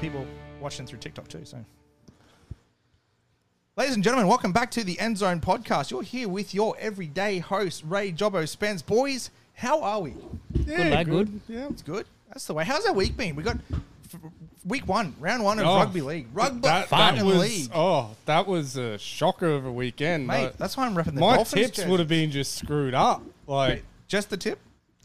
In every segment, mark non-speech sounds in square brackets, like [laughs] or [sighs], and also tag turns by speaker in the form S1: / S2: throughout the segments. S1: people watching through TikTok too. So, ladies and gentlemen, welcome back to the End Zone Podcast. You're here with your everyday host Ray Jobbo Spence. Boys, how are we?
S2: Yeah, good, lad, good.
S1: Yeah, it's good. That's the way. How's our week been? We got f- week one, round one of rugby league, rugby
S3: Oh, that,
S1: fucking
S3: that was,
S1: league.
S3: Oh, that was a shocker of a weekend.
S1: Mate,
S3: Like,
S1: that's why I'm repping the
S3: my
S1: Dolphins.
S3: tips would have been just screwed up. Like
S1: just the tip.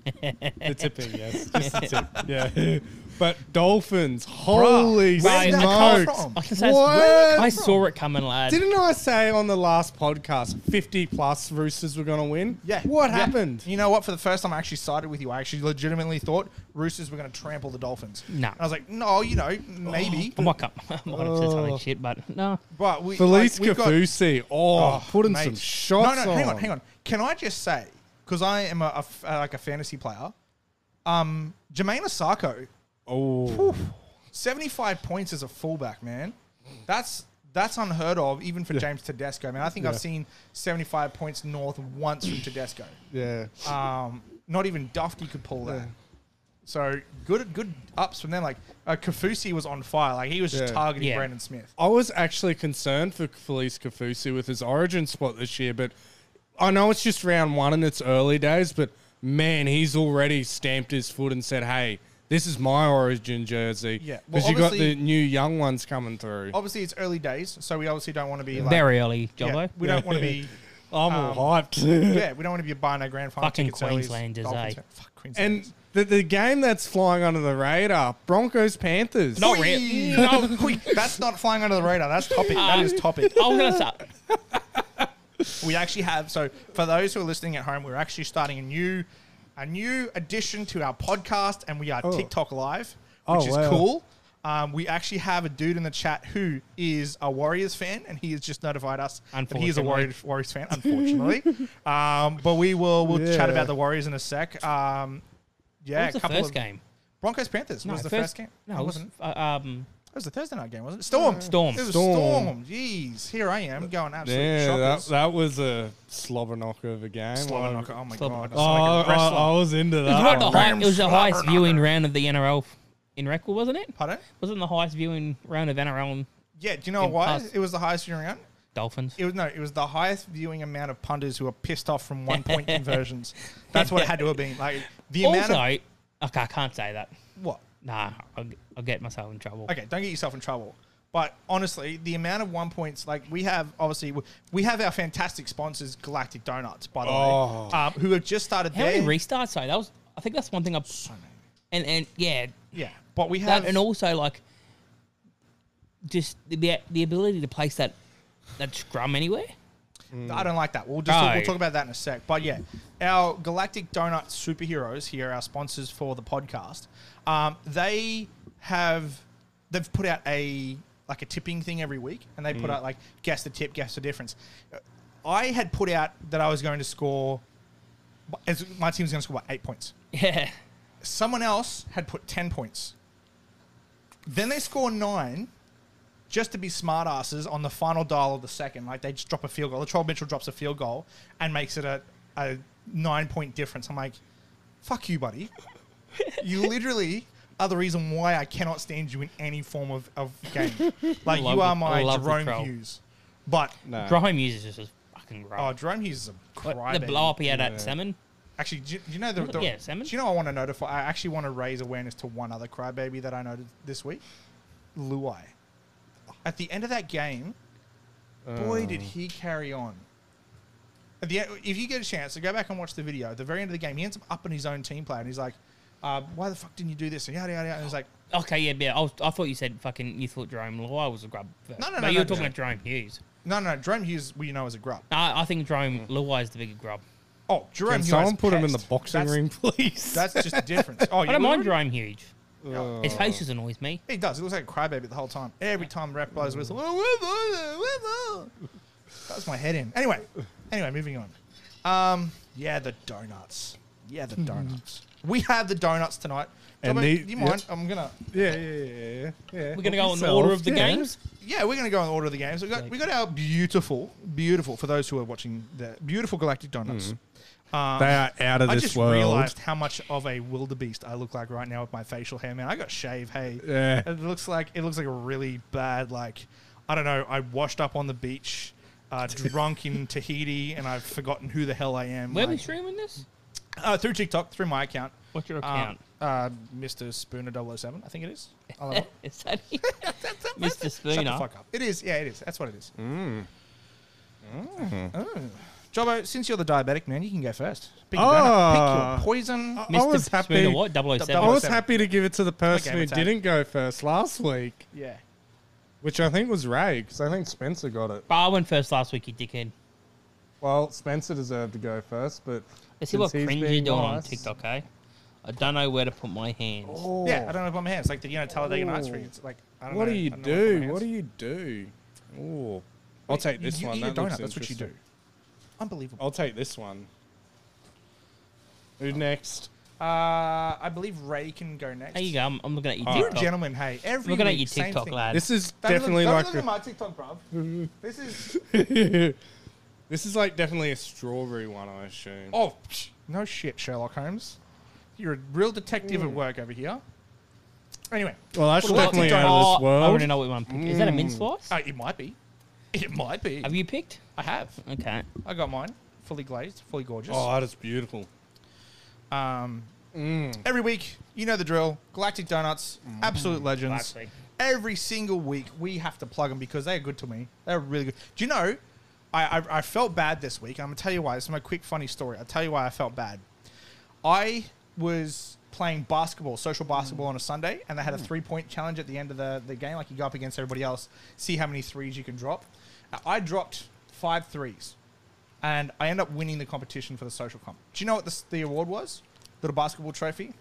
S1: [laughs]
S3: the tipping, yes, just the tip. Yeah, but Dolphins, holy
S1: where did that come
S3: smokes!
S1: from?
S2: I can say it's-
S3: What?
S2: I saw it coming, lad.
S3: Didn't I say on the last podcast, fifty plus Roosters were going to win?
S1: Yeah.
S3: What
S1: Yeah.
S3: happened?
S1: You know what? For the first time, I actually sided with you. I actually legitimately thought Roosters were going to trample the Dolphins.
S2: Nah.
S1: And I was like, no, you know,
S3: Oh,
S1: maybe.
S2: I might, come, I might have said
S1: Oh.
S2: something shit, but no.
S1: but we,
S3: Felice
S1: like, we've got-
S3: Kafusi, oh, putting
S1: mate.
S3: some shots.
S1: No, no, hang on,
S3: on,
S1: hang on. Can I just say, because I am a, a f- uh, like a fantasy player, um, Jermaine Osako,
S3: Oh,
S1: 75 points as a fullback, man. That's that's unheard of, even for James Tedesco, man. I think I've
S3: Yeah.
S1: seen 75 points north once from Tedesco.
S3: yeah.
S1: Um, not even Dufty could pull that.
S3: Yeah.
S1: So good, good ups from them. Like uh, Kafusi was on fire. Like he was just
S3: Yeah.
S1: targeting
S2: Yeah.
S1: Brandon Smith.
S3: I was actually concerned for Felice Kafusi with his origin spot this year, but I know it's just round one and it's early days, but man, he's already stamped his foot and said, hey, this is my origin jersey.
S1: Yeah, well,
S3: Because you got
S1: obviously-
S3: the new young ones coming through.
S1: Obviously, it's early days, so we obviously don't want to be like
S2: Very early,
S1: yeah,
S2: Jobbo.
S1: we don't want to
S3: [laughs]
S1: be
S3: I'm all [laughs] hyped.
S1: um, [laughs] yeah, we don't want to be buying our grand final
S2: Fucking
S1: tickets early as
S2: Queenslanders,
S1: Dolphins
S2: eh?
S1: fan. Fuck Queenslanders.
S3: and the, the game that's flying under the radar Broncos Panthers.
S2: Not
S1: Whee!
S2: really.
S1: Oh, No, quick, that's not flying under the radar. That's topic. that is
S2: [laughs]
S1: topic.
S2: I was going to say,
S1: We actually have. So for those who are listening at home, we're actually starting a new, a new addition to our podcast, and we are TikTok live, which
S3: Oh,
S1: is
S3: wow.
S1: cool. Um, we actually have a dude in the chat who is a Warriors fan, and he has just notified us that he is a Warriors, Warriors fan. Unfortunately,
S3: [laughs]
S1: um, but we will we'll chat
S3: Yeah.
S1: about the Warriors in a sec. Um, yeah,
S2: what was the
S1: a couple
S2: first
S1: of
S2: game?
S1: Broncos Panthers was the first, game.
S2: No, it wasn't. Uh, um,
S1: It was the Thursday night game, wasn't it? Storm.
S2: Storm.
S1: It was
S3: Storm.
S1: Storm. Jeez, here I am going absolute
S3: yeah, that,
S1: shockers.
S3: that was a slobber knocker of a game.
S1: Slobber knocker. Oh my
S2: Slobber
S1: god.
S2: knocker.
S3: Oh,
S1: Like a
S3: I,
S1: wrestler.
S3: I was into
S2: it, was
S3: that.
S2: one of
S3: one.
S2: the high, it was the
S1: Graham
S2: highest
S1: Slobber
S2: viewing
S1: knocker.
S2: round of the NRL in record, wasn't it?
S1: Pardon?
S2: Wasn't the highest viewing round of NRL in
S1: Yeah, do you know
S2: In
S1: why?
S2: past-
S1: It was the highest viewing round.
S2: Dolphins?
S1: It was no, it was the highest viewing amount of punters who were pissed off from one
S2: [laughs]
S1: point conversions. That's what it had to have been. Like the amount
S2: also,
S1: of
S2: okay, I can't say that.
S1: what?
S2: Nah, I'll, I'll get myself in trouble.
S1: Okay, don't get yourself in trouble. But honestly, the amount of one points, like we have, obviously, we- we have our fantastic sponsors, Galactic Donuts, by the
S3: Oh.
S1: way, um, who have just started
S2: How
S1: their
S2: many restarts? Sorry, that was. I think that's one thing I. And and yeah,
S1: yeah. But we have
S2: that and also like just the the ability to place that that scrum anywhere. [laughs]
S1: I don't like that. We'll just
S2: Right.
S1: we'll talk about that in a sec. But yeah, our Galactic Donut superheroes here, our sponsors for the podcast, um, they have they've put out a like a tipping thing every week, and they put out like guess the tip, guess the difference. I had put out that I was going to score. As my team's going to score what, eight points.
S2: Yeah,
S1: Someone else had put ten points. Then they score nine just to be smart asses on the final dial of the second. Like they just drop a field goal. Latrell Mitchell drops a field goal and makes it a, a nine point difference. I'm like, fuck you, buddy.
S2: [laughs]
S1: you literally are the reason why I cannot stand you in any form of, of
S2: [laughs]
S1: game. Like
S2: Love
S1: you are
S2: Lat-
S1: my
S2: love
S1: Jerome
S2: Latrell.
S1: Hughes. But
S3: No.
S2: dry home users is just fucking great.
S1: oh, Jerome Hughes is a
S2: But the
S1: crybaby.
S2: blow up he had at Salmon.
S1: Actually, do you, do you know the,
S2: Was it-
S1: the-
S2: yeah, salmon?
S1: Do you know I want to notify? I actually want to raise awareness to one other crybaby that I noted this week, Luai. At the end of that game, boy
S3: Uh.
S1: did he carry on. At the end, if you get a chance to go back and watch the video, at the very end of the game, he ends up upping his own team player, and he's like, uh, "Why the fuck didn't you do this?" And yada yada. yada. And he's like,
S2: Okay, yeah, yeah. I, was, I thought you said fucking. You thought Jerome Luai was a grub. First.
S1: No, no,
S2: but
S1: no,
S2: You
S1: no,
S2: were talking
S1: no.
S2: about Jerome Hughes.
S1: "No, no, no Jerome Hughes, we know is a grub."
S2: No, I think Jerome Luai is the bigger grub.
S1: Oh, Jerome
S3: Can
S1: Hughes.
S3: someone put him in the
S1: pest.
S3: boxing
S1: That's-
S3: ring, please?
S1: That's just the difference.
S3: [laughs]
S1: Oh,
S2: I
S1: you
S2: don't mind
S1: wouldn't?
S2: Jerome Hughes. His face just annoys me.
S1: He does. He looks like a crybaby the whole time. Every time the ref blows a whistle, "Oh, whistle, whistle." that's my head in.
S3: [laughs]
S1: Anyway, anyway, moving on. Um, yeah, the donuts. Yeah, the donuts. We have the donuts tonight.
S3: And
S1: Dobbo,
S3: the-
S1: do you mind?
S3: yes.
S1: I'm gonna.
S3: Yeah, yeah, yeah, yeah. yeah.
S2: We're going to go
S3: Help
S2: in the
S3: yourself.
S2: order of the
S3: Yeah.
S2: games.
S1: Yeah, we're going to go in the order of the games. We got we got our beautiful, beautiful for those who are watching the beautiful galactic donuts. Um,
S3: They are out of
S1: I
S3: this
S1: just
S3: world.
S1: realized how much of a wildebeest I look like right now with my facial hair, man. I got shave, hey.
S3: Yeah.
S1: It looks like it looks like a really bad like I don't know, I washed up on the beach,
S3: [laughs]
S1: uh, drunk in Tahiti and I've forgotten who the hell I am.
S2: Where are we
S1: like-
S2: streaming this?
S1: uh, through TikTok, through my account.
S2: What's your
S1: Um,
S2: account? [laughs]
S1: uh, Mr. Spooner 007, I think it is. I'll have a-
S2: Is
S1: [laughs]
S2: that Mr. Spooner?
S1: Shut the fuck up. It is. Yeah, it is. That's what it is.
S3: Mm.
S1: Oh. Jobo, since you're the diabetic man, you can go first. Pick your donut,
S3: Ah.
S1: pick your poison.
S3: I- I
S2: Mr.
S3: was happy.
S2: Spooner, what? 007.
S3: I was
S1: Seven.
S3: happy to give it to the person
S1: Okay,
S3: who
S1: what's that?
S3: didn't go first last week,
S1: Yeah.
S3: which I think was Ray, because I think Spencer got it.
S2: But I went first last week, you dickhead.
S3: Well, Spencer deserved to go first, but
S2: Let's see what
S3: since he's
S2: cringe you're
S3: being
S2: doing on
S3: nice-
S2: TikTok, eh? I don't know where to put my hands.
S3: Oh,
S1: Yeah, I don't know about my hands. Like the you know Talladega Nights
S3: Oh.
S1: ring. It's like I don't
S3: What
S1: know.
S3: do you
S1: I don't know
S3: do?
S1: about my
S3: What do
S1: hands.
S3: you do? Oh, I'll take this
S1: you
S3: one.
S1: Eat
S3: that
S1: a donut.
S3: looks
S1: That's what you do.
S3: interesting.
S1: Unbelievable.
S3: I'll take this one. Who next?
S1: Uh, I believe Ray can go next.
S2: There you go. I'm, I'm looking at your
S3: All
S1: You're
S2: TikTok.
S1: a gentleman. Hey, every
S2: looking at
S1: week,
S2: your
S1: same
S2: TikTok,
S1: thing.
S2: lad.
S3: This is
S1: Don't look-
S3: definitely
S1: don't
S3: like
S1: look at my TikTok,
S3: [laughs]
S1: bruv. this is
S3: a- this is like definitely a strawberry one, I assume.
S1: oh psh, no shit, Sherlock Holmes. You're a real detective
S3: Mm.
S1: at work over here. Anyway,
S3: well, that's
S1: Well,
S3: definitely
S1: TikTok-
S3: out of this
S2: Oh, I want to
S3: world.
S2: know what one picked. Is that a mince slice?
S1: uh, it might be. It might be.
S2: Have you picked?
S1: I have.
S2: Okay.
S1: I got mine fully glazed, fully gorgeous.
S3: Oh, that is beautiful.
S1: Um, Every week, you know the drill. Galactic Donuts, absolute legends.
S2: Classic.
S1: Every single week, we have to plug them because they are good to me. They're really good. Do you know? I, I, I felt bad this week. I'm gonna tell you why. This is my quick funny story. I'll tell you why I felt bad. I was playing basketball, social basketball on a Sunday, and they had a three point challenge at the end of the, the game. Like you go up against everybody else, see how many threes you can drop. Uh, I dropped five threes, and I end up winning the competition for the social comp. Do you know what the, the award was? Little basketball trophy.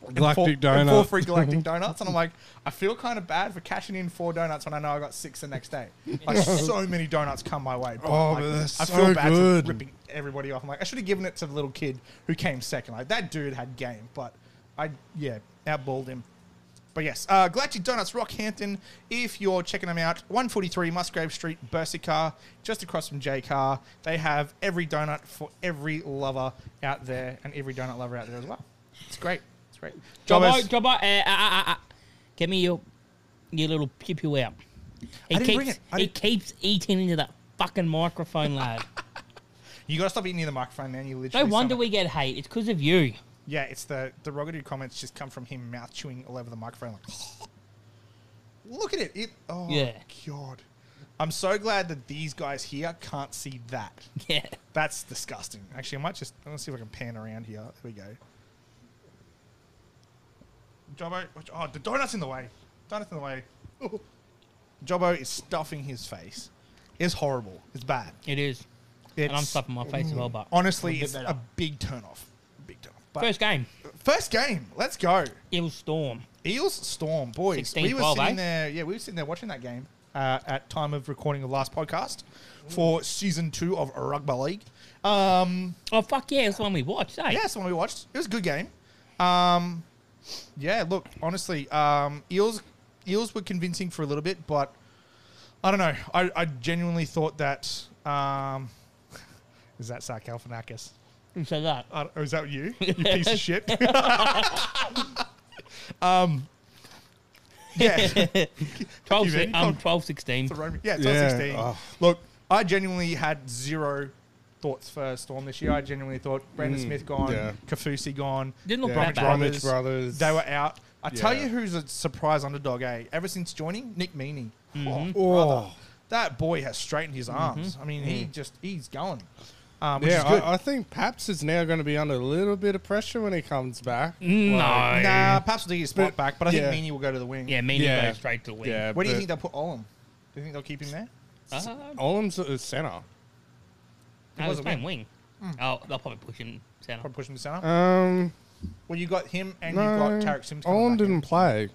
S1: Four-
S3: Galactic
S1: and Four
S3: donut.
S1: free
S3: [laughs]
S1: galactic donuts, and I'm like, I feel kind of bad for cashing in four donuts when I know I got six the next day. Like so many donuts come my way. But
S3: Oh,
S1: like,
S3: but that's
S1: I
S3: so
S1: feel bad
S3: good.
S1: for ripping everybody off. I'm like, I should have given it to the little kid who came second. Like that dude had game, but I yeah outballed him. But yes, uh, Galactic Donuts Rockhampton. If you're checking them out, 143 Musgrave Street, Bursica, just across from J Car. They have every donut for every lover out there, and every donut lover out there as well. It's great. It's great.
S2: Jobbo,
S1: Jobbers.
S2: Jobbo, uh, uh, uh, uh, uh. get me your your little pew pew out. He
S1: I didn't
S2: keeps
S1: bring it. I
S2: he
S1: didn't-
S2: keeps eating into that fucking microphone, lad.
S1: You gotta stop eating near the microphone, man. You
S2: No
S1: literally.
S2: wonder
S1: stomach-
S2: we get hate. It's because of you.
S1: Yeah, it's the derogatory comments just come from him mouth chewing all over the microphone. Like, [gasps] look at it. It. Oh
S2: Yeah.
S1: God. I'm so glad that these guys here can't see that.
S2: Yeah.
S1: That's disgusting. Actually, I might just. Let's see if I can pan around here. There we go. Jobbo. which- Oh, the donut's in the way. Donut's in the way. [laughs] Jobbo is stuffing his face. It's horrible. It's bad.
S2: It is.
S1: It's,
S2: and I'm stuffing my face as well, but
S1: Honestly,
S2: We'll
S1: it's
S2: get
S1: a
S2: better.
S1: big turn off. Big turn off. But
S2: first game.
S1: First game. Let's go.
S2: Ill storm.
S1: Eels Storm, boys.
S2: 16,
S1: we were
S2: 12,
S1: sitting
S2: eh?
S1: there. Yeah, we were sitting there watching that game uh, at time of recording the last podcast for season two of Rugby League. Um,
S2: Oh fuck yeah, that's the one we watched, eh?
S1: yeah, that's the one we watched. It was a good game. Um, yeah, look, honestly, um, Eels Eels were convincing for a little bit, but I don't know. I, I genuinely thought that. Um, [laughs] is that Zach Galifianakis?
S2: Who said that?
S1: I don't- is that you? You piece of shit. [laughs] um, yeah,
S2: 12,
S1: you, man. You
S2: um,
S1: can't-
S2: 12 16.
S1: the Roman- Yeah, it's
S3: Yeah,
S1: on 16.
S3: oh.
S1: Look, I genuinely had zero thoughts for Storm this year. I genuinely thought Brandon Smith gone,
S3: Mm, yeah.
S1: Kafusi gone.
S2: Didn't look
S3: Yeah,
S2: that bad.
S3: Bromwich Brothers.
S1: They were out. I tell
S3: Yeah.
S1: you who's a surprise underdog, eh? Ever since joining, Nick Meaney.
S2: Mm-hmm.
S1: Oh,
S3: Oh.
S1: that boy has straightened his arms. I mean,
S2: Mm.
S1: he just, he's going. Um, which
S3: Yeah,
S1: is good.
S3: I, I think Paps is now going to be under a little bit of pressure when he comes back.
S1: Mm.
S2: No.
S3: Like,
S1: nah, perhaps will take his spot
S3: But-
S1: back, but I think
S3: yeah.
S1: Meaney will go to the wing.
S2: Yeah, meaning
S3: Yeah.
S2: goes straight to the wing.
S3: Yeah.
S1: Where do you
S3: but
S1: think they'll put Olam? Do you think they'll keep him there?
S2: Uh,
S3: Olam's at the center.
S2: no,
S1: was a
S2: it's playing wing. Oh, they'll probably push him down.
S1: Probably push him to centre.
S3: Um,
S1: well, you got him and
S3: no,
S1: you got Tarek Sims. coming
S3: Olam
S1: back in.
S3: didn't play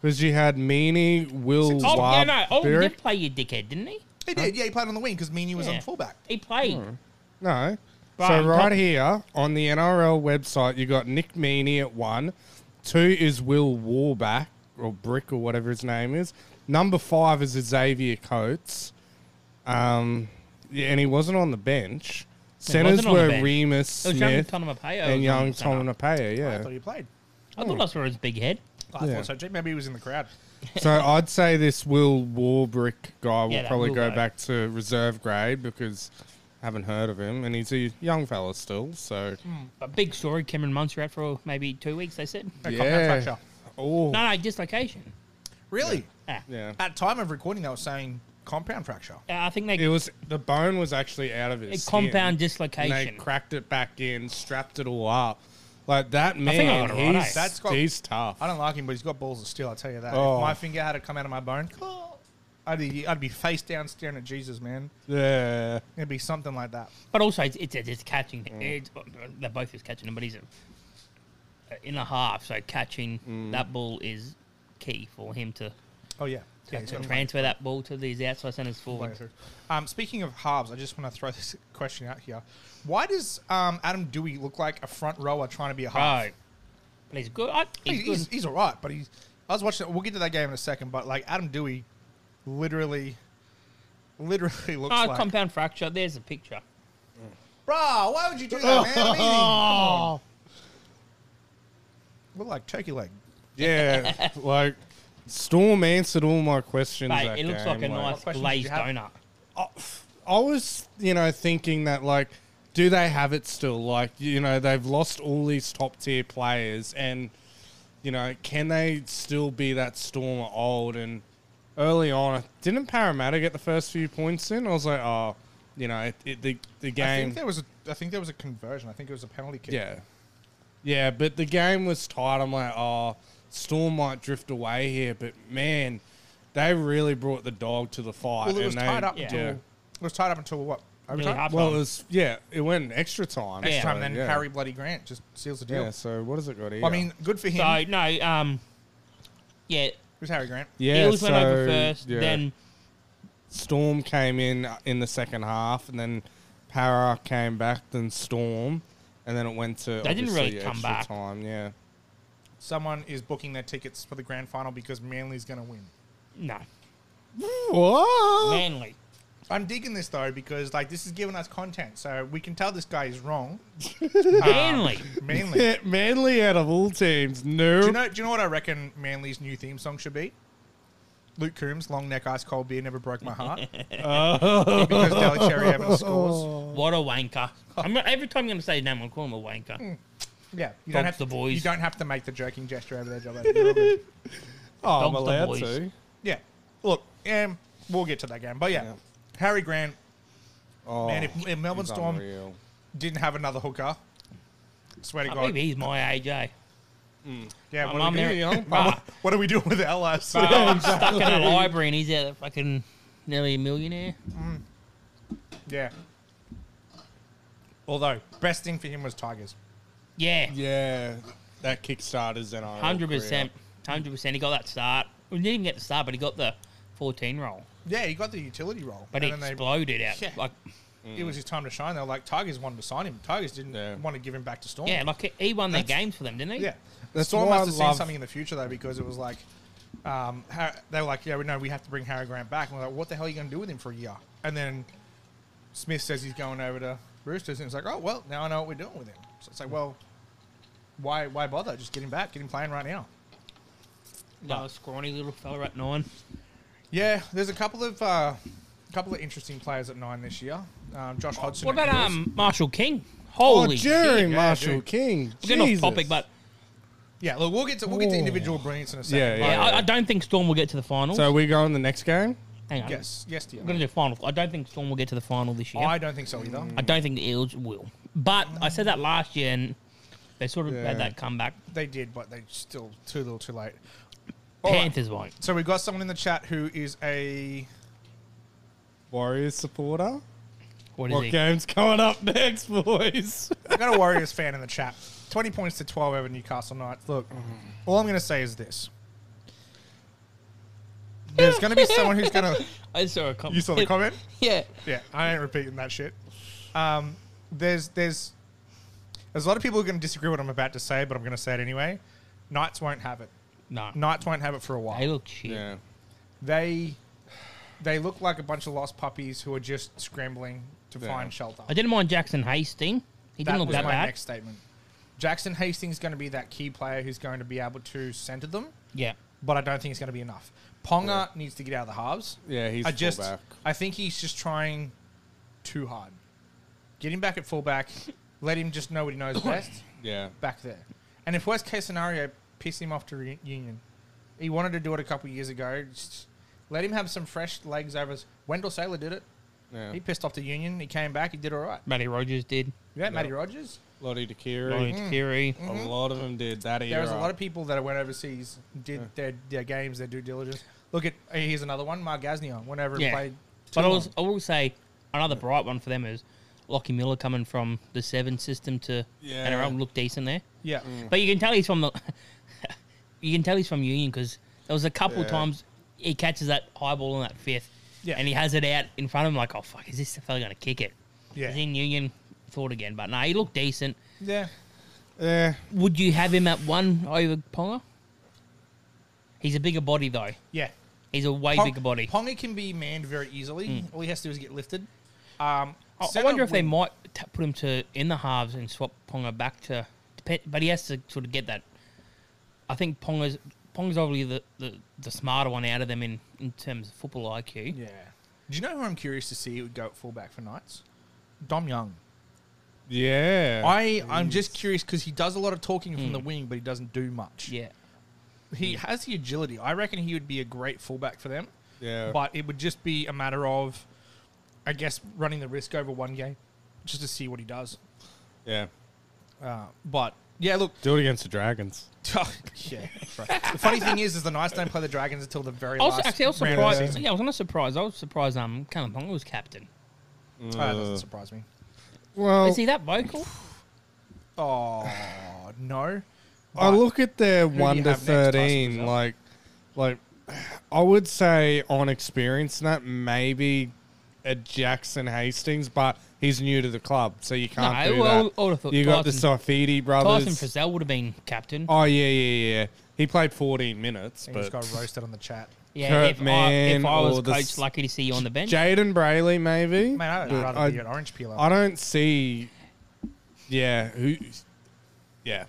S3: because you had Meany, Will,
S2: Oh, yeah,
S3: Wab,
S2: no. Oh, he
S3: Beric.
S2: did play your dickhead, didn't he?
S1: He did, yeah. He played on the wing because Meany was
S2: Yeah.
S1: on fullback.
S2: He played.
S3: No, So
S2: Brian,
S3: right
S2: top-
S3: here on the NRL website, you got Nick Meaney at one. Two is Will Warback or Brick or whatever his name is. Number five is Xavier Coates. Um, yeah, and he wasn't on the bench. Centers
S2: wasn't on the
S3: were
S2: bench.
S3: Remus
S2: It was young
S3: Smith
S2: Taumapea
S3: and
S2: was on
S3: young
S2: the centre.
S3: Tom Napea.
S1: I
S3: Yeah.
S1: thought he played.
S2: I thought I saw his big head.
S1: I
S3: Yeah.
S1: thought so. too. Maybe he was in the crowd.
S3: so I'd say this Will Warbrick guy will
S2: Yeah, that
S3: probably
S2: will
S3: go
S2: go.
S3: back to reserve grade because I haven't heard of him, and he's a young fella still. So
S2: But big story, Cameron Munster out for maybe two weeks, they said.
S1: A compound
S3: yeah.
S1: fracture.
S3: Oh.
S2: No, no, dislocation.
S1: Really?
S2: Ah.
S3: Yeah.
S1: At time of recording, they were saying compound fracture.
S2: Uh, I think they
S3: It was the bone was actually out of his
S2: a compound
S3: skin, and
S2: dislocation.
S3: They cracked it back in, strapped it all up. Like that
S2: I
S3: man,
S2: got it right,
S3: he's,
S2: eh?
S1: That's got-
S3: he's tough.
S1: I don't like him, but he's got balls of steel. I tell you that.
S3: Oh.
S1: If my finger had to come out of my bone, [gasps] I'd be, I'd be face down staring at Jesus, man.
S3: yeah,
S1: It'd be something like that.
S2: But also, it's it's, it's catching.
S1: Mm.
S2: It's, they're both just catching them, but he's a, in a half, so catching
S1: Mm.
S2: that ball is key for him to,
S1: Oh yeah. Yeah, he's
S3: [laughs]
S2: to
S1: got a
S2: transfer that ball to these outside centres
S1: way
S2: forward.
S1: through. Um, speaking of halves, I just want to throw [laughs] this question out here. Why does um, Adam Dewey look like a front rower trying to be a half?
S2: Right. But he's good. I, he's,
S1: he's, he's,
S2: good.
S1: he's all right, but he's. I was watching. We'll get to that game in a second, but like Adam Dewey, literally, literally [laughs] looks
S2: Oh,
S1: like.
S2: compound fracture. There's a picture.
S1: Bro, why would you do that, man? I'm eating. Come
S2: [laughs]
S1: on. Look like turkey leg.
S3: yeah. like Storm answered all my questions.
S2: Mate,
S3: that
S2: it looks
S3: game,
S2: like a nice
S1: questions did
S2: glazed
S1: you have?
S2: donut.
S3: I was, you know, thinking that like, do they have it still? Like, you know, they've lost all these top tier players, and you know, can they still be that Storm of old? And early on, didn't Parramatta get the first few points in? I was like, oh, you know, it, it, the the
S1: I
S3: game,
S1: think there was. A, I think there was a conversion. I think it was a penalty kick.
S3: yeah, yeah, but the game was tight. I'm like, oh, Storm might drift away here, but man, they really brought the dog to the fight.
S1: Well, it
S3: and
S1: was
S3: they-
S1: tied up
S2: yeah.
S1: until. It was tied up until what?
S2: Really
S1: Overtime.
S2: hard
S3: Well, it
S2: time.
S3: was yeah. It went extra time.
S2: Extra
S1: Next
S2: Yeah.
S1: time, then
S3: yeah.
S1: Harry bloody Grant just seals the deal.
S3: Yeah. So what has it got here?
S1: Well, I mean, good for him.
S2: So,
S1: it
S2: no, um, yeah.
S1: was Harry Grant.
S3: yeah.
S2: Eels went over
S3: so,
S2: first,
S3: yeah.
S2: then
S3: Storm came in uh, in the second half, and then Para came back, then Storm, and then it went to.
S2: They didn't
S3: obviously
S2: really come
S3: extra
S2: back.
S3: Time. Yeah.
S1: Someone is booking their tickets for the grand final because Manly's going to win.
S2: no.
S1: [laughs]
S3: What?
S2: Manly.
S1: I'm digging this though because like this is giving us content, so we can tell this guy is wrong.
S2: Manly.
S1: Manly.
S3: Yeah, Manly out of all teams, no.
S1: Do you know? Do you know what I reckon Manly's new theme song should be? Luke Coombs, long neck, ice cold beer, never broke my heart.
S2: [laughs]
S3: [laughs]
S1: Oh. because Delicherry Evans scores.
S2: What
S1: [laughs]
S2: a wanker. I'm not, every time I'm going to say his name, I'm calling him a wanker.
S1: Yeah, you don't have
S2: Dogs the
S1: to,
S2: boys.
S1: You don't have to make the joking gesture over there, Joe.
S3: [laughs] oh, I'm
S2: Dogs the
S3: allowed
S2: boys.
S3: to.
S1: yeah, look, um, we'll get to that game, but yeah,
S3: Yeah.
S1: Harry Grant,
S3: Oh,
S1: man, if, if Melbourne
S3: he's
S1: Storm
S3: unreal.
S1: didn't have another hooker, swear to
S2: I
S1: God,
S2: believe he's my
S1: [laughs]
S2: age, eh?
S1: yeah,
S2: Uh, I'm
S1: what are, we
S2: there- [laughs]
S1: doing?
S2: Bruh.
S1: what are we doing with LS?
S3: [laughs]
S2: I'm stuck in a library and he's out there fucking nearly a millionaire.
S1: yeah. Although, best thing for him was Tigers.
S2: Yeah,
S3: Yeah, that Kickstarter's and I.
S2: hundred percent, hundred percent. He got that start. We didn't even get the start, but he got the fourteen roll.
S1: Yeah, he got the utility role,
S2: But
S1: and
S2: it
S1: then they
S2: exploded out.
S1: Yeah.
S2: Like
S1: it was his time to shine. They were like, Tigers wanted to sign him. Tigers didn't
S3: Yeah.
S1: want to give him back to Storm.
S2: yeah, like he- he won their games for them, didn't he?
S1: yeah.
S3: That's
S1: Storm
S3: why
S1: must have
S3: I
S1: seen
S3: love-
S1: something in the future though, because it was like, um, Har they were like, yeah, we know we have to bring Harry Grant back. And we're like, what the hell are you going to do with him for a year? And then Smith says he's going over to Roosters, and it's like, oh well, now I know what we're doing with him. So it's like, well, why why bother? Just get him back, get him playing right now.
S2: That was scrawny little fella at nine.
S1: Yeah, there's a couple of uh, couple of interesting players at nine this year. Um, Josh Hodgson.
S2: What about
S1: at Eels.
S2: um Marshall King?
S3: Oh,
S2: Holy
S3: Jerry
S2: shit!
S3: Marshall
S1: dude.
S3: King.
S2: We're getting
S3: Jesus.
S2: off topic, but
S1: Yeah, look, we'll get to we'll get to
S3: Whoa.
S1: individual brilliance in a second.
S3: Yeah,
S2: yeah, I, I don't think Storm will get to the finals.
S3: So we go on the next game.
S2: Hang on,
S1: Yes, yes, dear.
S2: we're gonna do Mm. final. I don't think Storm will get to the final this year.
S1: I don't think so either.
S2: I don't think the Eels will. But I said that last year, and they sort of
S3: Yeah.
S2: had that comeback.
S1: They did, but they still too little, too late. All right.
S2: Panthers won't.
S1: So we've got someone in the chat who is a
S3: Warriors supporter.
S2: What is
S3: What
S2: he?
S3: game's coming up next, [laughs] boys?
S1: we've
S3: [laughs]
S1: got a Warriors fan in the chat. Twenty points to twelve over Newcastle Knights. Look,
S3: Mm-hmm.
S1: all I'm going to say is this: there's going to be someone
S3: [laughs]
S1: who's going to.
S2: [laughs] I saw a comment.
S1: You saw the comment?
S2: yeah.
S1: Yeah, I ain't repeating that shit. Um, there's there's there's a lot of people who are going to disagree with what I'm about to say, but I'm going to say it anyway. Knights won't have it.
S2: No.
S1: Knights won't have it for a while.
S2: They look shit.
S3: Yeah.
S1: They they look like a bunch of lost puppies who are just scrambling to
S3: Yeah.
S1: find shelter.
S2: I didn't mind Jackson Hastings. He
S1: that
S2: didn't look
S1: was
S2: that
S1: my
S2: bad.
S1: next statement. Jackson Hastings is going to be that key player who's going to be able to centre them,
S2: Yeah.
S1: but I don't think it's going to be enough. Ponga needs to get out of the halves.
S3: Yeah, he's
S1: I just
S3: fullback.
S1: I think he's just trying too hard. Get him back at fullback. let him just know what he knows best.
S3: Yeah.
S1: back there. And if worst case scenario, piss him off to re- Union. He wanted to do it a couple years ago. Just let him have some fresh legs over. His. Wendell Saylor did it.
S3: Yeah.
S1: He pissed off to Union. He came back. He did all right.
S2: Matty Rogers did.
S1: Yeah, Matty Rogers.
S3: Lottie Dakiri.
S2: Lawrence
S1: Hmm.
S2: Curry.
S3: A lot of them did that
S1: Mm-hmm. There
S3: era.
S1: was a lot of people that went overseas, did their, their games, their due diligence. Look at uh, here's another one. Mark Gasnier went over
S2: Yeah.
S1: and played.
S2: But I,
S1: Toulon.
S2: was, I will say another bright one for them is Lockie Miller coming from the seven system to
S3: Yeah.
S2: NRL looked decent there.
S1: yeah,
S2: But you can tell he's from the [laughs] you can tell he's from Union because there was a couple
S3: Yeah.
S2: times he catches that high ball on that fifth,
S1: Yeah.
S2: and he has it out in front of him like, oh fuck, is this the fella going to kick it?
S1: Yeah.
S2: He's in Union. Thought again, but no, he looked decent.
S1: yeah.
S3: Yeah.
S2: Would you have him at one over Ponga? He's a bigger body though.
S1: Yeah.
S2: He's a way
S1: Pong-
S2: bigger body. Mm.
S1: Ponga can be manned very easily. All he has to do is get lifted. Um,
S2: Oh, I, I
S1: centre
S2: wonder if they
S1: wing-
S2: might t- put him to in the halves and swap Ponga back to, depend, but he has to sort of get that. I think Ponga's Ponga's obviously the, the, the smarter one out of them in, in terms of football IQ.
S1: Yeah. Do you know who I'm curious to see would go at fullback for Knights? Dom Young.
S3: Yeah.
S1: I I'm just curious because he does a lot of talking from the wing, but he doesn't do much.
S2: Yeah,
S1: He has the agility. I reckon he would be a great fullback for them.
S3: Yeah.
S1: But it would just be a matter of, I guess, running the risk over one game, just to see what he does.
S3: yeah.
S1: Uh, but yeah, look, [laughs]
S3: Do it against the Dragons.
S1: yeah. Right. The funny thing is, is the Knights don't play the Dragons until the very
S2: I was
S1: last.
S2: actually I was
S1: round of the
S2: surprised.
S1: season.
S2: Yeah, I was not surprised. I was surprised. Um, Callum Ponga was captain.
S1: Oh, that doesn't surprise me.
S3: Well,
S2: Is he that vocal?
S1: Oh no.
S3: I
S1: But-
S3: look at their
S1: you
S3: one to
S1: have next, Tyson
S3: thirteen,
S1: Brazil?
S3: like, like I would say on experience that maybe a Jackson Hastings, but he's new to the club, so you can't
S2: No, I
S3: do
S2: would- I
S3: that.
S2: would- I would've thought
S3: you got the
S2: Tyson-
S3: Safidi brothers.
S2: Tyson Frizzell would have been captain.
S3: oh yeah, yeah, yeah. He played fourteen minutes,
S1: He
S3: but
S1: just got roasted on the chat.
S2: yeah,
S3: Kurt
S2: if, I, if
S3: Mann
S2: I was
S3: or the
S2: coach,
S3: s-
S2: lucky to see you on the bench.
S3: Jaden Brayley maybe.
S1: Man, I'd
S3: But
S1: rather
S3: I-
S1: be an orange peeler.
S3: I don't see. Yeah, who? Yeah,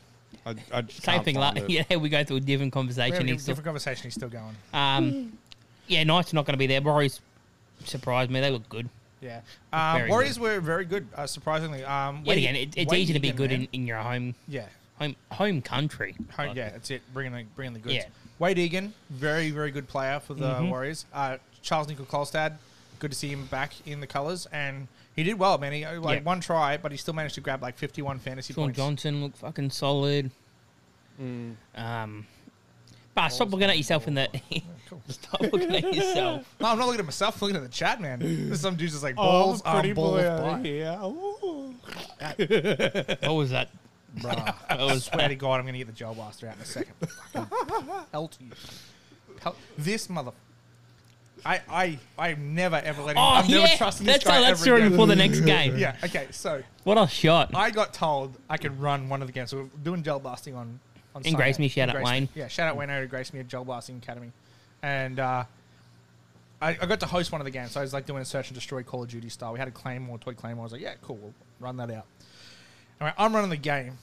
S3: I, I just
S2: Same
S3: can't
S2: thing.
S3: find
S2: Like,
S3: it.
S2: [laughs] yeah, we go through a different
S1: we have a
S2: conversation. He's
S1: different
S2: still
S1: conversation. He's still going.
S2: Um, yeah, Knight's not going to be there. Warriors surprised me. They look good.
S1: Yeah. Um,
S2: Very
S1: Warriors were very good, uh, surprisingly. Um,
S2: Yet
S1: Wade-
S2: again, it, it's
S1: Wade
S2: easy to be
S1: Egan,
S2: good
S1: man.
S2: in, in your home
S1: Yeah.
S2: home home country.
S1: Home,
S2: Like,
S1: yeah, that's it. Bringing the, bringing the goods.
S2: Yeah.
S1: Wade Egan, very, very good player for the
S2: Mhm.
S1: Warriors. Uh, Charles Nicol Kolstad, good to see him back in the colours. And he did well, man. He uh, like
S2: Yeah.
S1: one try, but he still managed to grab like 51 fantasy
S2: Sean
S1: points. Mm.
S2: Johnson looked fucking solid. Um, but stop looking at yourself in the. [laughs]
S1: cool.
S2: stop looking at yourself.
S1: No, I'm not looking at myself. I'm looking at the chat,
S2: [gasps]
S1: man. There's some dudes that's
S2: Oh,
S1: like, balls are balls by.
S3: yeah.
S2: [laughs] What was that?
S1: [laughs] Bruh.
S2: What was
S1: swear to God, I'm going to get the Joe Blaster out in a second. Fucking Pelt you. Pelt this mother. I, I, I've never ever let him.
S2: Oh
S1: I've
S2: yeah,
S1: never trusted this
S2: that's
S1: guy
S2: how that's
S1: ever
S2: during
S1: again.
S2: before the next
S1: [laughs]
S2: game.
S1: Yeah, okay, so
S2: What a shot!
S1: I got told I could run one of the games. So we're doing gel blasting on. on
S2: In Grace
S1: Sunday.
S2: Me, shout
S1: In
S2: out
S1: Grace Me.
S2: Wayne.
S1: Yeah, shout out Wayne over to Grace Me at Gel Blasting Academy. And uh, I, I got to host one of the games. So I was like doing a search and destroy Call of Duty style. We had a Claymore, toy Claymore. I was like, yeah, cool, we'll run that out. All right, I'm running the
S2: [laughs]
S1: game.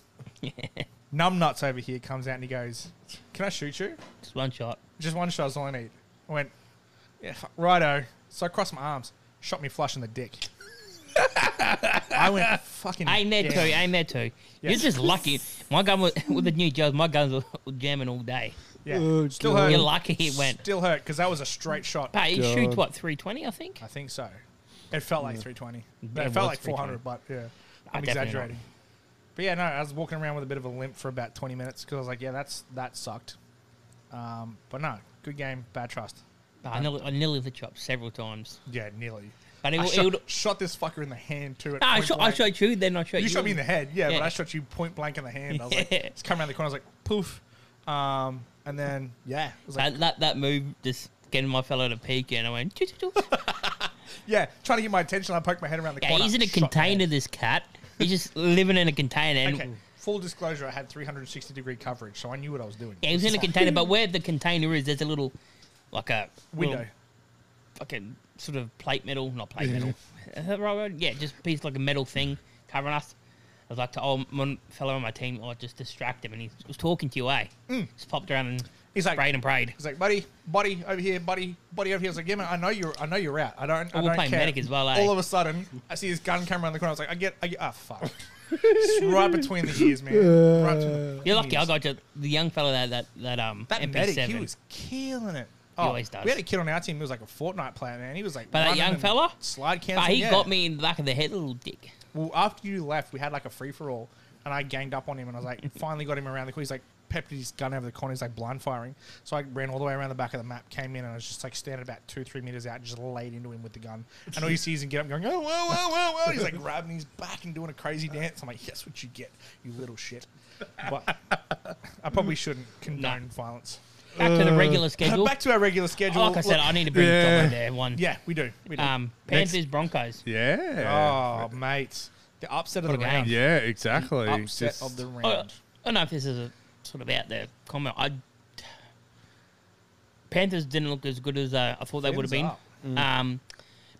S1: Numbnuts over here comes out and he goes, Can I shoot you?
S2: Just one shot.
S1: Just one shot is all I need. I went, Yeah, fu- righto. So I crossed my arms, shot me flush in the dick. [laughs] I went fucking.
S2: Ain't there two? Ain't there two? You're
S1: Yes.
S2: just lucky. My gun was, [laughs] with the new gels. My guns were [laughs] jamming all day.
S1: Yeah.
S3: Oh,
S1: still
S3: God.
S1: hurt.
S2: You're lucky it went.
S1: Still hurt because that was a straight shot.
S2: But he
S3: God.
S2: shoots what 320, I think.
S1: I think so. It felt like 320. No,
S2: Yeah,
S1: it
S2: it
S1: felt
S2: was
S1: like 400, but yeah. I'm
S2: definitely not.
S1: exaggerating. But yeah, no, I was walking around with a bit of a limp for about 20 minutes because I was like, yeah, that's that sucked. Um, but no, good game, bad trust.
S2: I nearly, I nearly lit you up several times.
S1: Yeah, nearly.
S2: But it,
S1: I
S2: w- it
S1: shot,
S2: would,
S1: shot this fucker in the hand too. At
S2: no, I
S1: point
S2: shot, I
S1: blank.
S2: shot you, then I shot you.
S1: You shot me in the head, yeah, but
S2: Yeah.
S1: I shot you point blank in the hand. I was
S2: [laughs]
S1: like,
S2: Yeah.
S1: it's coming around the corner. I was like, poof. Um, and then, yeah, it was like,
S2: That, that, that move, just getting my fellow to peek, and I went,
S1: [laughs]
S2: choo, choo, choo.
S1: yeah, trying to get my attention. I poked my head around the
S2: yeah,
S1: corner.
S2: he's in a
S1: shot in the head.
S2: container, this cat. He's just living in a container. And
S1: Okay. Full disclosure, I had 360 degree coverage, so I knew what I was doing.
S2: Yeah, he was in a container, but where the container is, there's a little, like a
S1: Window.
S2: little fucking sort of plate metal, not plate metal. Is that the right word? Yeah, just a piece like a metal thing covering us. I was like to old one fellow on my team, I just distract him, and he was talking to you, eh? Just popped around and
S1: Mm. He's like-
S2: prayed and prayed.
S1: He's like, buddy, buddy over here, buddy, buddy over here. I was like, yeah, man, I know you're, I know you're out. I don't, I
S2: we're
S1: don't
S2: playing
S1: care.
S2: medic as well, eh?
S1: All of a sudden, I see his gun camera in the corner. I was like, I get, I get, ah, fuck. it's right between the ears, man. Right between the
S2: You're lucky. I
S1: ears.
S2: got you. The young fellow that that that um
S1: that medic.
S2: MP7.
S1: He was killing it. Oh,
S2: always does.
S1: We had a kid on our team who was like a Fortnite player, man. He was like,
S2: But that
S1: running
S2: young
S1: and
S2: fella?
S1: slide cancel.
S2: but he
S1: yeah.
S2: got me in the back of the head, little dick.
S1: Well, after you left, we had like a free for all, and I ganged up on him, and I was like, [laughs] finally got him around the corner. He's like, pepped his gun over the corner. He's like blind firing. So I ran all the way around the back of the map, came in, and I was just like standing about two, three meters out, and just laid into him with the gun. And all you see is him get up, and going, oh, whoa, whoa, whoa, whoa. He's like grabbing his back and doing a crazy dance. I'm like, yes, what you get, you little shit. But I probably shouldn't condone violence.
S2: Back to the regular schedule.
S1: Uh, Back to our regular schedule.
S2: like I said,
S1: Look-
S2: I need to bring
S3: Yeah.
S2: John in there. One.
S1: yeah, we do. We do.
S2: Um,
S3: Next-
S2: Panthers Broncos.
S3: Yeah.
S1: oh, mate, the upset of
S2: What
S1: the
S2: a game.
S1: round.
S3: Yeah, exactly.
S1: Upset
S3: Just-
S1: of the
S2: I, I
S1: round.
S2: don't know if this is a sort of out there comment. I Panthers didn't look as good as uh, I thought they would have been.
S1: Fins
S2: Um,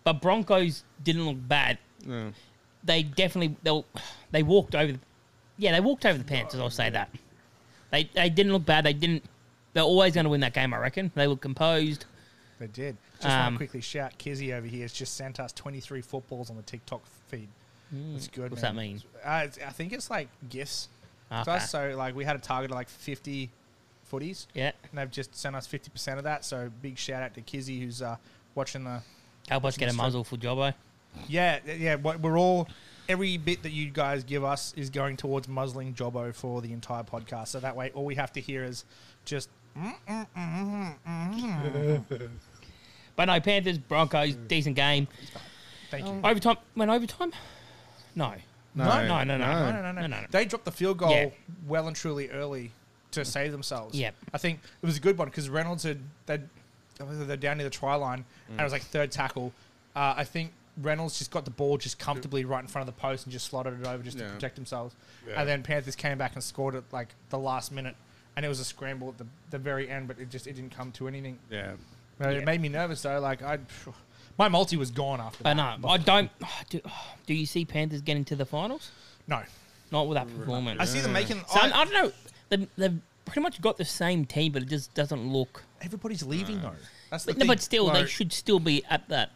S2: but Broncos didn't look bad.
S3: Yeah.
S2: They definitely they they walked over. Yeah, they walked over the Panthers. I'll say that. They they didn't look bad. They didn't. They're always going to win that game. I reckon. They look composed.
S1: They did. Just want
S2: Um,
S1: to quickly shout, Kizzy over here has just sent us 23 footballs on the TikTok feed. That's good.
S2: Mm, What's
S1: man.
S2: that mean?
S1: Uh, it's, I think it's like gifts. to
S2: Okay.
S1: us. So like we had a target of like 50 footies,
S2: Yeah,
S1: and they've just sent us 50% of that. So big shout out to Kizzy who's uh, watching the.
S2: help us get a muzzle for Jobbo.
S1: Yeah, th- yeah. what- We're all every bit that you guys give us is going towards muzzling Jobbo for the entire podcast. So that way, all we have to hear is just
S2: But no, Panthers Broncos decent game.
S1: Mm. thank you.
S2: Overtime went overtime. No,
S3: No,
S2: no, no,
S1: No, no,
S3: no.
S2: no.
S1: no, no,
S2: No, no, no.
S1: They dropped the field goal
S2: Yeah.
S1: well and truly early to save themselves.
S2: Yep.
S1: I think it was a good one because Reynolds had they they're down near the try line and it
S2: Mm.
S1: was like third tackle. Uh, I think Reynolds just got the ball just comfortably right in front of the post and just slotted it over just to
S3: Yeah.
S1: protect themselves.
S3: Yeah.
S1: And then Panthers came back and scored at like the last minute. And it was a scramble at the, the very end, but it just it didn't come to anything.
S3: Yeah.
S1: Uh,
S2: Yeah.
S1: It made me nervous though. Like I, my multi was gone after
S2: But
S1: that.
S2: no, I don't. Do, do you see Panthers getting to the finals?
S1: No,
S2: Not with that
S1: I
S2: performance.
S1: see them making.
S2: So I,
S1: I-
S2: I don't know. They've, they've pretty much got the same team, but it just doesn't look.
S1: everybody's leaving though. That's the
S2: But, no,
S1: thing.
S2: but still, they
S3: like-
S2: should still be at that.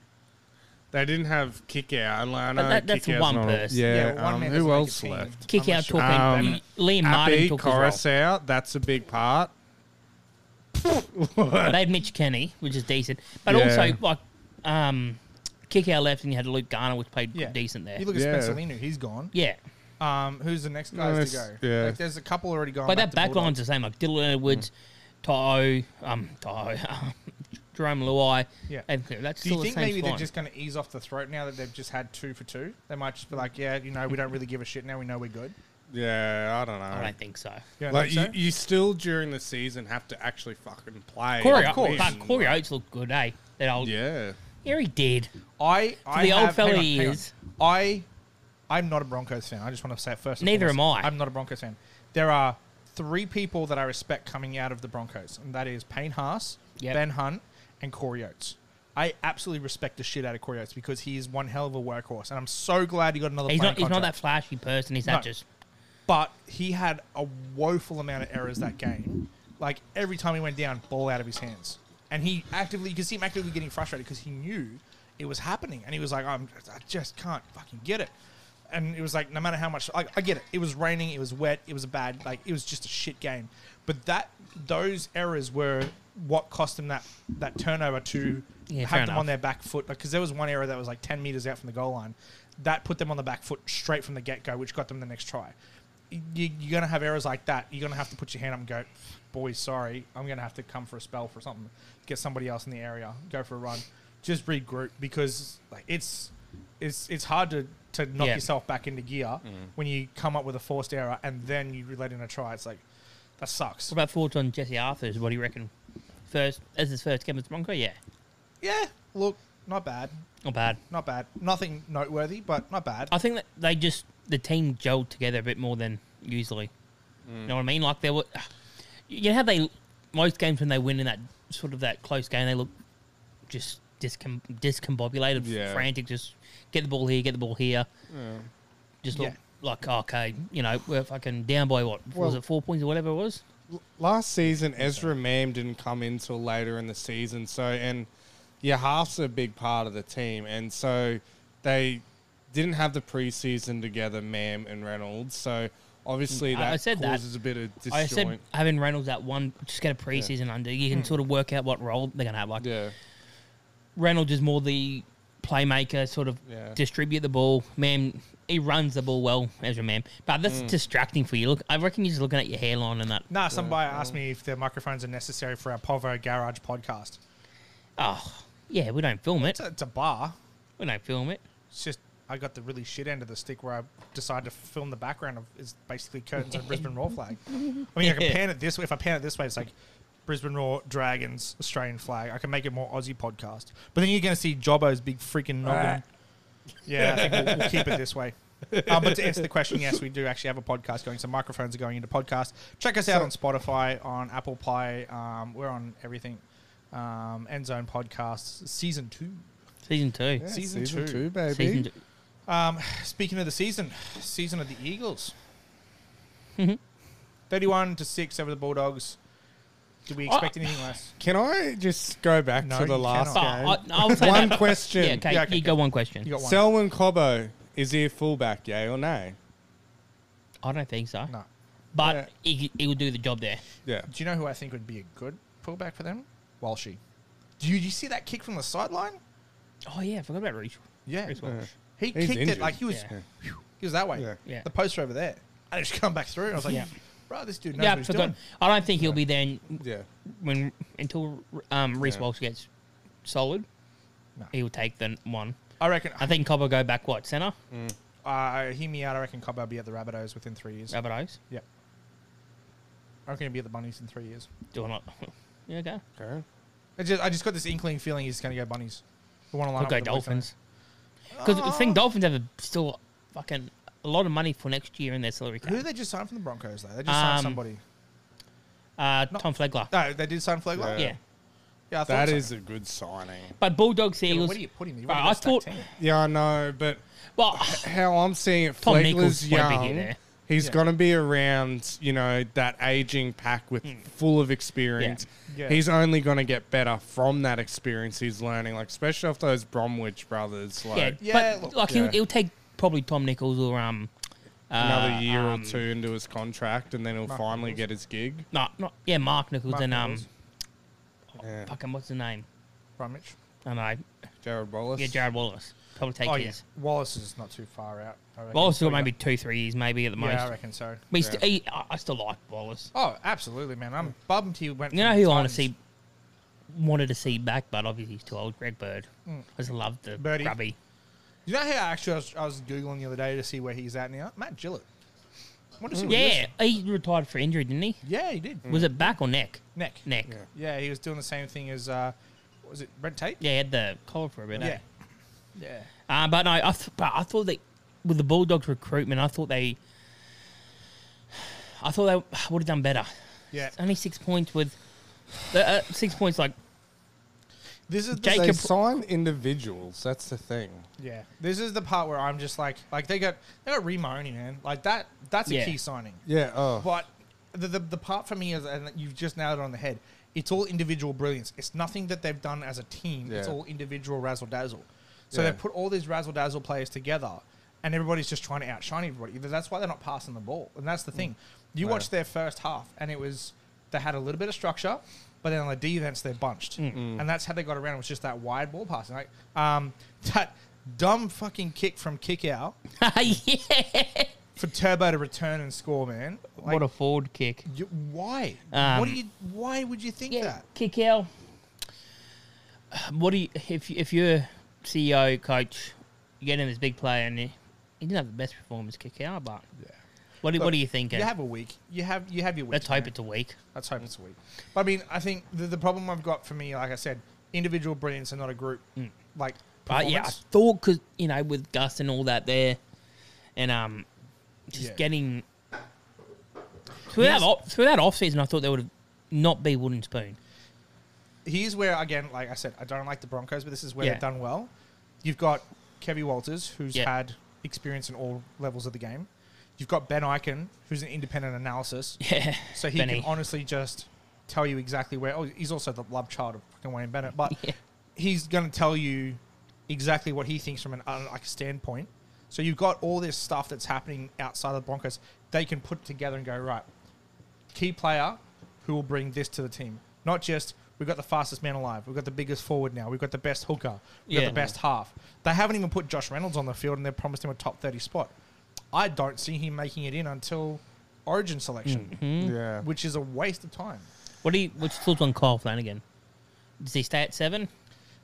S3: They didn't have kick out. and I know
S2: that- that's
S3: kick out's
S2: one
S3: not a-
S2: person.
S3: Yeah.
S1: Yeah, but one
S3: um,
S1: man doesn't
S3: who
S1: make a
S3: else
S1: team.
S3: left?
S2: Kick
S1: I'm
S2: out
S1: sure.
S2: took
S3: Um,
S2: and Liam Martin
S3: Appy,
S2: took his role.
S3: Coruscant. That's a big part.
S1: uh,
S2: They had Mitch Kenny, which is decent, but
S3: Yeah.
S2: also like um, kick out left, and you had Luke Garner, which played
S1: Yeah.
S2: decent there.
S1: You look at
S3: Yeah.
S1: Spencelino, he's gone.
S2: yeah,
S1: Um, who's the next guys
S3: Nice,
S1: to go?
S3: yeah.
S1: Like, there's a couple already gone.
S2: but that
S1: to
S2: back line's
S1: Bulldogs.
S2: the same. Like Dylan Edwards, Toto, um, Toto, um, [laughs] Jerome Luai.
S1: Yeah.
S2: and that's
S1: Do you
S2: still
S1: think
S2: the same
S1: maybe
S2: spine.
S1: they're just going to ease off the throat now that they've just had two for two? They might just be like, yeah, you know, we don't really give a shit now. We know we're good.
S3: Yeah, I don't know.
S2: I don't think so.
S1: Yeah,
S3: like you, you still during the season have to actually fucking play.
S2: Corey,
S3: Like,
S1: course.
S2: But Corey Oates looked good, eh? That old, yeah,
S3: Yeah.
S2: he did.
S1: I, I
S2: the old
S1: have- hang
S2: fella
S1: on,
S2: he
S1: hang on.
S2: is.
S1: I, I'm not a Broncos fan. I just want to say it first. and
S2: Neither am
S1: foremost.
S2: I.
S1: I'm not a Broncos fan. There are three people that I respect coming out of the Broncos, and that is Payne Haas,
S2: Yep.
S1: Ben Hunt, and Corey Oates. I absolutely respect the shit out of Corey Oates because he is one hell of a workhorse, and I'm so glad he got another.
S2: He's
S1: playing
S2: not. He's not
S1: contract.
S2: that flashy person. He's that
S1: No.
S2: just.
S1: But he had a woeful amount of errors that game. Like every time he went down, ball out of his hands, and he actively you could see him actively getting frustrated because he knew it was happening, and he was like, "I'm I just can't fucking get it." And it was like, no matter how much, like, I get it. It was raining, it was wet, it was a bad, like it was just a shit game. But that those errors were what cost him that that turnover to
S2: Yeah, fair
S1: have them
S2: enough.
S1: on their back foot because there was one error that was like 10 meters out from the goal line that put them on the back foot straight from the get-go which got them the next try you, you're going to have errors like that you're going to have to put your hand up and go boys sorry i'm going to have to come for a spell for something get somebody else in the area go for a run just regroup because like it's it's it's hard to to knock
S2: Yeah. Mm.
S1: yourself back into gear when you come up with a forced error and then you let in a try it's like that sucks
S2: What about thoughts on Jesse Arthur's? What do you reckon? First, as his first game as Bronco, yeah,
S1: yeah look not bad
S2: not bad.
S1: not bad nothing noteworthy but not bad
S2: I think that they just the team gelled together a bit more than usually. You know what I mean? Like there were, you know how they most games when they win in that sort of that close game, they look just discom- discombobulated,
S3: Yeah.
S2: frantic, just get the ball here, get the ball here, just look
S1: Yeah.
S2: like oh, okay, you know we're fucking down by what was
S3: Well-
S2: it four points or whatever it was.
S3: Last season, Ezra Mam didn't come in till later in the season. So, and your half's a big part of the team. And so they didn't have the preseason together, Mam and Reynolds. So obviously
S2: Mm, I-
S3: that
S2: I said that.
S3: causes a bit of disjoint.
S2: I said having Reynolds at one, just get a preseason under. You can sort of work out what role they're gonna have. Like
S3: yeah.
S2: Reynolds is more the playmaker, sort of
S3: Yeah.
S2: distribute the ball. Man, he runs the ball well, Ezra Man. But that's distracting for you. Look, I reckon you're just looking at your hairline and that.
S1: Nah, somebody asked me if the microphones are necessary for our Povo Garage podcast.
S2: Oh, yeah, we don't film it.
S1: It's a, it's a bar.
S2: We don't film it.
S1: It's just I got the really shit end of the stick where I decided to film the background of is basically curtains and Brisbane Raw flag. I mean, I can pan it this way. If I pan it this way, it's like Brisbane Raw Dragons Australian flag. I can make it more Aussie podcast. But then you're going to see Jobbo's big freaking noggin. Yeah, I think we'll, we'll keep it this way. Um, but to answer the question, yes, we do actually have a podcast going. So microphones are going into podcast. Check us out on Spotify, on Apple Pie. Um, we're on everything. Um, End Zone Podcasts, Season 2.
S2: Season two.
S3: Yeah,
S1: Season two.
S3: baby.
S2: Season two.
S1: Um, speaking of the season, season of the Eagles.
S2: Mm-hmm.
S1: 31 to 6 over the Bulldogs. Did we expect anything less?
S3: Can I just go back
S1: No,
S3: to the
S1: you
S3: last
S2: Oh, I,
S3: game?
S2: [laughs] I would say
S3: One
S2: that-
S3: question.
S2: Yeah, okay,
S1: Yeah, okay,
S2: you go one question.
S1: You got one.
S3: Selwyn Cobbo, is he a fullback, yay or nay?
S2: I don't think so.
S1: no.
S2: But
S3: Yeah.
S2: he, he will do the job there.
S3: Yeah.
S1: Do you know who I think would be a good pullback for them? Walshy. Do you, you see that kick from the sideline?
S2: Oh, yeah, I forgot about Rachel.
S1: Yeah.
S2: Rachel Walsh.
S1: He
S3: He's
S1: kicked
S3: injured.
S1: it like he was
S2: Yeah.
S1: he was that way.
S3: Yeah.
S2: Yeah.
S1: The poster over there. And it just come back through. And I was like,
S2: Yeah.
S1: bro, this dude knows
S2: Yeah,
S1: what
S2: I
S1: he's
S2: forgot.
S1: doing.
S2: I don't think he'll be there in-
S3: Yeah.
S2: when until um, Reese
S3: Yeah.
S2: Walsh gets solid,
S1: No.
S2: he will take the one.
S1: I reckon,
S2: I think Cobb will go back what center,
S1: uh, hear me out, I reckon Cobb will be at the Rabbitohs within three years.
S2: Rabbitohs.
S1: Yeah. I reckon he'll be at the Bunnies in three years.
S2: Do I not? [laughs] yeah, okay.
S3: Okay.
S1: I just, I just got this inkling feeling he's going to go bunnies. I want to line
S2: I'll
S1: up
S2: go
S1: with the Oh. Bucks.
S2: Dolphins because I think Dolphins have a, still fucking a lot of money for next year in their salary cap.
S1: Who did they just sign from the Broncos though? They just signed
S2: Um,
S1: somebody.
S2: uh,
S1: Not-
S2: Tom Flegler.
S1: No, they did sign Flagler.
S2: yeah.
S1: Yeah, I thought
S3: That
S1: so.
S3: is a good signing.
S2: but Bulldogs
S1: Yeah, but
S2: Eagles.
S1: where do you put him? You've
S2: Bro,
S1: got
S2: I
S1: a stacked
S2: thought-
S1: team.
S3: Yeah, I know, but
S2: well,
S3: how I'm seeing it,
S2: Tom
S3: Flagler's
S2: Nichols won't be
S3: young.
S2: here there.
S3: He's
S1: Yeah.
S3: going to be around, you know, that aging pack with
S2: Hmm.
S3: full of experience.
S1: Yeah. Yeah.
S3: He's only going to get better from that experience he's learning, like especially off those Bromwich brothers.
S2: yeah,
S3: Like
S1: Yeah,
S2: but
S1: look,
S2: like
S3: yeah.
S2: He'll, he'll take probably Tom Nichols or um
S3: another
S2: uh,
S3: year
S2: um,
S3: or two into his contract, and then he'll
S1: Mark
S3: finally
S1: Nichols.
S3: get his gig.
S2: No, not yeah, Mark Nichols
S1: Mark
S2: and um,
S1: Nichols.
S2: Oh,
S3: Yeah.
S2: fucking what's the name?
S1: Right, Mitch.
S2: I don't know.
S3: Jared Wallace.
S2: Yeah, Jared Wallace. Probably take
S1: Oh yeah,
S2: his.
S1: Wallace is not too far out. I reckon.
S2: Wallace has got
S1: Yeah.
S2: maybe two, three years, maybe at the most.
S1: Yeah, I reckon so.
S2: but he's
S3: Yeah.
S2: st- he, I I still like Wallace.
S1: Oh, absolutely, man. I'm bummed he went.
S2: You know
S1: from
S2: who
S1: the
S2: I want to
S1: Titans.
S2: see, wanted to see back, but obviously he's too old. Greg Bird. I just love the
S1: Mm. Birdie.
S2: grubby.
S1: You know who actually I was, I was googling the other day to see where he's at now. Matt Gillett. I want to see what he is.
S2: Yeah, Mm. he retired for injury, didn't he?
S1: Yeah, he did.
S2: Was it back or neck?
S1: Neck.
S2: Neck.
S3: Yeah.
S1: Yeah, he was doing the same thing as uh, what was it Brent Tate?
S2: Yeah, he had the collar for a bit. eh?
S1: Yeah. Yeah.
S2: Uh, but no, I th- but I thought that with the Bulldogs recruitment, I thought they, I thought they would have done better.
S1: Yeah.
S2: Only six points with, uh, six points like [laughs]
S1: This is the
S2: Jake-
S3: They
S2: Jacob-
S3: sign individuals. That's the thing.
S1: yeah. This is the part where I'm just like like they got they got Remoni, man. Like that that's a
S2: Yeah.
S1: key signing.
S3: Yeah. Oh.
S1: But the, the the part for me is and you've just nailed it on the head. It's all individual brilliance. It's nothing that they've done as a team. It's
S3: Yeah.
S1: all individual razzle dazzle. So
S3: Yeah.
S1: they've put all these razzle dazzle players together and everybody's just trying to outshine everybody. That's why they're not passing the ball. And that's the thing. You
S3: Mm. Yeah.
S1: watched their first half and it was they had a little bit of structure, but then on the defense they're bunched.
S3: Mm.
S1: And that's how they got around was just that wide ball passing. Like um, that dumb fucking kick from kick out
S2: yeah.
S1: for Turbo to return and score, man. Like,
S2: what a forward kick.
S1: you, why?
S2: Um,
S1: what do you? Why would you think that?
S2: kick out. What do you if you- if you're CEO coach, you get in this big player and he, he didn't have the best performance kick out, but
S1: Yeah.
S2: what do,
S1: Look,
S2: what are you thinking?
S1: You have a week. You have you have your week.
S2: Let's hope it's a week.
S1: Let's hope it's a week. But I mean, I think the, the problem I've got for me, like I said, individual brilliance and not a group. Like,
S2: But Mm. Uh, yeah, I
S1: performance.
S2: thought because you know with Gus and all that there, and um, just
S3: Yeah.
S2: getting through that off, through that off season. I thought there would have not be wooden spoon.
S1: here's where again, like I said, I don't like the Broncos, but this is where
S2: Yeah.
S1: they've done well. You've got Kevin Walters, who's
S2: Yeah.
S1: had experience in all levels of the game. You've got Ben Eichen, who's an independent analysis,
S2: Yeah,
S1: so he
S2: Benny.
S1: can honestly just tell you exactly where. Oh, he's also the love child of fucking Wayne Bennett, but
S2: [laughs] Yeah.
S1: he's going to tell you exactly what he thinks from an uh, like standpoint. So you've got all this stuff that's happening outside of the Broncos. They can put together and go right. Key player who will bring this to the team, not just we've got the fastest man alive, we've got the biggest forward now, we've got the best hooker, we've
S2: Yeah.
S1: got the best half. They haven't even put Josh Reynolds on the field, and they've promised him a top thirty spot. I don't see him making it in until Origin selection,
S2: Mm-hmm.
S3: Yeah.
S1: which is a waste of time.
S2: What do you? What's your thoughts on Kyle Flanagan? Does he stay at seven?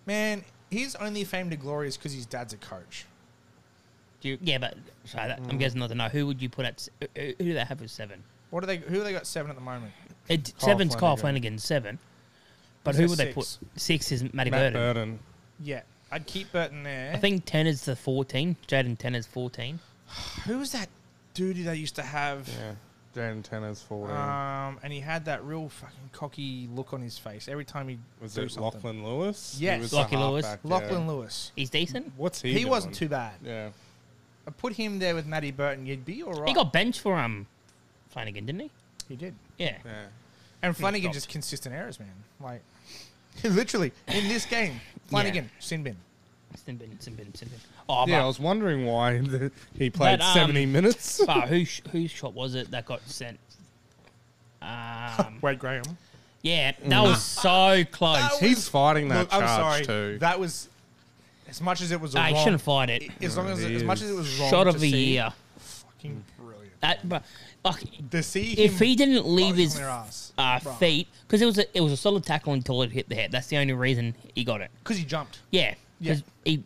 S1: Man, his only fame to glory is because his dad's a coach.
S2: Do you, yeah, but so that,
S1: Mm.
S2: I'm guessing not to know who would you put at s- who who do they have as seven?
S1: What are they? Who they got seven at the moment?
S2: It, seven's Kyle
S3: Flanagan.
S2: Flanagan seven, but
S1: Who's
S2: who
S1: their
S2: would they put?
S1: six?
S2: Six is Matty
S3: Matt
S2: Burton.
S3: Burden.
S1: Yeah, I'd keep Burton there.
S2: I think ten is the fourteen. Jaden ten is fourteen.
S1: who was that dude they used to have?
S3: Yeah. Jaden Tanner's 14.
S1: Um, and he had that real fucking cocky look on his face every time he
S3: was
S1: do
S3: it
S1: something.
S3: Lachlan Lewis?
S1: Yes.
S3: He was the
S2: Lachlan Lewis.
S3: halfback, yeah.
S1: Lachlan Lewis.
S2: He's decent.
S3: What's he
S1: He, wasn't
S3: doing?
S1: too bad.
S3: Yeah.
S1: I put him there with Matty Burton. You'd be all right.
S2: He got benched for um Flanagan, didn't he?
S1: He did.
S2: Yeah.
S3: Yeah.
S1: And Flanagan
S2: dropped.
S1: just consistent errors, man. Like, [laughs] literally in this game, Flanagan sin bin.
S2: Sin bin, sin bin, sin bin. Oh,
S3: Yeah, I
S2: but,
S3: was wondering why [laughs] the, he played
S2: um,
S3: 70 minutes.
S2: but who sh- whose shot was it that got sent? Um,
S1: Wade Graham.
S2: yeah, that was so close.
S1: Mm. That was-
S3: [laughs] He's fighting that
S1: Look, I'm sorry.
S3: charge too.
S1: That was as much as it was a
S2: I
S1: wrong.
S2: shouldn't fight it.
S1: as long as
S3: It
S1: as much
S3: is.
S1: as it was wrong.
S2: Shot
S1: to
S2: of the
S1: see,
S2: year.
S1: Fucking brilliant.
S2: That, but, like,
S1: To see
S2: if
S1: him
S2: he didn't leave
S1: both
S2: his
S1: on their ass,
S2: uh, feet, because it was a, it was a solid tackle until it hit the head. That's the only reason he got it.
S1: because he jumped.
S2: Yeah, because he,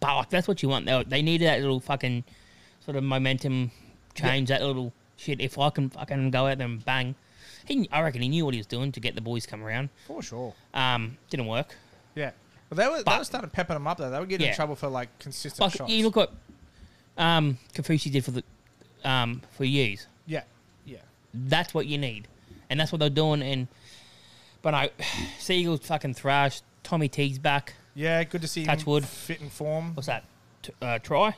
S2: but like, that's what you want. They they needed that little fucking sort of momentum change. That little shit. If I can fucking go out there and bang, he, I reckon he knew what he was doing to get the boys come around.
S1: For sure.
S2: Um, didn't work.
S1: Yeah. But they were they
S2: But-
S1: were starting pepping him up though. They were getting
S2: Yeah.
S1: in trouble for like consistent
S2: Like
S1: shots.
S2: you look what um Kafusi did for the um for years.
S1: yeah. Yeah.
S2: That's what you need, and that's what they're doing. And but I, [sighs] Seagull's fucking thrashed. Tommy Teague's back.
S1: Yeah, good to see
S2: Touch
S1: him
S2: wood.
S1: fit in form.
S2: What's that? T- uh, try.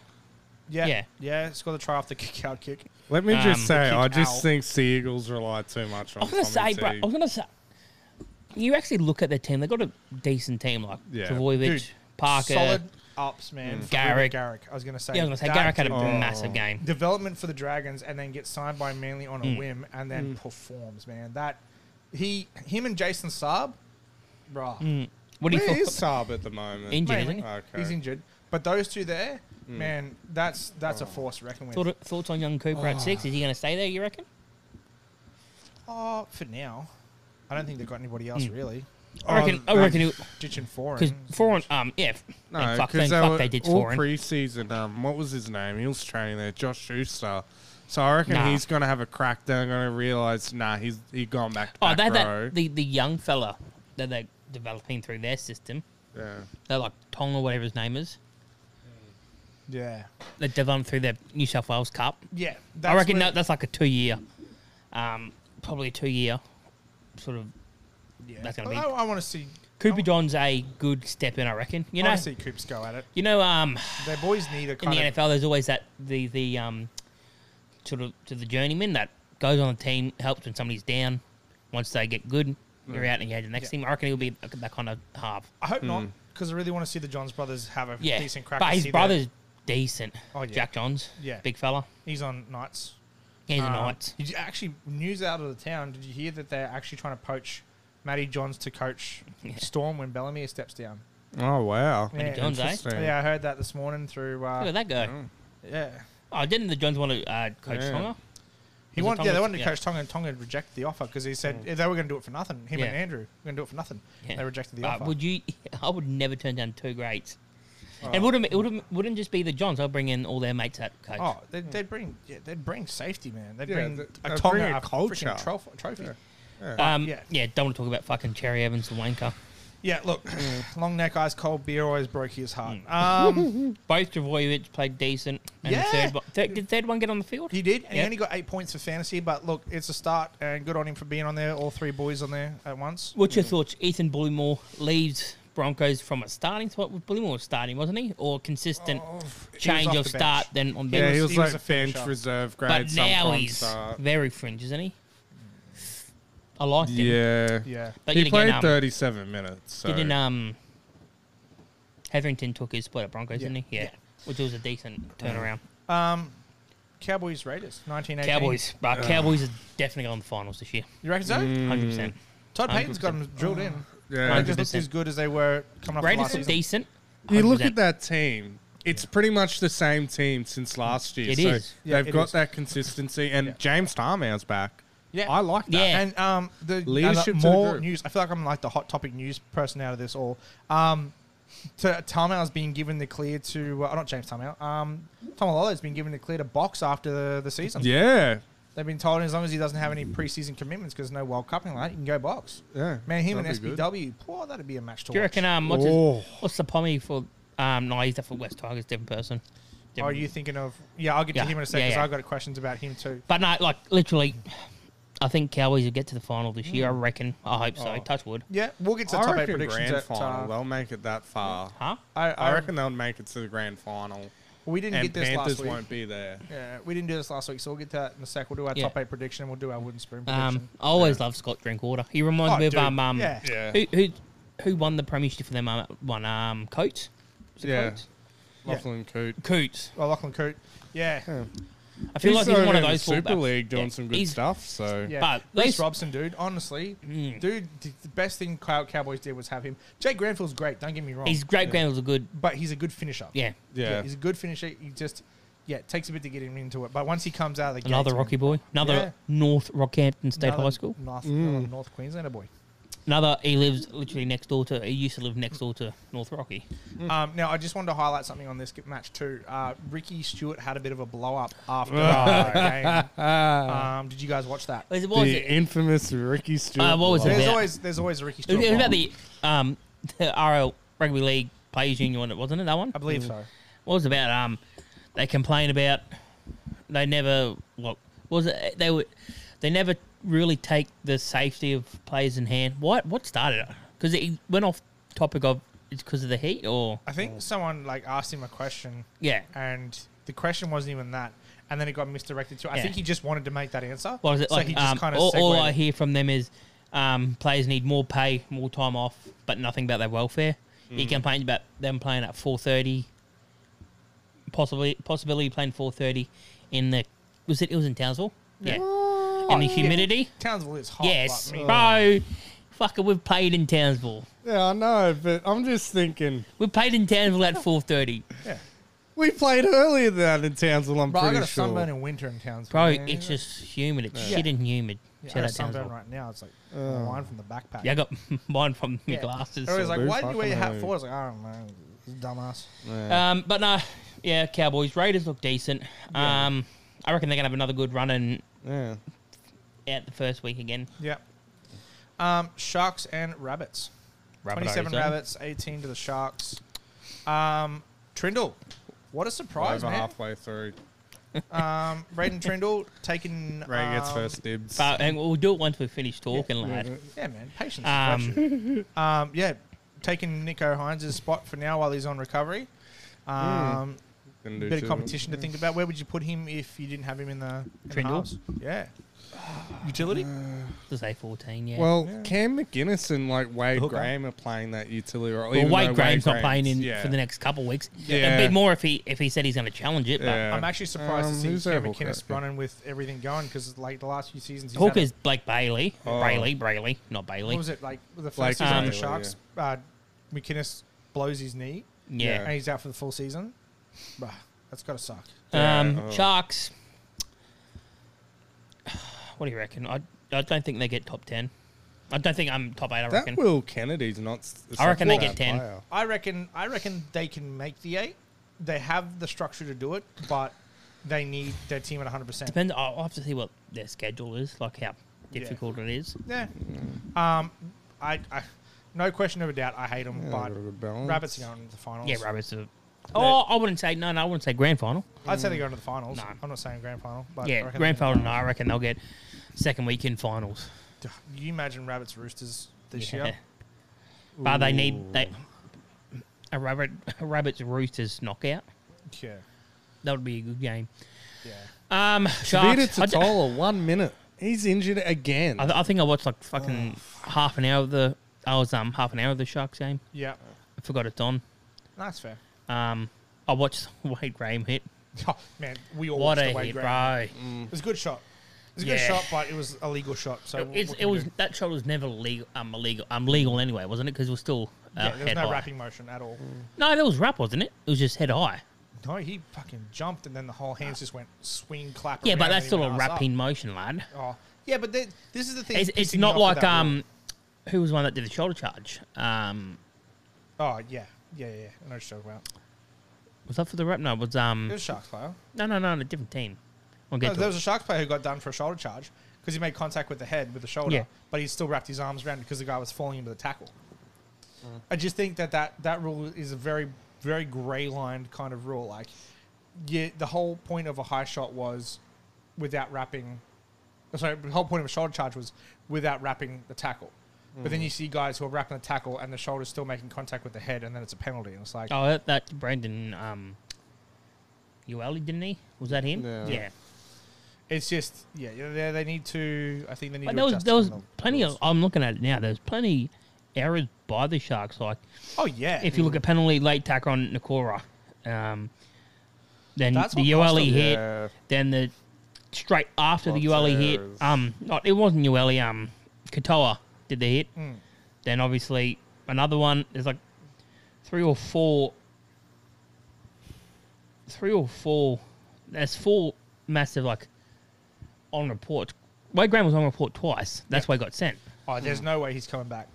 S1: Yeah.
S2: yeah.
S1: Yeah. score the try off the kick out kick.
S3: Let me
S2: Um,
S3: just say,
S1: kick
S3: I just
S1: out.
S3: think Seagulls rely too much on
S2: I was gonna
S3: Tommy
S2: say, bro, I
S3: Teague.
S2: was gonna say, you actually look at their team. They have got a decent team, like
S3: Yeah.
S2: Travojevic,
S1: Dude,
S2: Parker. Mm.
S1: Solid ups, man. for Ruben
S2: Garrick.
S1: Garrick. I was gonna say
S2: Yeah, I was gonna say
S1: that
S2: Garrick had a
S1: kid-
S3: Oh.
S2: massive game.
S1: development for the Dragons and then get signed by Manly on a whim and then
S2: Mm.
S1: performs, man. That he him and Jason Saab, bruh.
S2: [laughs] What do you
S3: Where
S2: think?
S3: is Saab at the moment?
S2: Injured,
S1: Mainly.
S2: isn't he?
S3: Okay.
S1: He's injured. But those two there, man, that's that's a force to reckon with.
S2: Thought, thoughts on young Cooper at six? Is he gonna stay there? You reckon?
S1: Oh, for now. I don't think they've got anybody else really.
S2: Mm.
S1: Um,
S2: I reckon. I reckon he
S1: Ditching foreign.
S2: because Foreign. Um, yeah. f-
S3: No,
S2: thank fuck,
S3: because
S2: thank
S3: they,
S2: fuck
S3: were
S2: they did
S3: all
S2: Foreign.
S3: preseason. Um, what was his name? He was training there, Josh Schuster. So I reckon
S2: Nah.
S3: he's gonna have a crack. They're gonna realize, nah, he's he gone back to
S2: oh,
S3: back
S2: they had
S3: row.
S2: that the the young fella that they're developing through their system.
S3: yeah.
S2: They're like Tong or whatever his name is.
S1: yeah.
S2: They developed through their New South Wales Cup.
S1: Yeah.
S2: I reckon
S1: where-
S2: that, that's like a two year, um, probably two year, sort of
S1: yeah.
S2: that's gonna
S1: I-
S2: be-
S1: I, I want to see Oh.
S2: Cooper John's a good step in, I reckon. You
S1: you
S2: know,
S1: I see Coops go at it.
S2: you know, um,
S1: Their boys need a
S2: in
S1: kind
S2: the
S1: of
S2: NFL, there's always that the the um, sort of to the journeyman that goes on the team, helps when somebody's down. Once they get good, you're out and you had the next
S1: Mm. Yeah.
S2: team. I reckon he'll be that kind of half.
S1: I hope not, 'cause not because I really want to see the Johns brothers have a
S2: Yeah,
S1: decent crack.
S2: but
S1: to
S2: his
S1: see
S2: brother's decent.
S1: Oh, yeah.
S2: Jack Johns,
S1: Yeah.
S2: big fella.
S1: their- he's on Knights.
S2: He's a
S1: Um,
S2: knight.
S1: Did you actually news out of the town? Did you hear that they're actually trying to poach Matty Johns to coach Storm when Bellamy steps down?
S3: Oh wow.
S1: Yeah.
S2: Johns, eh?
S3: Interesting.
S1: Yeah, I heard that this morning through. Uh,
S2: Look at that guy.
S1: Yeah.
S2: Oh, didn't the Johns want to uh, coach
S3: Yeah.
S2: Tonga?
S1: He
S2: Was it
S1: wanted, yeah, they
S2: Tonga?
S1: wanted to
S2: Yeah.
S1: coach Tonga, and Tonga rejected the offer because he said they were going to do it for nothing. Him and
S2: Yeah.
S1: Andrew were going to do it for nothing.
S2: Yeah.
S1: They rejected the
S2: Uh,
S1: offer.
S2: Would you? [laughs] I would never turn down two greats.
S1: Oh.
S2: It wouldn't. It wouldn't. Wouldn't just be the Johns. I'll bring in all their mates at coach.
S1: oh, they'd, they'd bring, yeah, they'd bring safety, man. They'd
S3: Yeah,
S1: bring
S3: they-
S1: a
S3: they'd
S1: Tonga
S3: bring a
S1: a freaking
S3: culture.
S1: trof- trophy.
S2: um, yeah.
S1: yeah.
S2: Don't want to talk about fucking Cherry Evans the wanker.
S1: Yeah, look, long neck, ice cold beer always broke his heart.
S2: Hmm.
S1: Um,
S2: Both Dravojevic played decent. And
S1: Yeah.
S2: the third, bo- th- did the third one get on the field?
S1: he did, and he
S2: Yep.
S1: only got eight points for fantasy, but look, it's a start, and good on him for being on there, all three boys on there at once.
S2: What's your thoughts? Ethan Bullimore leaves Broncos from a starting spot. Bullimore was starting, wasn't he? Or consistent change
S1: Oh, off
S2: of
S1: the bench.
S2: start then on
S3: Yeah,
S2: bench.
S3: he was,
S1: he was a
S3: like bench
S1: finisher.
S3: reserve grade.
S2: but now
S3: sometimes
S2: he's
S3: start.
S2: very fringe, isn't he? I liked him.
S3: Yeah.
S1: Yeah.
S2: But
S3: He
S2: yet
S3: played
S2: again, um,
S3: 37 minutes. So.
S2: Didn't um, Hetherington took his spot at Broncos,
S1: Yeah.
S2: didn't he? Yeah.
S1: Yeah.
S2: which was a decent turnaround.
S1: Um, Cowboys Raiders, 1918. Uh.
S2: Cowboys, but Cowboys are definitely going to the finals this year,
S1: You reckon so?
S3: Mm.
S2: hundred percent.
S1: Todd Payton's got them drilled in.
S3: yeah.
S1: They just looked
S2: 100%.
S1: as good as they were coming up last
S2: Raiders are
S1: season.
S2: decent.
S3: You look
S2: 100%.
S3: at that team. It's pretty much the same team since last year.
S2: It
S3: so
S2: is.
S1: Yeah,
S3: They've
S1: it
S3: got
S1: is.
S3: that consistency, and
S1: Yeah.
S3: James Tarmow's back.
S1: Yeah.
S3: I like that.
S2: Yeah.
S1: And um, the
S3: Leadership
S1: and,
S3: to
S1: uh,
S3: the
S1: more
S3: group.
S1: news. I feel like I'm like the hot topic news person out of this all. Um, to Tamau's been given the clear to uh, not James Tamau. Um, Tomalolo's been given the clear to box after the, the season.
S3: Yeah.
S1: They've been told as long as he doesn't have any preseason commitments because no World Cup and all that, he can go box.
S3: Yeah.
S1: Man, him
S3: That'd be
S1: and
S3: good.
S1: SBW, poor, that'd be a match to
S2: Do you
S1: watch.
S2: reckon um, what's, his-
S3: Oh.
S2: what's the pommy for? Um, no, he's definitely West Tigers, different person.
S1: Or Are you thinking of? Yeah, I'll get
S2: Yeah,
S1: to him in a second
S2: yeah,
S1: because
S2: yeah.
S1: I've got questions about him too.
S2: But no, like literally, I think Cowboys will get to the final this year. I
S1: Mm.
S2: reckon. I hope
S1: Oh.
S2: so. Touch wood.
S1: Yeah, we'll get to the
S3: I
S1: top eight
S3: reckon
S1: predictions.
S3: grand
S1: At,
S3: final.
S1: uh,
S3: They'll make it that far.
S2: Huh?
S1: I,
S3: I
S1: I,
S3: reckon they'll make it to the grand final.
S1: we didn't
S3: And
S1: get this
S3: Panthers
S1: last week.
S3: won't be there.
S1: Yeah, we didn't do this last week, so we'll get to that in a sec. We'll do our
S2: Yeah.
S1: top eight prediction. We'll do our wooden spoon prediction.
S2: Um, I always love Scott Drinkwater. He reminds
S1: Oh,
S2: me of
S1: dude.
S2: um, um
S1: Yeah.
S3: Yeah.
S2: who who who won the premiership for them? Um, one um Coates. Was it
S3: Yeah.
S2: Coates?
S3: Laughlin Coote.
S2: Coots.
S1: well, Lachlan Coote. Yeah.
S2: I feel
S3: He's
S2: like he's
S3: over
S2: one of
S3: in the
S2: those
S3: Super
S2: fullbacks.
S3: League doing
S2: Yeah,
S3: some good
S2: he's-
S3: stuff. So
S1: Yeah.
S2: But
S1: Reece
S2: these-
S1: Robson, dude, honestly,
S2: mm,
S1: dude, the the best thing Cow- Cowboys did was have him. Jake Granville's great, don't get me wrong.
S2: His great grand was a good.
S1: but he's a good finisher.
S2: Yeah.
S3: yeah,
S1: He's a good finisher. He just, yeah, it takes a bit to get him into it. But once he comes out of the gate,
S2: Another Rocky boy. Another
S1: Yeah.
S2: North Rockhampton State
S1: another
S2: High School.
S1: North, another North Queenslander boy.
S2: Another. He lives literally next door to. He used to live next door to North Rocky.
S1: Um, now, I just wanted to highlight something on this match, too. Uh, Ricky Stewart had a bit of a blow up after the game. Um, did you guys watch that?
S2: Was it?
S3: the
S2: Was it?
S3: infamous Ricky Stewart.
S2: Uh, what was it?
S1: There's
S2: about-
S1: always there's always a Ricky
S2: It
S1: Stewart.
S2: was it was about
S1: blow-up.
S2: the um [laughs] the RL Rugby League Players Union, one, wasn't it? That one.
S1: I believe so.
S2: What was it about um they complain about they never what was it they were they never really take the safety of players in hand. What what started it? Because it went off topic of it's because of the heat or
S1: I think someone like asked him a question,
S2: yeah.
S1: and the question wasn't even that, and then it got misdirected to. I
S2: Yeah.
S1: think he just wanted to make that answer.
S2: What was it
S1: so
S2: like?
S1: He just
S2: um,
S1: kind of
S2: all, all I hear from them is um, players need more pay, more time off, but nothing about their welfare. He
S1: Mm.
S2: complained about them playing at four thirty, possibly possibility playing four thirty in the was it it was in Townsville, yeah, in the humidity.
S1: Townsville is hot.
S2: Yes,
S1: but, I mean,
S2: bro, fucker, we've played in Townsville.
S3: Yeah, I know, but I'm just thinking
S2: We played in Townsville at four thirty,
S1: yeah.
S3: we played earlier than that in Townsville. I'm
S1: Bro, I
S3: pretty
S1: got a
S3: sure.
S1: sunburn in winter in Townsville.
S2: bro.
S1: man.
S2: It's just humid. It's
S1: Yeah.
S2: shit and humid.
S1: Yeah, I
S2: Shout
S1: got a
S2: out
S1: sunburn
S2: Townsville.
S1: right now. It's like wine from the backpack.
S2: Yeah, I got [laughs] mine from my
S1: Yeah.
S2: glasses.
S1: Everybody's like,
S3: Dude,
S1: "Why did you wear your
S3: fucking
S1: hat
S3: hell.
S1: for?" I was like, "I don't know, It's dumbass."
S3: Uh,
S2: Um, but no, yeah, Cowboys. Raiders look decent. Um, I reckon they're gonna have another good run and
S3: yeah,
S2: out the first week again.
S1: Yeah. Um, sharks and rabbits.
S2: Rabbitohs,
S1: Twenty-seven
S2: eh?
S1: rabbits, eighteen to the sharks. Um, Trindle, what a surprise,
S3: over
S1: man!
S3: halfway through,
S1: Um, Braden Trindle taking.
S3: [laughs] Ray gets
S1: um,
S3: first dibs.
S2: But and we'll do it once we finish talking,
S3: [laughs]
S2: lad.
S1: Yeah, man, patience.
S2: Um,
S1: is virtue. um, yeah, taking Nico Hines' spot for now while he's on recovery.
S3: Hmm.
S1: Um,
S3: Gonna do
S1: bit
S3: two.
S1: of competition to think about. Where would you put him if you didn't have him in the in the
S2: Trindle?
S1: halves? Yeah, utility.
S2: to say fourteen, yeah.
S3: Well,
S1: Yeah.
S3: Cam McGinnis and like Wade
S1: hooker.
S3: Graham are playing that utility role.
S2: well
S3: even
S2: Wade
S3: though
S2: Graham's not playing in
S3: Graham's- yeah.
S2: for the next couple of weeks.
S3: Yeah.
S2: It'd be more if he if he said he's gonna challenge it.
S3: Yeah.
S1: I'm actually surprised
S3: Um,
S1: to
S3: who's
S1: see
S3: their
S1: Cam
S3: hooker?
S1: McInnes running with everything going because like the last few seasons, he's
S2: But
S1: had a-
S2: Hooker's Blake Bailey,
S3: Oh.
S2: Brayley, Brayley, not Bailey.
S1: what was it like the first
S3: Like,
S1: season
S2: um,
S1: of the Sharks? Uh, McInnes blows his knee
S2: Yeah.
S1: and he's out for the full season. Bruh, that's gotta suck.
S3: Yeah,
S2: Um,
S3: oh.
S2: Sharks. [sighs] What do you reckon? I I don't think they get top ten. I don't think I'm top eight. I reckon.
S3: That Will Kennedy's not. s-
S2: I reckon they
S3: such a
S2: get
S3: bad
S2: 10.
S3: player.
S1: I reckon. I reckon they can make the eight. They have the structure to do it, but they need their team at 100. percent
S2: Depends. I'll I'll have to see what their schedule is, like how difficult it is.
S1: Yeah. Um, I, I no question of a doubt. I hate them,
S3: Yeah,
S1: but
S3: they've got a good balance.
S1: Rabbits are going to the finals.
S2: Yeah, rabbits are. Oh, I wouldn't say no. No, I wouldn't say grand final.
S1: I'd say they're going to the finals.
S2: No.
S1: I'm not saying grand final, but I
S2: yeah,
S1: reckon
S2: grand
S1: they're-
S2: final. No, I reckon they'll get second weekend finals.
S1: You imagine rabbits roosters this
S2: Yeah.
S1: year?
S2: [laughs] But they need they a rabbit a rabbits roosters knockout.
S1: Yeah,
S2: That would be a good game.
S1: yeah.
S2: Um,
S3: Vita
S2: Sharks. I, d-
S3: Totola, one minute. He's injured again.
S2: I, th- I think I watched like fucking half an hour of the. I was um half an hour of the Sharks game.
S1: Yeah,
S2: I forgot it's on.
S1: that's fair. [laughs]
S2: Um, I watched [laughs] Wade Graham hit.
S1: Oh man, we all
S2: What
S1: watched
S2: a
S1: the Wade
S2: hit,
S1: Graham.
S2: bro!
S1: It was a good shot. It was a good
S2: Yeah.
S1: shot, but it was a legal shot. So
S2: It-
S1: what-
S2: it's,
S1: what
S2: it
S1: can you
S2: was
S1: do?
S2: that shot was never legal. Um, illegal. Um, legal anyway, wasn't it? Because it was still uh,
S1: Yeah, there was
S2: head
S1: no
S2: high.
S1: wrapping motion at all.
S2: No, that was rap, wasn't it? It was just head high.
S1: No, he fucking jumped, and then the whole hands just went swing clap.
S2: Yeah, but
S1: around and
S2: that's
S1: he
S2: still a
S1: went ass up.
S2: wrapping motion, lad.
S1: Oh, yeah, but they, this is the thing.
S2: It's, it's
S1: pissing me
S2: not
S1: off with
S2: like
S1: that
S2: um, who was the one that did the shoulder charge? Um,
S1: rule. Oh yeah, yeah, yeah. yeah. I know what you're talking about.
S2: was that for the rap? No, it was
S1: It
S2: um,
S1: was a Sharks player.
S2: no, no, no, on a different team. We'll
S1: No,
S2: get
S1: there
S2: to
S1: was
S2: it.
S1: a Sharks player who got done for a shoulder charge because he made contact with the head with the shoulder,
S2: Yeah.
S1: but he still wrapped his arms around because the guy was falling into the tackle. I just think that, that that rule is a very very grey lined kind of rule. Like, yeah, the whole point of a high shot was without wrapping. oh, Sorry, the whole point of a shoulder charge was without wrapping the tackle. But then you see guys who are wrapping the tackle and the shoulder's still making contact with the head, and then it's a penalty. And it's like,
S2: Oh, that, that Brandon um, Ueli didn't he? Was that him?
S3: Yeah.
S2: yeah.
S1: it's just, yeah, yeah, they, they need to. I think they need
S2: But
S1: to.
S2: there was
S1: adjust
S2: there was
S1: some of the
S2: plenty
S1: rules.
S2: of. I'm looking at it now. There's plenty errors by the Sharks. Like
S1: Oh yeah.
S2: if you look at penalty late tackle on Nakora, um, then
S1: That's
S2: the
S1: what cost
S2: Ueli
S1: them.
S2: hit,
S3: Yeah.
S2: then the straight after the Ueli hit.
S3: Fonterra's.
S2: Um, not it wasn't Ueli. Um, Katoa did the hit.
S1: Hmm.
S2: Then obviously another one. There's like three or four, three or four. There's four massive like on report. Wade Graham was on report twice. That's why he got sent.
S1: Oh, there's no way he's coming back.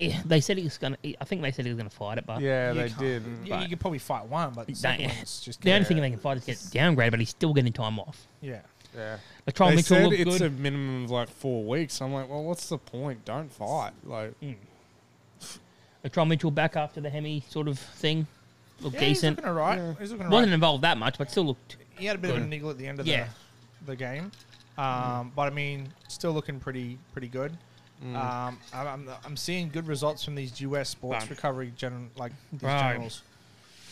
S2: Eh, They said he was gonna. I think they said he was gonna fight it, but
S3: Yeah,
S1: You
S3: they
S1: can't-
S3: did.
S1: You, you could probably fight one, but the second
S2: Don't-
S1: one's just
S2: the only
S1: yeah.
S2: thing they can fight is get downgraded, but he's still getting time off.
S1: yeah.
S3: Yeah.
S2: Like Trial
S3: they
S2: Mitchell
S3: said
S2: looked
S3: it's
S2: good.
S3: a minimum of like four weeks. I'm like, well, what's the point? Don't fight. Like,
S2: Mm. Like Trial Mitchell back after the Hemi sort of thing. Looked
S1: yeah He's
S2: decent.
S1: looking alright. He's looking alright.
S2: Wasn't involved that much, but still looked.
S1: He had a bit of a
S2: good.
S1: niggle at the end of
S2: Yeah. Mm.
S1: the, the game, um, but I mean, still looking pretty pretty good. Um, I'm, I'm, I'm seeing good results from these US sports
S2: Bro.
S1: recovery gen like these
S2: Bro.
S1: generals.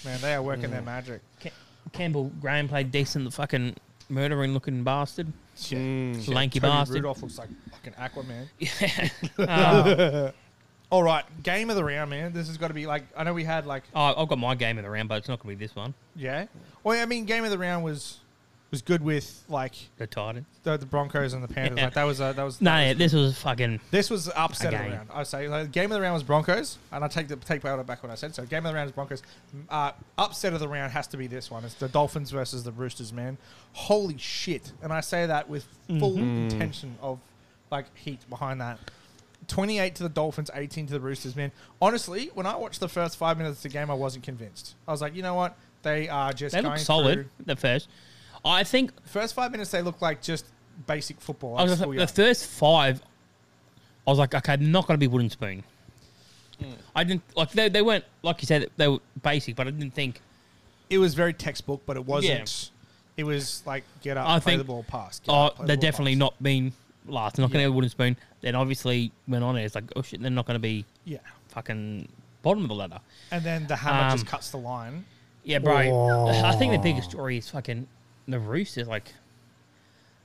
S1: Man, they are working
S2: Mm.
S1: their magic.
S2: Ca- Campbell Graham played decent. The fucking murdering looking bastard,
S1: Shit.
S3: mm.
S2: lanky
S1: Toby
S2: bastard.
S1: Rudolph looks like fucking
S2: [laughs]
S1: Aquaman. [laughs] Um,
S2: Uh, [laughs]
S1: All right, game of the round, man. This has got to be like I know we had like
S2: oh, I've got my game of the round, but it's not going to be this one.
S1: yeah. Well, I mean, game of the round was was good with like
S2: The Titans.
S1: the, the Broncos and the Panthers.
S2: Yeah.
S1: Like that was a, that was
S2: No,
S1: that
S2: yeah,
S1: was-
S2: this was fucking.
S1: this was the upset of the
S2: Again.
S1: round. I would say like, game of the round was Broncos, and I take the take back back what I said. So game of the round is Broncos. Uh, upset of the round has to be this one. It's the Dolphins versus the Roosters. Man, holy shit! And I say that with full
S2: Mm-hmm.
S1: intention of like heat behind that. 28 to the Dolphins, 18 to the Roosters, man. Honestly, when I watched the first five minutes of the game, I wasn't convinced. I was like, you know what? They are just
S2: They
S1: going
S2: looked solid
S1: through-
S2: at first. I think
S1: First five minutes, they look like just basic football.
S2: I
S1: Like
S2: was gonna say,
S1: schoolyard.
S2: the first five, I was like, okay, they're not going to be wooden spoon.
S1: Hmm.
S2: I didn't like they, they weren't like you said they were basic, but I didn't think
S1: it was very textbook, but it wasn't. It was like get up,
S2: I
S1: play
S2: think-
S1: the ball, pass. get
S2: oh
S1: up, play the
S2: they're
S1: ball,
S2: definitely
S1: pass.
S2: not being last, they're not going to have a wooden spoon. Then obviously went on it. It's like oh shit, they're not going to be
S1: Yeah,
S2: fucking bottom of the ladder.
S1: and then the hammer just
S2: Um,
S1: cuts the line.
S2: Yeah, bro. I think the biggest story is fucking the Roosters. Like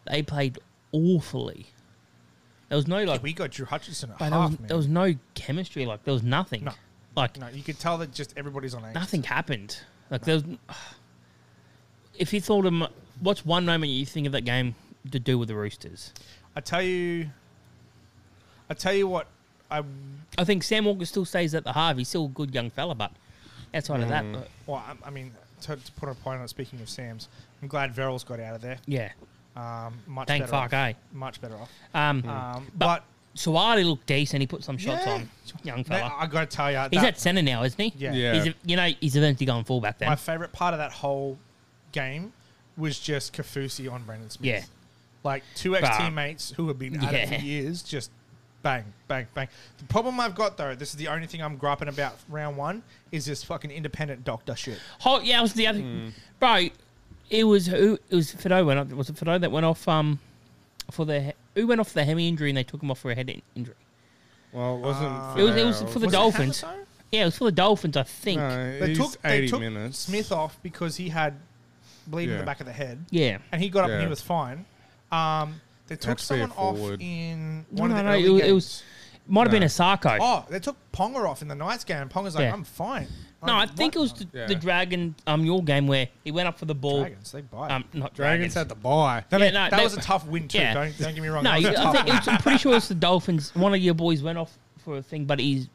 S2: they played awfully. There was no like,
S1: We got Drew Hutchinson at
S2: bro,
S1: half.
S2: there, uh, was,
S1: man.
S2: there was no chemistry. Like there was nothing.
S1: No.
S2: Like
S1: no, you could tell that just everybody's on edge.
S2: nothing happened. Like there was, if you thought of m- what's one moment you think of that game to do with the Roosters?
S1: I tell you, I tell you what, I
S2: I think Sam Walker still stays at the half. He's still a good young fella, but outside of that, uh,
S1: well, I, I mean to, to put a point on. it, Speaking of Sam's, I'm glad Verrill's got out of there.
S2: yeah,
S1: Um, much
S2: thank
S1: better
S2: fuck,
S1: off.
S2: eh?
S1: Much better off.
S2: Um,
S1: Um, but
S2: But- Suwali looked decent. He put some shots
S1: Yeah.
S2: on, young
S1: man,
S2: fella.
S1: I got to tell you,
S2: He's at centre now, isn't he?
S1: yeah,
S3: Yeah.
S2: He's a, you know, he's eventually going fullback then.
S1: My favorite part of that whole game was just Kafusi on Brendan Smith.
S2: Yeah.
S1: Like two ex teammates who have been at it for
S2: Yeah.
S1: years just Bang, bang, bang. The problem I've got though, this is the only thing I'm griping about round one, is this fucking independent doctor shit.
S2: Hol- yeah, it was the other
S1: Mm.
S2: bro. It was who? It was Fido went off. Was it Fido that went off? Um, for the he- who went off for the hemi injury and they took him off for a head in- injury.
S3: Well, it wasn't. for
S2: It was- it
S3: that,
S2: was for the
S1: Was it
S2: Dolphins.
S1: Hammer, though?
S2: Yeah, it was for the Dolphins, I think.
S3: No,
S1: They
S3: he's
S1: took, they
S3: 80
S1: took
S3: minutes.
S1: Smith off because he had bleeding in
S3: Yeah.
S1: the back of the head.
S2: Yeah,
S1: and he got up and he
S3: Yeah.
S1: was fine. Um, they took
S3: to be a
S1: someone off
S3: forward.
S1: in
S2: No,
S1: one
S2: no,
S1: of the
S2: no,
S1: early
S2: it was-
S1: games.
S2: it was- might have been
S3: No.
S2: a Sarko.
S1: oh, they took Ponga off in the Knights game. and Ponga's like,
S2: Yeah.
S1: I'm fine.
S2: no, I
S1: Like,
S2: think it
S1: what?
S2: was the, the
S3: Yeah.
S2: Dragon um your game where he went up for the ball.
S1: Dragons. They bite.
S2: Um, not
S3: Dragons had the buy.
S1: that
S2: yeah,
S1: mean,
S2: no,
S1: that
S2: they-
S1: was a tough win too.
S2: yeah.
S1: Don't, don't get me wrong.
S2: No,
S1: that
S2: I
S1: was a tough
S2: think it's, I'm pretty sure
S3: [laughs]
S2: it's the Dolphins. One of your boys went off for a thing, but he's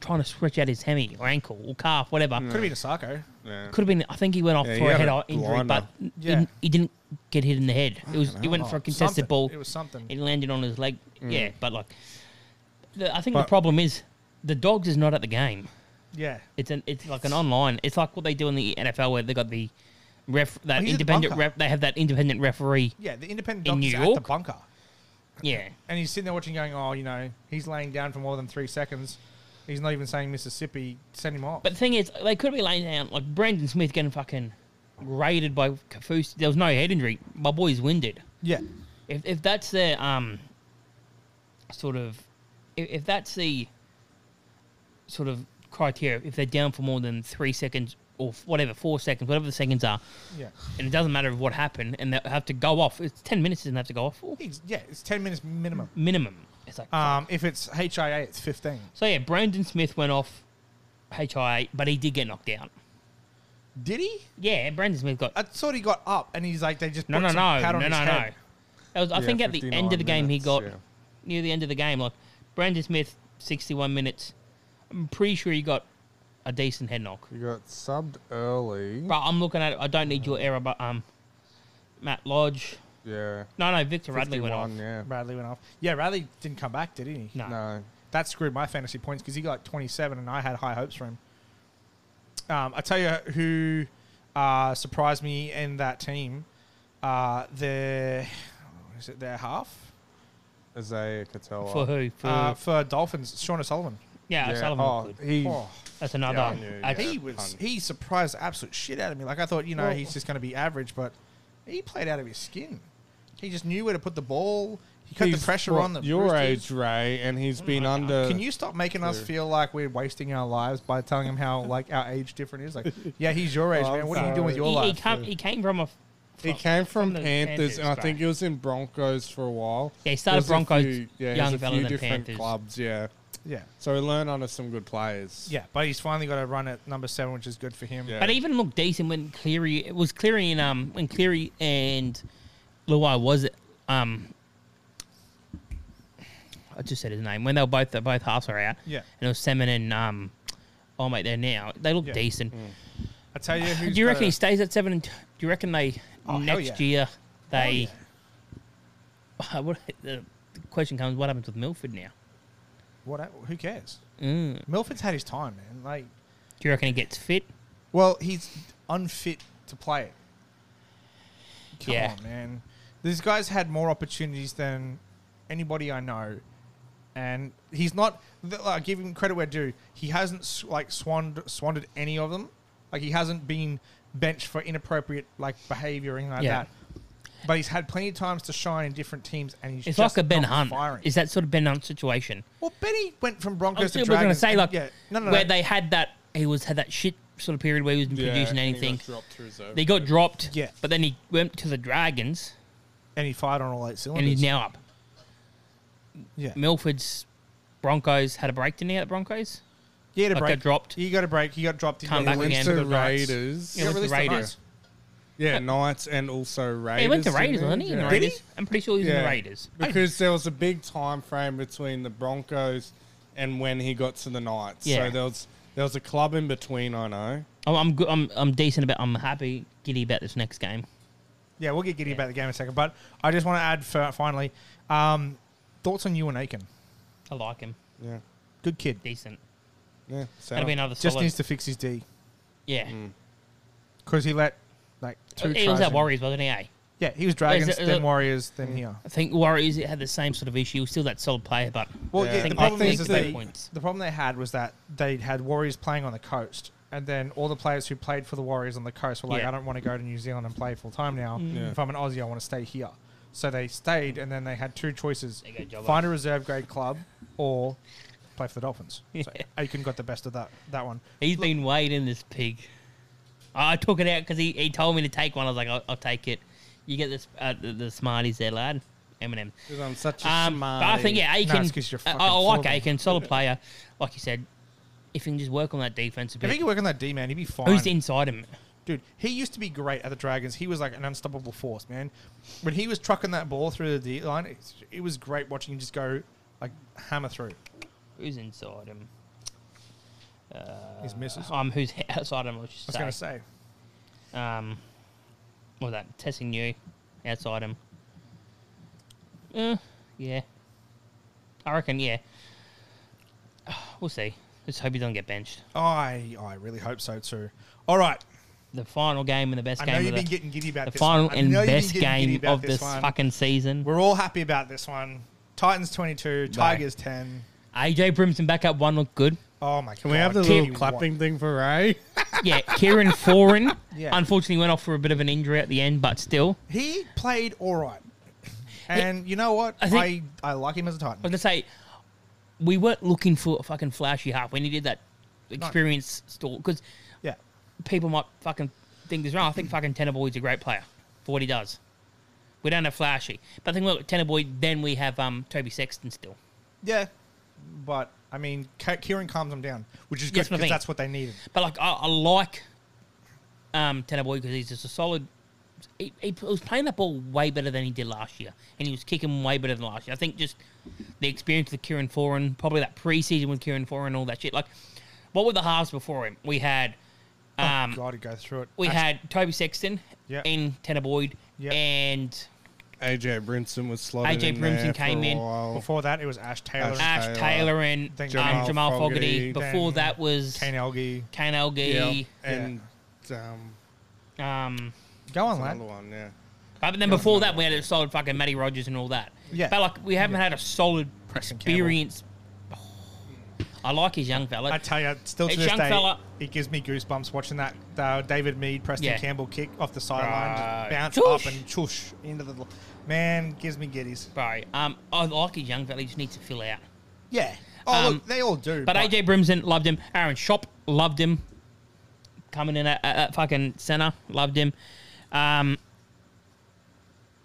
S2: trying to stretch out his hemi or ankle or calf, whatever.
S1: Could have been a Sarko.
S3: Yeah.
S2: Could have been. I think he went off
S3: Yeah, he
S2: for a
S3: had
S2: head
S3: a
S2: injury, but
S3: blinder.
S2: he
S1: Yeah.
S2: didn't- he didn't get hit in the head. It was he went
S1: Oh,
S2: for a contested
S1: something.
S2: ball.
S1: It was something.
S2: It landed on his leg. Yeah, but like, the, I think the
S3: Mm. But-
S2: problem is the dogs is not at the game.
S1: yeah.
S2: It's an it's like an online. It's like what they do in the NFL where they got the ref
S1: Oh, he's
S2: that
S1: at the
S2: independent
S1: bunker.
S2: ref. They have that independent referee.
S1: Yeah, the independent
S2: In
S1: doctor's
S2: New
S1: at the
S2: York?
S1: bunker.
S2: Yeah,
S1: And he's sitting there watching going, oh, you know, he's laying down for more than three seconds. He's not even saying Mississippi. Send him off.
S2: but the thing is, they could be laying down like Brandon Smith getting fucking raided by Kafus. There was no head injury. My boy's winded.
S1: yeah.
S2: if if that's their um sort of if, if that's the sort of criteria if they're down for more than three seconds or f- whatever four seconds whatever the seconds are
S1: Yeah.
S2: and it doesn't matter what happened and they have to go off it's 10 minutes doesn't have to go off for
S1: He's, yeah, it's 10 minutes minimum.
S2: minimum it's like
S1: Um, if it's HIA, it's 15.
S2: so yeah brandon smith went off hia but he did get knocked out
S1: Did he?
S2: yeah brandon smith got
S1: I thought he got up and he's like, they just
S2: no
S1: put
S2: no
S1: some pad
S2: no no
S1: on
S2: no
S1: his
S2: no
S1: head.
S2: that was, i
S3: Yeah,
S2: think at the end of the
S3: 59
S2: game he
S3: minutes,
S2: got
S3: yeah.
S2: near the end of the game. Like Brandon Smith, sixty-one minutes. I'm pretty sure he got a decent head knock.
S3: You got subbed early.
S2: But I'm looking at it. I don't need your error, but um, Matt Lodge.
S3: yeah.
S2: No, no, Victor Radley went off.
S3: 51, Yeah.
S1: Radley went off. Yeah, Radley didn't come back, did he?
S2: No.
S3: No.
S1: That screwed my fantasy points because he got 27 and I had high hopes for him. Um, I tell you who uh, surprised me in that team. Uh, their, is it their half?
S3: Isaiah Katoa.
S2: For who? For
S1: Uh, for Dolphins, Sean O'Sullivan.
S2: yeah,
S3: Yeah.
S2: Sullivan.
S3: Oh,
S2: good.
S3: he,
S1: Oh,
S2: That's
S3: yeah, I
S2: another.
S3: knew,
S2: I-
S3: yeah.
S1: he was
S3: Pun.
S1: he surprised the absolute shit out of me. Like I thought, you know,
S2: Well-
S1: he's just going to be average, but he played out of his skin. He just knew where to put the ball. He cut the
S3: he's
S1: pressure
S3: what,
S1: on them.
S3: Your
S1: Roosters.
S3: age, Ray, and he's
S2: Oh
S3: been under.
S1: Can you stop making us
S3: Clear.
S1: feel like we're wasting our lives by telling him how like our age different is? Like,
S3: [laughs]
S1: yeah, he's your age,
S3: Oh,
S1: man.
S3: I'm
S1: What are you doing with your
S2: he, he,
S1: life?
S2: come, he came from a. f-
S3: He
S2: from-
S3: came from,
S2: the
S3: Panthers, and I
S2: bro.
S3: think he was in Broncos for a while.
S2: Yeah, he started
S3: There's a
S2: Broncos,
S3: few- yeah, there's
S2: young
S3: a
S2: fella,
S3: few
S2: then
S3: different
S2: Panthers.
S3: clubs. Yeah,
S1: yeah,
S3: so he learned under some good players.
S1: yeah. But he's finally got a run at number seven, which is good for him.
S3: Yeah.
S2: But he even looked decent when Cleary. It was Cleary and um when Cleary and Luai was it um. I just said his name when they were both they both halves are out.
S1: Yeah.
S2: and it was Salmon and um. Oh mate, they're now they look
S1: Yeah.
S2: decent.
S1: I tell you, who's
S2: Do you
S1: got
S2: reckon
S1: a-
S2: he stays at seven? And t- do you reckon they
S1: Oh, hell
S2: next
S1: Oh, yeah.
S2: year they? [laughs] what the question comes? What happens with Milford now?
S1: what? Who cares?
S2: Mm.
S1: Milford's had his time, man. Like,
S2: Do you reckon he gets fit?
S1: well, he's unfit to play it. Come
S2: Yeah.
S1: on, man. This guy's had more opportunities than anybody I know, and he's not. th- Like, give him credit where due. He hasn't s- like swanned swandered any of them. Like he hasn't been benched for inappropriate like behavior or anything like
S2: Yeah.
S1: that. But he's had plenty of times to shine in different teams, and he's
S2: It's
S1: just
S2: like a Ben
S1: not
S2: Hunt.
S1: Firing.
S2: Is that sort of Ben Hunt situation?
S1: well, Benny went from
S2: I
S1: Broncos
S2: was,
S1: to
S2: going to
S1: Dragons.
S2: say
S1: and-
S2: like
S1: yeah, no, no,
S2: where
S1: no.
S2: they had that he was had that shit sort of period where he wasn't
S3: Yeah, and
S2: producing
S3: he
S2: anything.
S3: got dropped to reserve.
S2: they got dropped.
S1: Yeah.
S2: But then he went to the Dragons
S1: and he fired on all eight
S2: and
S1: cylinders.
S2: he's now up.
S1: yeah,
S2: Milford's Broncos had a breakdown now at Broncos.
S1: he had a
S2: like
S1: break.
S2: got dropped.
S1: He got a break. He got dropped. He
S2: Come
S1: got
S2: back
S3: went
S1: released
S2: again.
S1: to
S3: to
S1: the Knights.
S3: Raiders.
S2: Yeah,
S1: He got
S2: with the
S1: released to
S2: Raiders.
S1: Knights.
S3: Yeah, Knights and also Raiders.
S2: Yeah, he went to Raiders,
S3: didn't
S2: wasn't he? In the
S3: Yeah.
S2: Raiders. I'm pretty sure he's in
S3: Yeah.
S2: the Raiders.
S3: Because there was a big time frame between the Broncos and when he got to the Knights.
S2: Yeah.
S3: So there was there was a club in between, I know.
S2: I'm I'm, good, I'm I'm decent about. I'm happy, giddy about this next game.
S1: Yeah, we'll get giddy about the game in a second. But I just want to add for, finally um, thoughts on Ewan Aiken.
S2: I like him.
S3: Yeah.
S1: Good kid.
S2: Decent.
S3: Yeah.
S2: That'd be
S3: sound.
S2: another
S1: Just
S2: solid.
S1: needs to fix his D
S2: yeah.
S1: because he let like two
S2: he was
S1: tries
S2: at
S1: in.
S2: Warriors, wasn't he? Eh?
S1: Yeah, he was Dragons,
S2: is it-
S1: then Warriors, then here.
S2: I think Warriors had the same sort of issue. He was Still that solid player, but
S1: Well,
S3: Yeah.
S1: yeah,
S3: I
S1: the
S2: think-
S1: problem
S2: I
S1: is
S2: think
S1: is
S2: they-
S1: they, the problem they had was that they had Warriors playing on the coast, and then all the players who played for the Warriors on the coast were like,
S2: Yeah. Mm.
S1: I don't want to go to New Zealand and play full time now.
S3: Yeah.
S1: If I'm an Aussie, I want to stay here. So they stayed, and then they had two choices:
S2: There you go, Jobbo.
S1: find a reserve grade club or play for the Dolphins. So Aiken got the best of that that one.
S2: he's been weighed in this pig. I took it out because he, he told me to take one. I was like, I'll, I'll take it. You get this uh, the, the smarties there, lad. Eminem.
S3: Because I'm such a
S2: Um, but I think yeah,
S1: it's
S2: Aiken.
S1: 'cause you're
S2: I, I
S1: fucking
S2: like
S1: flawed.
S2: Aiken, solid player. Like you said, if you can just work on that defense a
S1: If he
S2: bit.
S1: could work on that D man, he'd be fine.
S2: Who's inside him?
S1: Dude, he used to be great at the Dragons. He was like an unstoppable force, man. When he was trucking that ball through the D line, it, it was great watching him just go like hammer through.
S2: Who's inside him? Uh,
S1: His missus.
S2: Um, who's [laughs] outside him? I
S1: I was
S2: should
S1: going to
S2: say.
S1: say.
S2: Um, what was that? Testing you outside him. Uh, yeah. I reckon, yeah. [sighs] We'll see. Let's hope he doesn't get benched.
S1: I I really hope so too. All right,
S2: The final game and the best
S1: I know
S2: game
S1: you've
S2: of
S1: been
S2: the,
S1: getting giddy about
S2: the
S1: this.
S2: final
S1: one. I
S2: and
S1: know you've been
S2: best
S1: getting giddy
S2: game
S1: about
S2: of this
S1: one.
S2: fucking season.
S1: We're all happy about this one. Titans twenty two, Tigers ten.
S2: AJ Brimson back up one looked good.
S1: Oh my god!
S3: Can we have the
S1: give
S3: little
S1: you
S3: clapping
S1: one.
S3: thing for Ray?
S2: [laughs]
S3: [laughs]
S2: Yeah, Kieran Foran
S1: [laughs] Yeah.
S2: unfortunately went off for a bit of an injury at the end, but still.
S1: He played all right, and you know what?
S2: I
S1: I,
S2: think-
S1: I like him as a Titan.
S2: I was gonna say, we weren't looking for a fucking flashy half when he did that experience store because
S1: yeah,
S2: people might fucking think this wrong. I think fucking Tenaboy's a great player for what he does. We don't have flashy, but I think look Tenaboy. Then we have um Toby Sexton still.
S1: yeah, but I mean, K- Kieran calms him down, which is good
S2: Yes, my
S1: because
S2: thing.
S1: that's what they needed.
S2: But like I, I like um Tenaboy because he's just a solid. He, he was playing that ball way better than he did last year, and he was kicking way better than last year. I think just the experience with Kieran Foran, probably that preseason with Kieran Foran, all that shit. Like, what were the halves before him? We had. Um,
S1: God, to go through it.
S2: we
S1: That's-
S2: had Toby Sexton
S1: Yeah.
S2: and Tanner Boyd
S1: Yeah.
S2: and
S3: AJ Brinson was slotted
S2: AJ
S3: in there
S2: Brimson
S3: for
S2: came
S3: a
S2: in.
S3: while.
S1: before that it was Ash Taylor,
S3: Ash-
S1: and
S2: Ash
S3: Taylor.
S2: Taylor, and um,
S1: Think
S2: Jamal,
S1: Jamal
S3: Fogarty.
S2: Fogarty. Before
S1: Then
S2: that was
S1: Kane
S2: Kane,
S1: Elgi.
S2: Elgi.
S3: and um,
S2: Um,
S1: Go on, lad.
S3: another one. Yeah,
S2: but then before that, we had a solid fucking Matty Rogers and all that.
S1: Yeah.
S2: But like, we haven't had a solid
S1: Preston Campbell.
S2: experience. I like his young fella.
S1: I tell you, still to
S2: Hey,
S1: this
S2: young
S1: day,
S2: fella.
S1: it gives me goosebumps watching that uh, David Mead, Preston
S2: Yeah.
S1: Campbell kick off the sideline,
S2: Right.
S1: just bounce
S2: Choosh.
S1: up and chush into the l- man. Gives me giddies.
S2: Bro, um, I like his young fella. He just needs to fill out.
S1: Yeah. Oh
S2: Um,
S1: look, they all do.
S2: But AJ Brimson loved him. Aaron Shop loved him. Coming in at, at, at fucking center, loved him. Um,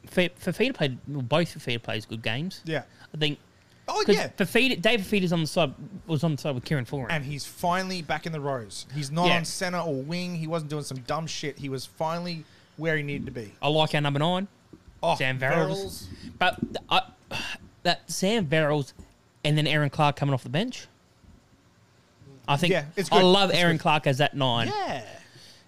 S2: Fa- Fafita played well, both Fafita plays good games.
S1: yeah.
S2: I think
S1: Oh
S2: because
S1: yeah.
S2: Fafita, Dave Fafita's on the side was on the side with Kieran Foran.
S1: And he's finally back in the rows. He's not
S2: Yeah.
S1: on center or wing. He wasn't doing some dumb shit. He was finally where he needed to be.
S2: I like our number nine,
S1: Oh,
S2: Sam Verrills. but th- I, that Sam Verrills, and then Aaron Clark coming off the bench. I think
S1: Yeah, it's
S2: I
S1: good.
S2: love
S1: It's
S2: Aaron
S1: good.
S2: Clark as that nine.
S1: Yeah.
S2: Add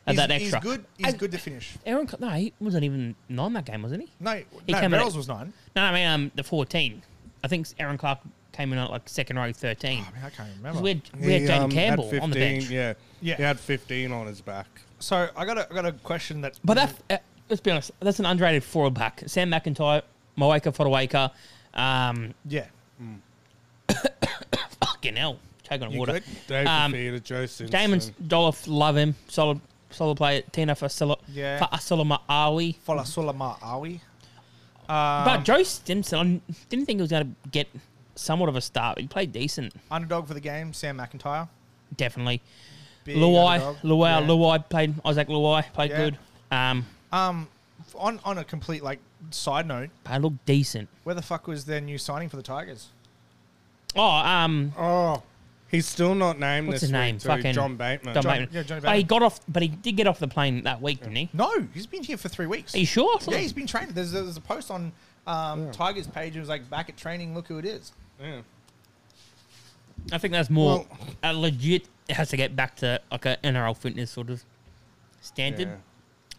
S1: He's,
S2: that
S1: he's
S2: extra.
S1: good. He's
S2: And-
S1: good to finish.
S2: Aaron, Cl- no, he wasn't even nine that game, wasn't he?
S1: No,
S2: He
S1: no
S2: came in at-
S1: Verrills was nine.
S2: No, I mean um, the 14. I think Aaron Clark came in at like second row 13.
S1: Oh, I, mean, I can't
S2: Because
S1: remember.
S2: we had, we had
S3: He,
S2: Jaden
S3: um, had
S2: Campbell on the
S3: 15,
S2: bench.
S3: Yeah,
S1: Yeah.
S3: He had 15 on his back.
S1: So I got a, I got a question that.
S2: But that, uh, let's be honest, that's an underrated forward pack. Sam McIntyre, Moeka Fodawaker, um,
S1: yeah.
S2: fucking hell, choking on water.
S1: good?
S3: Dave
S2: Um,
S3: Fafita, Joe Simpson.
S2: Damon Dolph, love him. Solid solid player. Tina Fasila,
S1: Yeah.
S2: Maawi.
S3: Mm-hmm.
S1: Folasula Ma'awi. Um,
S2: but Joe Stimson, I didn't think he was going to get somewhat of a start. He played decent,
S1: Underdog for the game, Sam McIntyre.
S2: definitely.
S1: Big
S2: Luai,
S1: underdog.
S2: Luai,
S1: Yeah.
S2: Luai played, Isaac Luai played
S1: Yeah.
S2: good. Um,
S1: Um, on on a complete like side note,
S2: but it looked decent.
S1: where the fuck was their new signing for the Tigers?
S2: Oh, um,
S3: Oh, he's still not named.
S2: What's
S3: this
S2: his
S3: week,
S2: name?
S3: too.
S2: Fucking-
S3: John Bateman.
S2: John
S1: Oh, John-
S2: Bateman.
S1: yeah, Johnny
S2: But he
S1: Bateman.
S2: got off, but he did get off the plane that week, didn't he?
S1: No, he's been here for three weeks.
S2: Are you sure? I thought-
S1: yeah, he's been training. There's, there's a post on um, Tigers page. It was like back at training. Look who it is.
S3: Yeah.
S2: I think that's more
S3: Well-
S2: a legit. It has to get back to like a NRL fitness sort of standard,
S3: Yeah.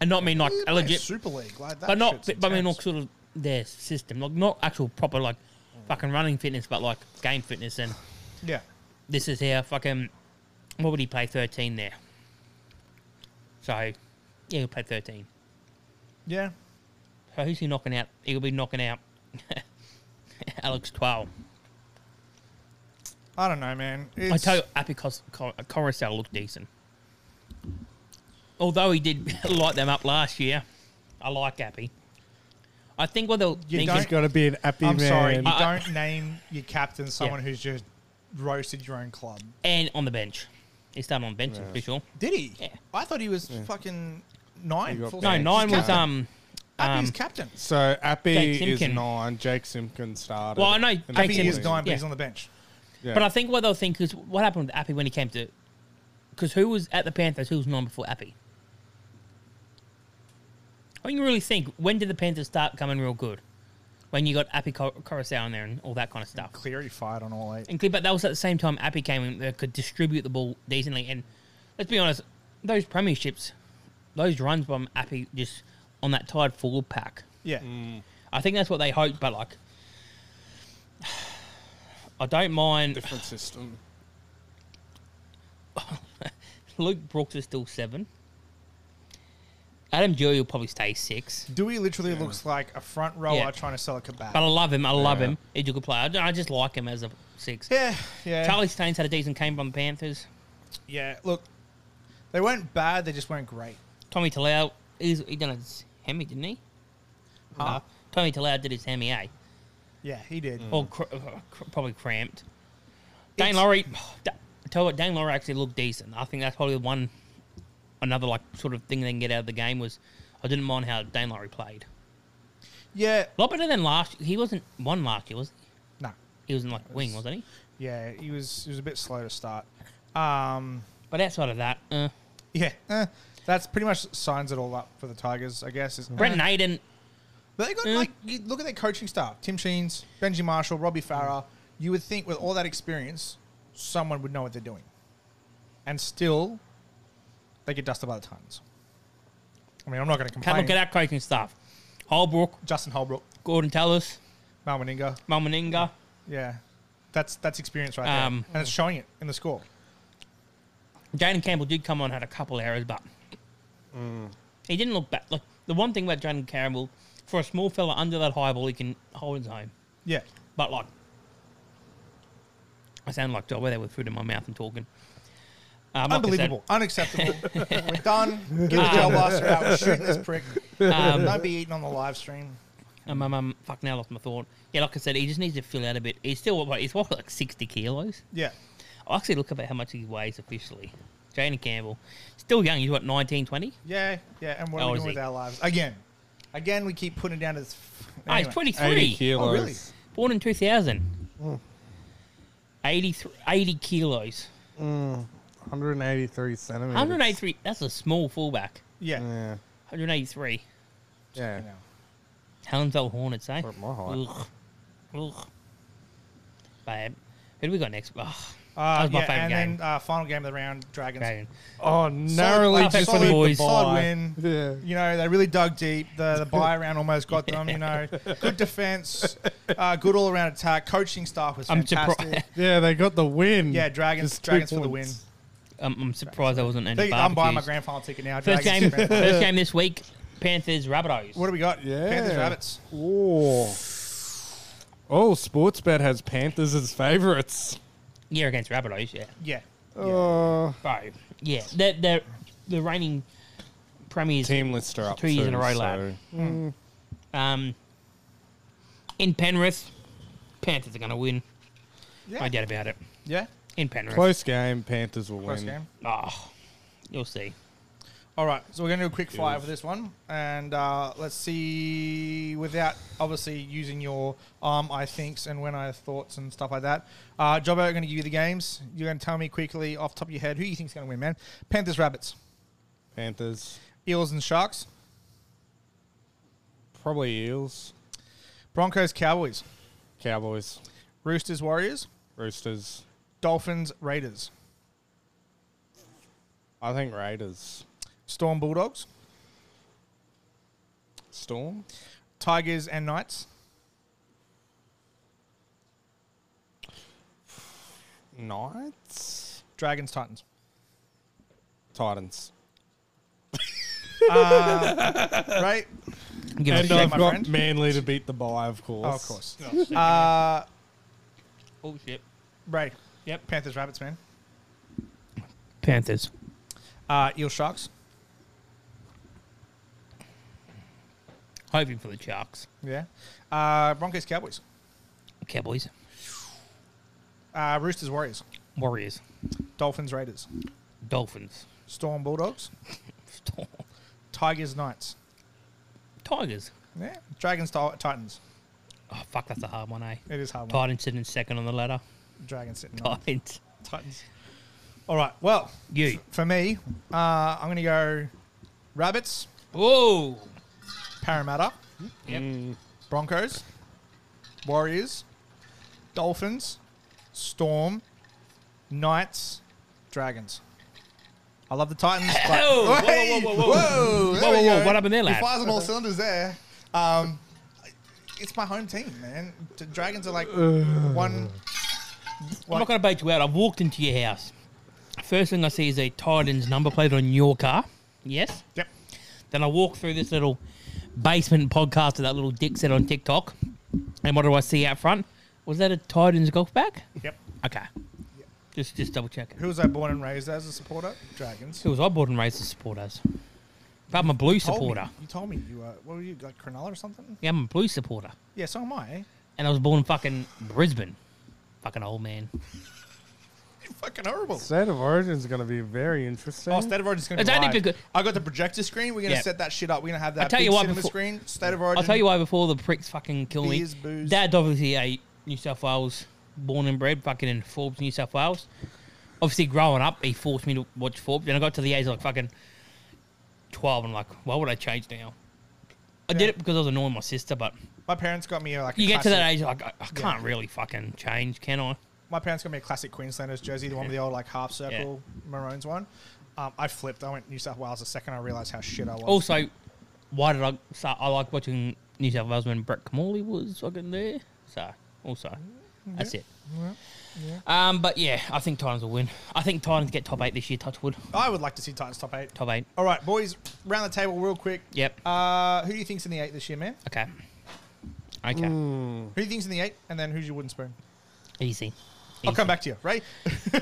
S2: and not mean like
S1: He's
S2: a
S1: playing
S2: legit,
S1: Super League. Like that
S2: but not,
S1: shit's
S2: but I mean
S1: intense.
S2: like sort of their system, like not actual proper like fucking running fitness, but like game fitness. And
S1: yeah.
S2: this is how fucking what would he play thirteen there? So yeah, he'll play thirteen.
S1: Yeah.
S2: So who's he knocking out? He'll be knocking out [laughs] Alex Twelve.
S1: I don't know, man. It's,
S2: I tell you, Apicos Cor- Coruscant looked decent. Although he did [laughs] light them up last year, I like Appy. I think what they'll
S1: You
S2: think
S1: don't-
S2: is
S1: He's
S3: got to be an happy
S1: I'm sorry, you
S3: man.
S2: I- I-
S1: don't name your captain someone who's just roasted your own club.
S2: and on the bench. He's starting on the bench, for sure.
S1: Did he?
S2: Yeah.
S1: I thought he was fucking nine.
S3: He got
S1: full
S2: No,
S1: stop.
S3: Bench.
S2: nine
S1: He's
S2: was
S1: captain.
S2: um.
S1: Happy he's
S2: um,
S1: captain.
S3: So
S2: Jake
S3: Appy is
S2: Simpkin.
S3: nine. Jake Simpkin started.
S2: Well, I know
S3: And
S2: Jake
S1: Happy
S2: Simpkin-
S1: is nine, but
S2: yeah.
S1: he's on the bench.
S3: Yeah.
S2: But I think what they'll think is what happened with Appy when he came to. Because who was at the Panthers? Who was nine before Appy? I can really think. When did the Panthers start coming real good? When you got Appy Cor- Coruscant in there and all that kind of stuff.
S1: Cleary fired on all eight.
S2: And clear, but that was at the same time Appy came in that could distribute the ball decently. And let's be honest, those premierships, those runs from Appy just on that tired forward pack,
S1: Yeah.
S2: I think that's what they hoped. But like, [sighs] I don't mind.
S3: different system.
S2: Luke Brooks is still seven. Adam Dewey will probably stay six.
S1: Dewey literally looks like a front rower
S2: Yeah.
S1: trying to sell a kebab.
S2: But I love him. I love
S3: Yeah.
S2: him. He's a good player. I I just like him as a six.
S1: yeah, yeah,
S2: Charlie Staines had a decent game from the Panthers.
S1: yeah. Look, they weren't bad. They just weren't great.
S2: Tommy Talau, he's, he done his hemi, didn't he?
S1: Huh?
S2: Tommy Talau did his hemi, eh?
S1: Yeah, he did.
S2: Or cr- uh, cr- probably cramped.
S1: Hmm.
S2: Dane
S1: It's-
S2: Laurie, Da- I tell you what, Dane Laurie actually looked decent. I think that's probably one, another like sort of thing they can get out of the game was I didn't mind how Dane Laurie played.
S1: Yeah,
S2: A lot better than last. He wasn't one last year, was he?
S1: no.
S2: He was in like wing, wasn't he?
S1: Yeah, he was. He was a bit slow to start. Um,
S2: But outside of that, uh,
S1: yeah, eh, that's pretty much signs it all up for the Tigers, I guess. is-
S2: Brenton
S1: eh.
S2: Aiden,
S1: But they got
S2: Mm.
S1: like you look at their coaching staff: Tim Sheens, Benji Marshall, Robbie Farah. You would think with all that experience, someone would know what they're doing, and still, they get dusted by the Titans. I mean, I'm not going to
S2: have a
S1: complain.
S2: look at our coaching staff. Holbrook,
S1: Justin Holbrook,
S2: Gordon Tallis,
S1: Mal Meninga.
S2: Malmaninga.
S1: Yeah, that's that's experience right
S2: Um,
S1: there, and it's showing it in the score.
S2: Jaden Campbell did come on, had a couple errors, but he didn't look back. Look, the one thing about Jaden Campbell, for a small fella under that high ball, he can hold his own.
S1: Yeah,
S2: But like, I sound like Joe, where they were food in my mouth and talking. Um, like I said,
S1: unbelievable,
S2: [laughs]
S1: unacceptable. We're done. Get the
S2: Um,
S1: gel blaster out. We're shooting this prick. Don't be eating on the live stream.
S2: Um, um, um, fuck, now I lost my thought. Yeah, like I said, he just needs to fill out a bit. He's still, what, he's what, like 60 kilos?
S1: Yeah,
S2: I'll actually look about how much he weighs officially. Jaden Campbell, still young. He's what 19, 20?
S1: yeah, yeah. And what are
S2: How
S1: we
S2: is
S1: doing
S2: he?
S1: with our lives again? Again, we keep putting it down to this.
S2: Ah, he's
S1: anyway.
S2: 23.
S3: 80 kilos.
S1: Oh, really?
S2: Born in 2000.
S1: Hmm.
S2: 80, th- 80 kilos.
S3: 183 centimeters.
S2: 183. That's a small fullback.
S1: Yeah.
S3: Yeah.
S2: 183.
S3: Yeah.
S1: You know.
S2: Helensville Hornets, eh?
S3: Not my height.
S2: Ugh. Ugh. Babe, who do we got next? Ugh.
S1: Uh,
S2: That was my
S1: yeah,
S2: favourite
S1: and
S2: game.
S1: then uh, final game of the round, Dragons.
S2: Dragon.
S3: Oh, narrowly
S2: Perfect
S3: just
S2: for the
S3: leave
S2: boys.
S1: Solid
S3: bye.
S1: win.
S3: Yeah.
S1: You know, they really dug deep. The the
S2: [laughs]
S1: buy round almost got them. You know, good defense, uh, good all around attack. Coaching staff was
S2: I'm
S1: fantastic.
S2: surprised.
S3: Yeah, they got the win.
S1: Yeah, Dragons-
S3: Just two
S1: Dragons for the
S3: points.
S1: win.
S2: [laughs] I'm, I'm surprised I wasn't in
S1: They-
S2: the
S1: I'm buying my
S2: barbecues.
S1: grand final ticket now.
S2: First game,
S1: Dragons grand final.
S2: first game this week. Panthers, Rabbitohs.
S1: What do we got?
S3: Yeah.
S1: Panthers, Rabbits.
S3: Oh. Oh, Sportsbet has Panthers as favourites.
S2: Yeah, against Rabbitohs. Yeah,
S1: Yeah.
S3: Oh.
S2: bro. Yeah, they're, they're the reigning premiers.
S3: Team lister up.
S2: Two years
S3: too,
S2: in a row,
S3: so-
S2: lad. Um, in Penrith, Panthers are going to win.
S1: Yeah.
S2: No doubt about it.
S1: Yeah.
S2: In Penrith.
S3: Close game. Panthers will
S1: Close
S3: win.
S1: game.
S2: Oh, you'll see.
S1: All right. So we're going to do a quick fire for this one. And uh, let's see, without obviously using your um, I thinks and when I thoughts and stuff like that. Uh, Jobbo, I'm going to give you the games. You're going to tell me quickly off the top of your head who you think's going to win, man. Panthers, Rabbits,
S3: Panthers.
S1: Eels, and Sharks,
S3: Probably Eels.
S1: Broncos, Cowboys,
S3: Cowboys.
S1: Roosters, Warriors,
S3: Roosters.
S1: Dolphins, Raiders,
S3: I think Raiders.
S1: Storm, Bulldogs,
S3: Storm.
S1: Tigers, and Knights,
S3: Knights.
S1: Dragons, Titans.
S3: Titans.
S1: Right?
S3: And um,
S2: Give a
S1: uh,
S2: shit.
S3: I've
S1: my
S3: got
S1: friend.
S3: Manly to beat the bye, of course.
S1: Oh, of course. Uh,
S2: Oh shit.
S1: Ray.
S2: Yep.
S1: Panthers, Rabbits, man.
S2: Panthers.
S1: Uh, Eel Sharks.
S2: Hoping for the Sharks.
S1: Yeah. Uh, Broncos, Cowboys.
S2: Cowboys.
S1: Uh, Roosters, Warriors.
S2: Warriors.
S1: Dolphins, Raiders.
S2: Dolphins. [laughs]
S1: Storm, Bulldogs.
S2: Storm.
S1: Tigers, Knights.
S2: Tigers.
S1: Yeah. Dragons, Ti- Titans.
S2: Oh fuck, that's a hard one, eh?
S1: It is hard one.
S2: Titans sitting second on the ladder.
S1: Dragons sitting on
S2: Titans.
S1: Titans. All right. Well,
S2: You.
S1: for me, uh, I'm going to go Rabbits,
S2: Whoa.
S1: Parramatta,
S2: Yep.
S1: Broncos, Warriors, Dolphins, Storm, Knights, Dragons. I love the Titans. But
S2: Whoa, whoa, whoa, whoa,
S1: whoa,
S2: whoa.
S1: there
S2: Whoa,
S1: we
S2: whoa,
S1: go.
S2: what happened there,
S1: He
S2: lad?
S1: fires on all cylinders there. Um, it's my home team, man. The Dragons are like one.
S2: I'm not going to bait you out. I've walked into your house. First thing I see is a Titans number plate on your car. Yes.
S1: Yep.
S2: Then I walk through this little basement podcast of that little dick said on TikTok. And what do I see out front? Was that a Titans golf bag?
S1: Yep.
S2: Okay. Just just double checking.
S1: Who was I born and raised as a supporter? Dragons.
S2: Who was I born and raised to support us? But I'm a blue
S1: Told me-
S2: supporter.
S1: you told me you were. What were you like Cronulla or something?
S2: Yeah, I'm a blue supporter.
S1: Yeah, so am I. eh?
S2: And I was born fucking Brisbane. Fucking old man.
S1: [laughs] You're fucking horrible.
S3: State of Origin is going to be very interesting.
S1: Oh, State of Origin's gonna
S2: It's
S1: be
S2: only
S1: live.
S2: because-
S1: I got the projector screen. We're gonna
S2: Yeah.
S1: set that shit up. We're gonna have that
S2: tell
S1: big
S2: you what,
S1: cinema
S2: before-
S1: screen. State of Origin.
S2: I'll tell you why before the pricks fucking kill me.
S1: Beers, booze.
S2: Dad's obviously a New South Wales born and bred, fucking in Forbes, New South Wales. Obviously, growing up, he forced me to watch Forbes. Then I got to the age of like fucking 12 and like, why would I change now? I
S1: Yeah.
S2: did it because I was annoying my sister, but
S1: My parents got me uh, like. a
S2: you get to that
S1: classic-
S2: age, like, I, I can't really fucking change, can I?
S1: My parents got me a classic Queenslanders jersey, the one with the old like half circle maroons one. Um, I flipped. I went New South Wales the second I realized how shit I was.
S2: Also, why did I start? I like watching New South Wales when Brett Kamali was fucking there. So, also, that's it. Um, but yeah, I think Titans will win. I think Titans get top eight this year. Touchwood,
S1: I would like to see Titans top eight.
S2: top eight.
S1: All right, boys, round the table real quick.
S2: Yep.
S1: Uh, who do you think's in the eight this year, man?
S2: Okay. Okay.
S1: Who do you think's in the eight, and then who's your wooden spoon?
S2: Easy.
S1: I'll come back to you, Ray.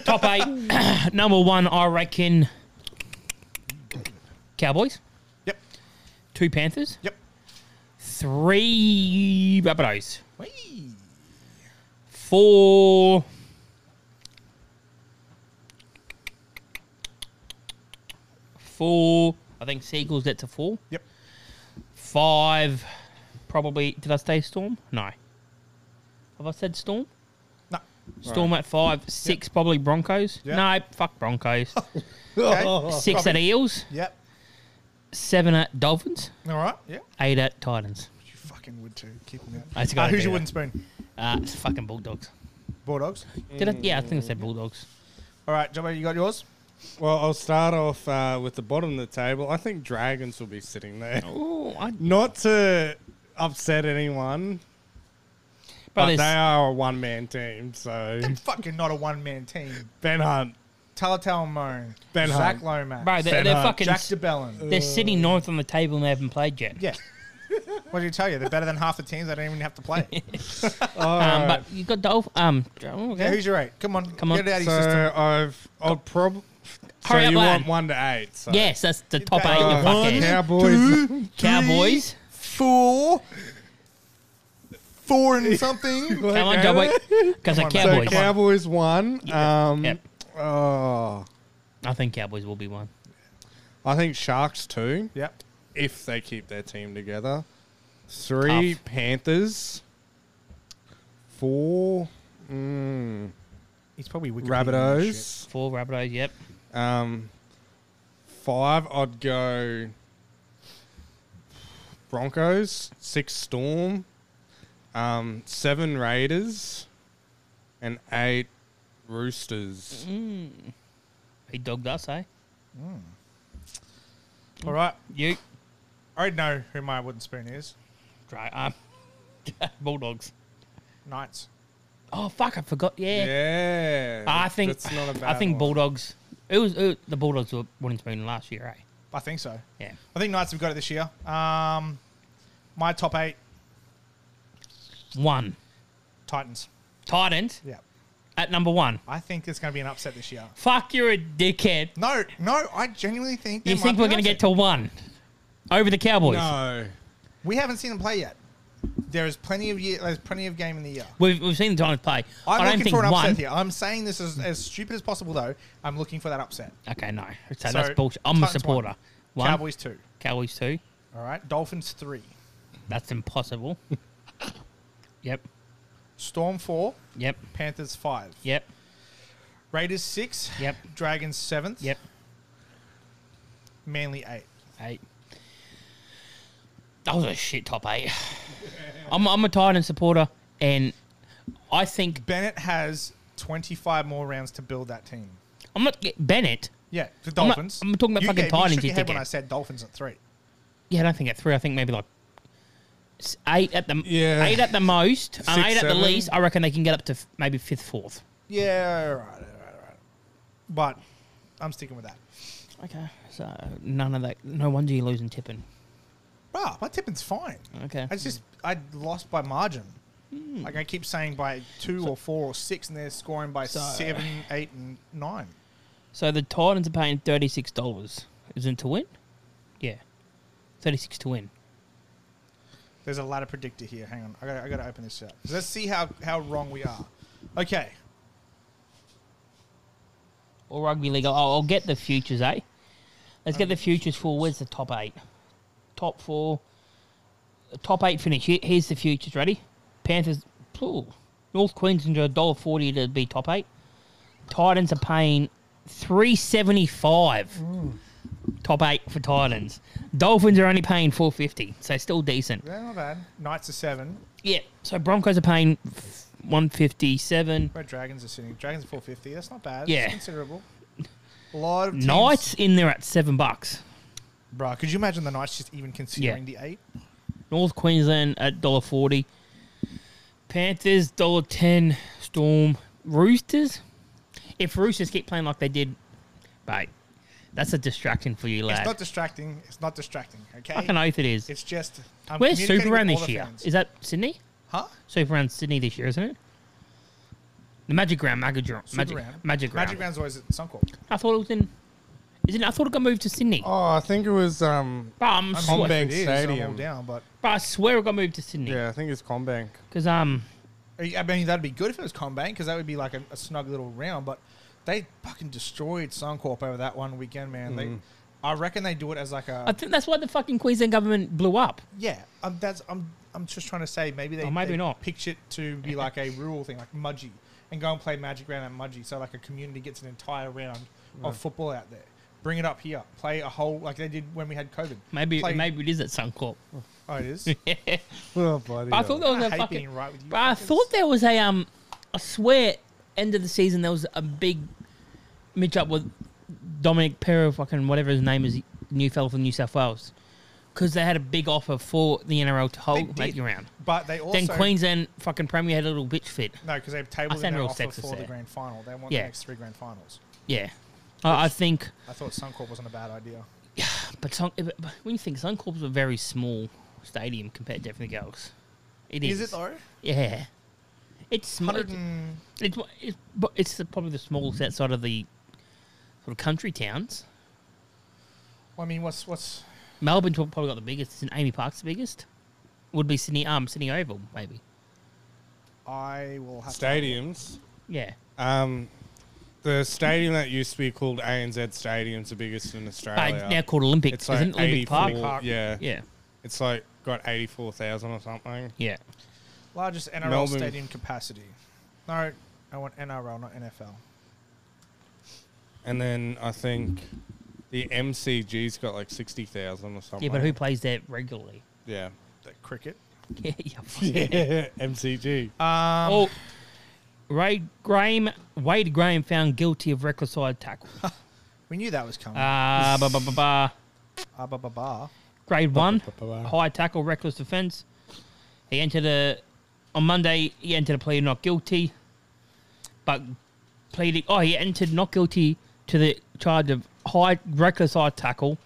S2: Top eight. [coughs] Number one, I reckon. Cowboys.
S1: [laughs] Yep.
S2: Two Panthers.
S1: Yep.
S2: Three Rabbitohs.
S1: Whee.
S2: Four. Four. I think Seagulls get to four.
S1: Yep.
S2: Five. Probably. Did I say Storm? No. Have I said Storm?
S1: No.
S2: Storm at five. Six, probably Broncos.
S1: Yeah.
S2: No, fuck [laughs] Broncos. [laughs]
S1: Okay.
S2: Six at Eels.
S1: Yep.
S2: Seven at Dolphins.
S1: All right. Yep.
S2: Eight at Titans.
S1: You fucking would too. Keep them
S2: I just
S1: out. Uh,
S2: gotta
S1: who's
S2: do
S1: your
S2: that.
S1: wooden spoon?
S2: Uh, it's fucking Bulldogs.
S1: Bulldogs.
S2: Did I? Yeah, I think I said Bulldogs.
S1: All right, Jumbo, you got yours?
S3: Well, I'll start off uh, with the bottom of the table. I think Dragons will be sitting there.
S2: Oh, I,
S3: Not to upset anyone, but
S2: but
S3: they
S2: there's
S3: are a one man team.
S2: [coughs]
S3: So
S1: I'm fucking not a one man team.
S3: Ben Hunt,
S1: Talatau Moan.
S3: Ben
S1: Zach
S3: Hunt.
S1: Lomax.
S2: bro, they're,
S3: Fair
S2: they're
S3: enough.
S2: fucking.
S1: Jack DeBellin.
S2: they're sitting ninth on the table and they haven't played yet.
S1: yeah. what did you tell you? They're better than half the teams. I don't even have to
S2: [laughs]
S1: play.
S2: Um, but you got Dolph. Um, oh,
S1: yeah,
S2: okay.
S1: who's your eight? Come on.
S2: Come on.
S1: Get it out of your system.
S3: So uh, I've I'll probably. So
S2: Hurry up,
S3: you
S2: lad.
S3: want one to eight? So.
S2: yes, that's the top
S1: Uh,
S2: eight. You
S3: Uh,
S2: fucking
S3: Cowboys.
S2: Cowboys.
S1: Four. Four
S3: [laughs]
S1: and something.
S2: Come on,
S3: Okay.
S2: Cowboys. Because
S1: Come on, mate.
S2: the Cowboys.
S3: So Cowboys one. Um,
S2: Yep.
S3: oh,
S2: I think Cowboys will be one.
S3: I think Sharks two.
S1: yep.
S3: if they keep their team together. Three
S2: Tough.
S3: Panthers. Four mm,
S1: He's probably wicked.
S3: Rabbitohs.
S2: Four Rabbitohs. Yep.
S3: Um, five, I'd go Broncos. Six, Storm. Um, seven, Raiders. And eight, Roosters.
S2: He dogged us, eh?
S1: All right.
S2: You.
S1: I already know who my wooden spoon is.
S2: Dry. Um, [laughs] Bulldogs.
S1: Knights.
S2: Oh fuck! I forgot. Yeah.
S3: Yeah.
S2: I think.
S3: That's not a bad
S2: I think
S3: one.
S2: Bulldogs. It was it, the Bulldogs were winning spoon last year, eh?
S1: I think so.
S2: Yeah.
S1: I think Knights have got it this year. Um, My top eight
S2: One.
S1: Titans.
S2: Titans
S1: Yeah.
S2: at number one.
S1: I think it's going to be an upset this year.
S2: Fuck, you're a dickhead.
S1: No, no, I genuinely think.
S2: You
S1: there
S2: think
S1: might
S2: we're
S1: be
S2: going
S1: an
S2: to get
S1: upset.
S2: to one over the Cowboys?
S3: No.
S1: We haven't seen them play yet. There is plenty of year. There's plenty of game in the year.
S2: We've, we've seen the Titans play.
S1: I'm
S2: I do not
S1: looking
S2: think
S1: for an
S2: one.
S1: upset here. I'm saying this is as stupid as possible, though. I'm looking for that upset.
S2: Okay, no. So,
S1: So,
S2: that's bullshit. I'm
S1: Titans
S2: a supporter. One.
S1: Cowboys two.
S2: Cowboys two.
S1: All right. Dolphins three.
S2: That's impossible. [laughs] yep.
S1: Storm four.
S2: Yep.
S1: Panthers five.
S2: Yep.
S1: Raiders six.
S2: Yep.
S1: Dragons seventh.
S2: Yep.
S1: Manly eight.
S2: Eight. That was a shit top eight. [laughs] I'm, I'm a Titan supporter, and I think
S1: Bennett has 25 more rounds to build that team.
S2: I'm not Bennett.
S1: Yeah, the
S2: I'm not-
S1: Dolphins.
S2: I'm talking about
S1: you
S2: fucking
S1: gave,
S2: Titans,
S1: You shook
S2: you
S1: your head when
S2: dickhead.
S1: I said Dolphins at three.
S2: Yeah, I don't think at three. I think maybe like s- eight at the
S3: Yeah.
S2: eight at the most, and
S3: Six,
S2: eight at the
S3: seven.
S2: least. I reckon they can get up to f- maybe fifth, fourth.
S1: Yeah, all right, all right, all right. But I'm sticking with that.
S2: Okay, so none of that. No wonder you're losing tipping.
S1: Wow, my tipping's fine.
S2: Okay, Hmm.
S1: I just I lost by margin. Like I keep saying by two or four or six, and they're scoring by
S2: So-
S1: seven, eight, and nine.
S2: so the Titans are paying thirty six dollars. Isn't to win? Yeah, thirty six to win.
S1: There's a ladder predictor here. Hang on, I gotta I gotta open this up. Let's see how how wrong we are. Okay,
S2: Or rugby league. I'll, I'll get the futures, eh? Let's get the futures for where's the top eight? Top four. Top eight finish. Here- Here's the futures. Ready? Panthers. Ooh, North Queensland are $1.40 to be top eight. Titans are paying three seventy five. Top eight for Titans. Dolphins are only paying four fifty, so still decent.
S1: yeah, not bad. Knights are seven.
S2: Yeah. So Broncos are paying one fifty seven.
S1: Where Dragons are sitting. Dragons four fifty. That's not bad.
S2: Yeah.
S1: it's considerable. A lot of teams.
S2: Knights in there at seven bucks.
S1: Bruh, could you imagine the Knights just even considering the eight?
S2: North Queensland at dollar forty. Panthers dollar ten. Storm Roosters. If Roosters keep playing like they did, mate, that's a distraction for you,
S1: It's
S2: lad.
S1: not distracting. It's not distracting. Okay.
S2: Fucking oath it is.
S1: It's just. I'm
S2: Where's
S1: communicating
S2: Super Round
S1: with all
S2: this
S1: the
S2: year?
S1: fans.
S2: Is that Sydney?
S1: huh?
S2: Super Round Sydney this year, isn't it? The Magic Round, Magic Round,
S1: Super
S2: Magic,
S1: Round.
S2: Magic Round.
S1: Magic Round's always at Suncorp.
S2: I thought it was in. Is it? I thought it got moved to Sydney.
S3: Oh, I think it was um
S2: But I'm,
S1: I'm
S2: swear,
S3: Combank
S1: it is, I'm all
S3: Stadium.
S1: down, but
S2: but I swear it got moved to Sydney.
S3: yeah, I think it's Combank.
S2: Because um,
S1: I mean that'd be good if it was Combank because that would be like a, a snug little round. But they fucking destroyed Suncorp over that one weekend, man. They, I reckon they do it as like a
S2: I think that's why the fucking Queensland government blew up.
S1: yeah. Um, that's I'm I'm just trying to say maybe they
S2: Oh, maybe
S1: they
S2: not.
S1: pitch it to be like a rural thing, like Mudgee, and go and play Magic Round at Mudgee, so like a community gets an entire round of football out there. Bring it up here, play a whole like they did when we had COVID.
S2: Maybe
S1: Play-
S2: maybe it is at Suncorp.
S1: Oh, it
S2: [laughs]
S1: is.
S3: Oh, bloody
S2: I thought there was
S1: I
S2: a
S1: hate
S2: fucking.
S1: being right with you.
S2: But I
S1: fuckers.
S2: thought there was a um. I swear, end of the season there was a big match up with Dominic Perro, fucking whatever his name is, new fella from New South Wales, because they had a big offer for the NRL to hold
S1: They
S2: make
S1: did.
S2: you round.
S1: But they also
S2: Then Queensland fucking Premier had a little bitch fit.
S1: No, because they've tabled in
S2: sound
S1: their
S2: real
S1: offer
S2: sexist
S1: for the
S2: there.
S1: grand final. They want
S2: Yeah.
S1: the next three grand finals.
S2: Yeah, I, I think.
S1: I thought Suncorp wasn't a bad idea.
S2: But, Sun, but but when you think Suncorp's a very small stadium compared to everything else, it is.
S1: though?
S2: Yeah, it's small.
S1: Hundred and
S2: It's wha- it's, but it's the, probably the smallest outside of the sort of country towns.
S1: well, I mean, what's what's
S2: Melbourne's prob- probably got the biggest. Isn't Amy Park's the biggest? Would be Sydney um Sydney Oval maybe.
S1: I will have
S3: stadiums.
S2: Yeah.
S3: Um, the stadium that used to be called ANZ Stadium's the biggest in
S2: Uh,
S3: Australia.
S2: it's now called Olympic.
S3: Oh, it's like
S2: Isn't it Olympic Park?
S3: 84 Yeah,
S2: Yeah.
S3: it's like got eighty-four thousand or something.
S2: Yeah.
S1: to largest NRL
S3: Melbourne.
S1: stadium capacity. No, I want NRL, not NFL.
S3: And then I think the MCG's got like sixty thousand or something.
S2: Yeah, but who plays there regularly? [laughs]
S3: Yeah, [laughs]
S1: The cricket.
S2: yeah.
S3: Um,
S2: fuck yeah.
S3: yeah, MCG.
S1: Um,
S2: Oh, Ray Graham, Wade Graham found guilty of reckless
S3: [laughs]
S2: side tackle.
S1: we knew that was coming.
S2: Ah, ba ba ba ba.
S1: Ah, ba, ba, ba.
S2: Grade one,
S3: Ba-ba-ba-ba.
S2: high tackle, reckless defence. He entered a on Monday. He entered a plea of not guilty, but pleaded. Oh, he entered not guilty to the charge of high reckless high tackle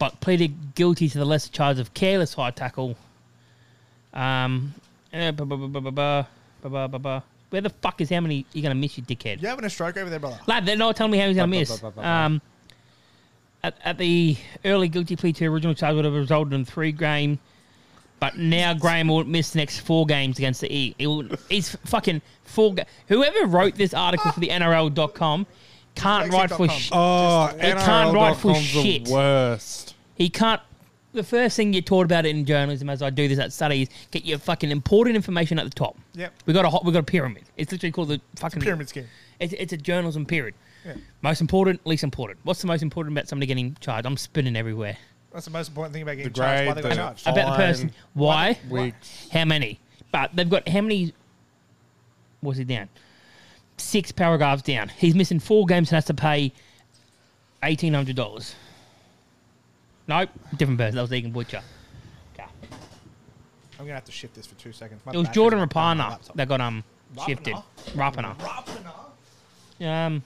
S2: but pleaded guilty to the lesser charge of careless high tackle. Um, eh, ba- ba- ba- ba- ba- ba- ba- ba- ba- ba. where the fuck is how many you're gonna miss, you dickhead?
S1: You having a stroke over there, brother?
S2: Lad, they're not telling me how he's going
S3: Ba,
S2: to
S3: ba,
S2: miss.
S3: ba, ba, ba.
S2: Um, at, at the early guilty plea to original charge would have resulted in three game, but now Graham will miss the next four games against the E. He will, he's fucking four. Ga- Whoever wrote this article for the NRL.com can't write for
S1: Brexit.com.
S2: shit.
S3: Oh,
S2: It can't write for
S3: NRL.com's
S2: shit.
S3: The worst.
S2: He can't. The first thing you're taught about it in journalism, as I do this at study, is get your fucking important information at the top.
S1: Yep.
S2: We got a hot. We got a pyramid. It's literally called the fucking
S1: Pyramid scheme.
S2: It's, it's a journalism period.
S1: Yeah.
S2: Most important, least important. What's the most important about somebody getting charged? I'm spinning everywhere.
S1: That's the most important thing about getting
S3: The
S1: charged. Why they got
S3: grade, the-
S1: charged?
S3: Uh,
S2: About the person. Why?
S3: Weeks.
S2: How many? But they've got how many? Was he down? Six paragraphs down. He's missing four games and has to pay eighteen hundred dollars. Nope, different person. That was Egan Butcher. Okay.
S1: I'm gonna have to shift this for two seconds. My
S2: It was
S1: battery's
S2: Jordan
S1: not on my
S2: Rapana
S1: laptop.
S2: that got um
S1: Rapana?
S2: shifted. Rapana.
S1: Rapana.
S2: Um,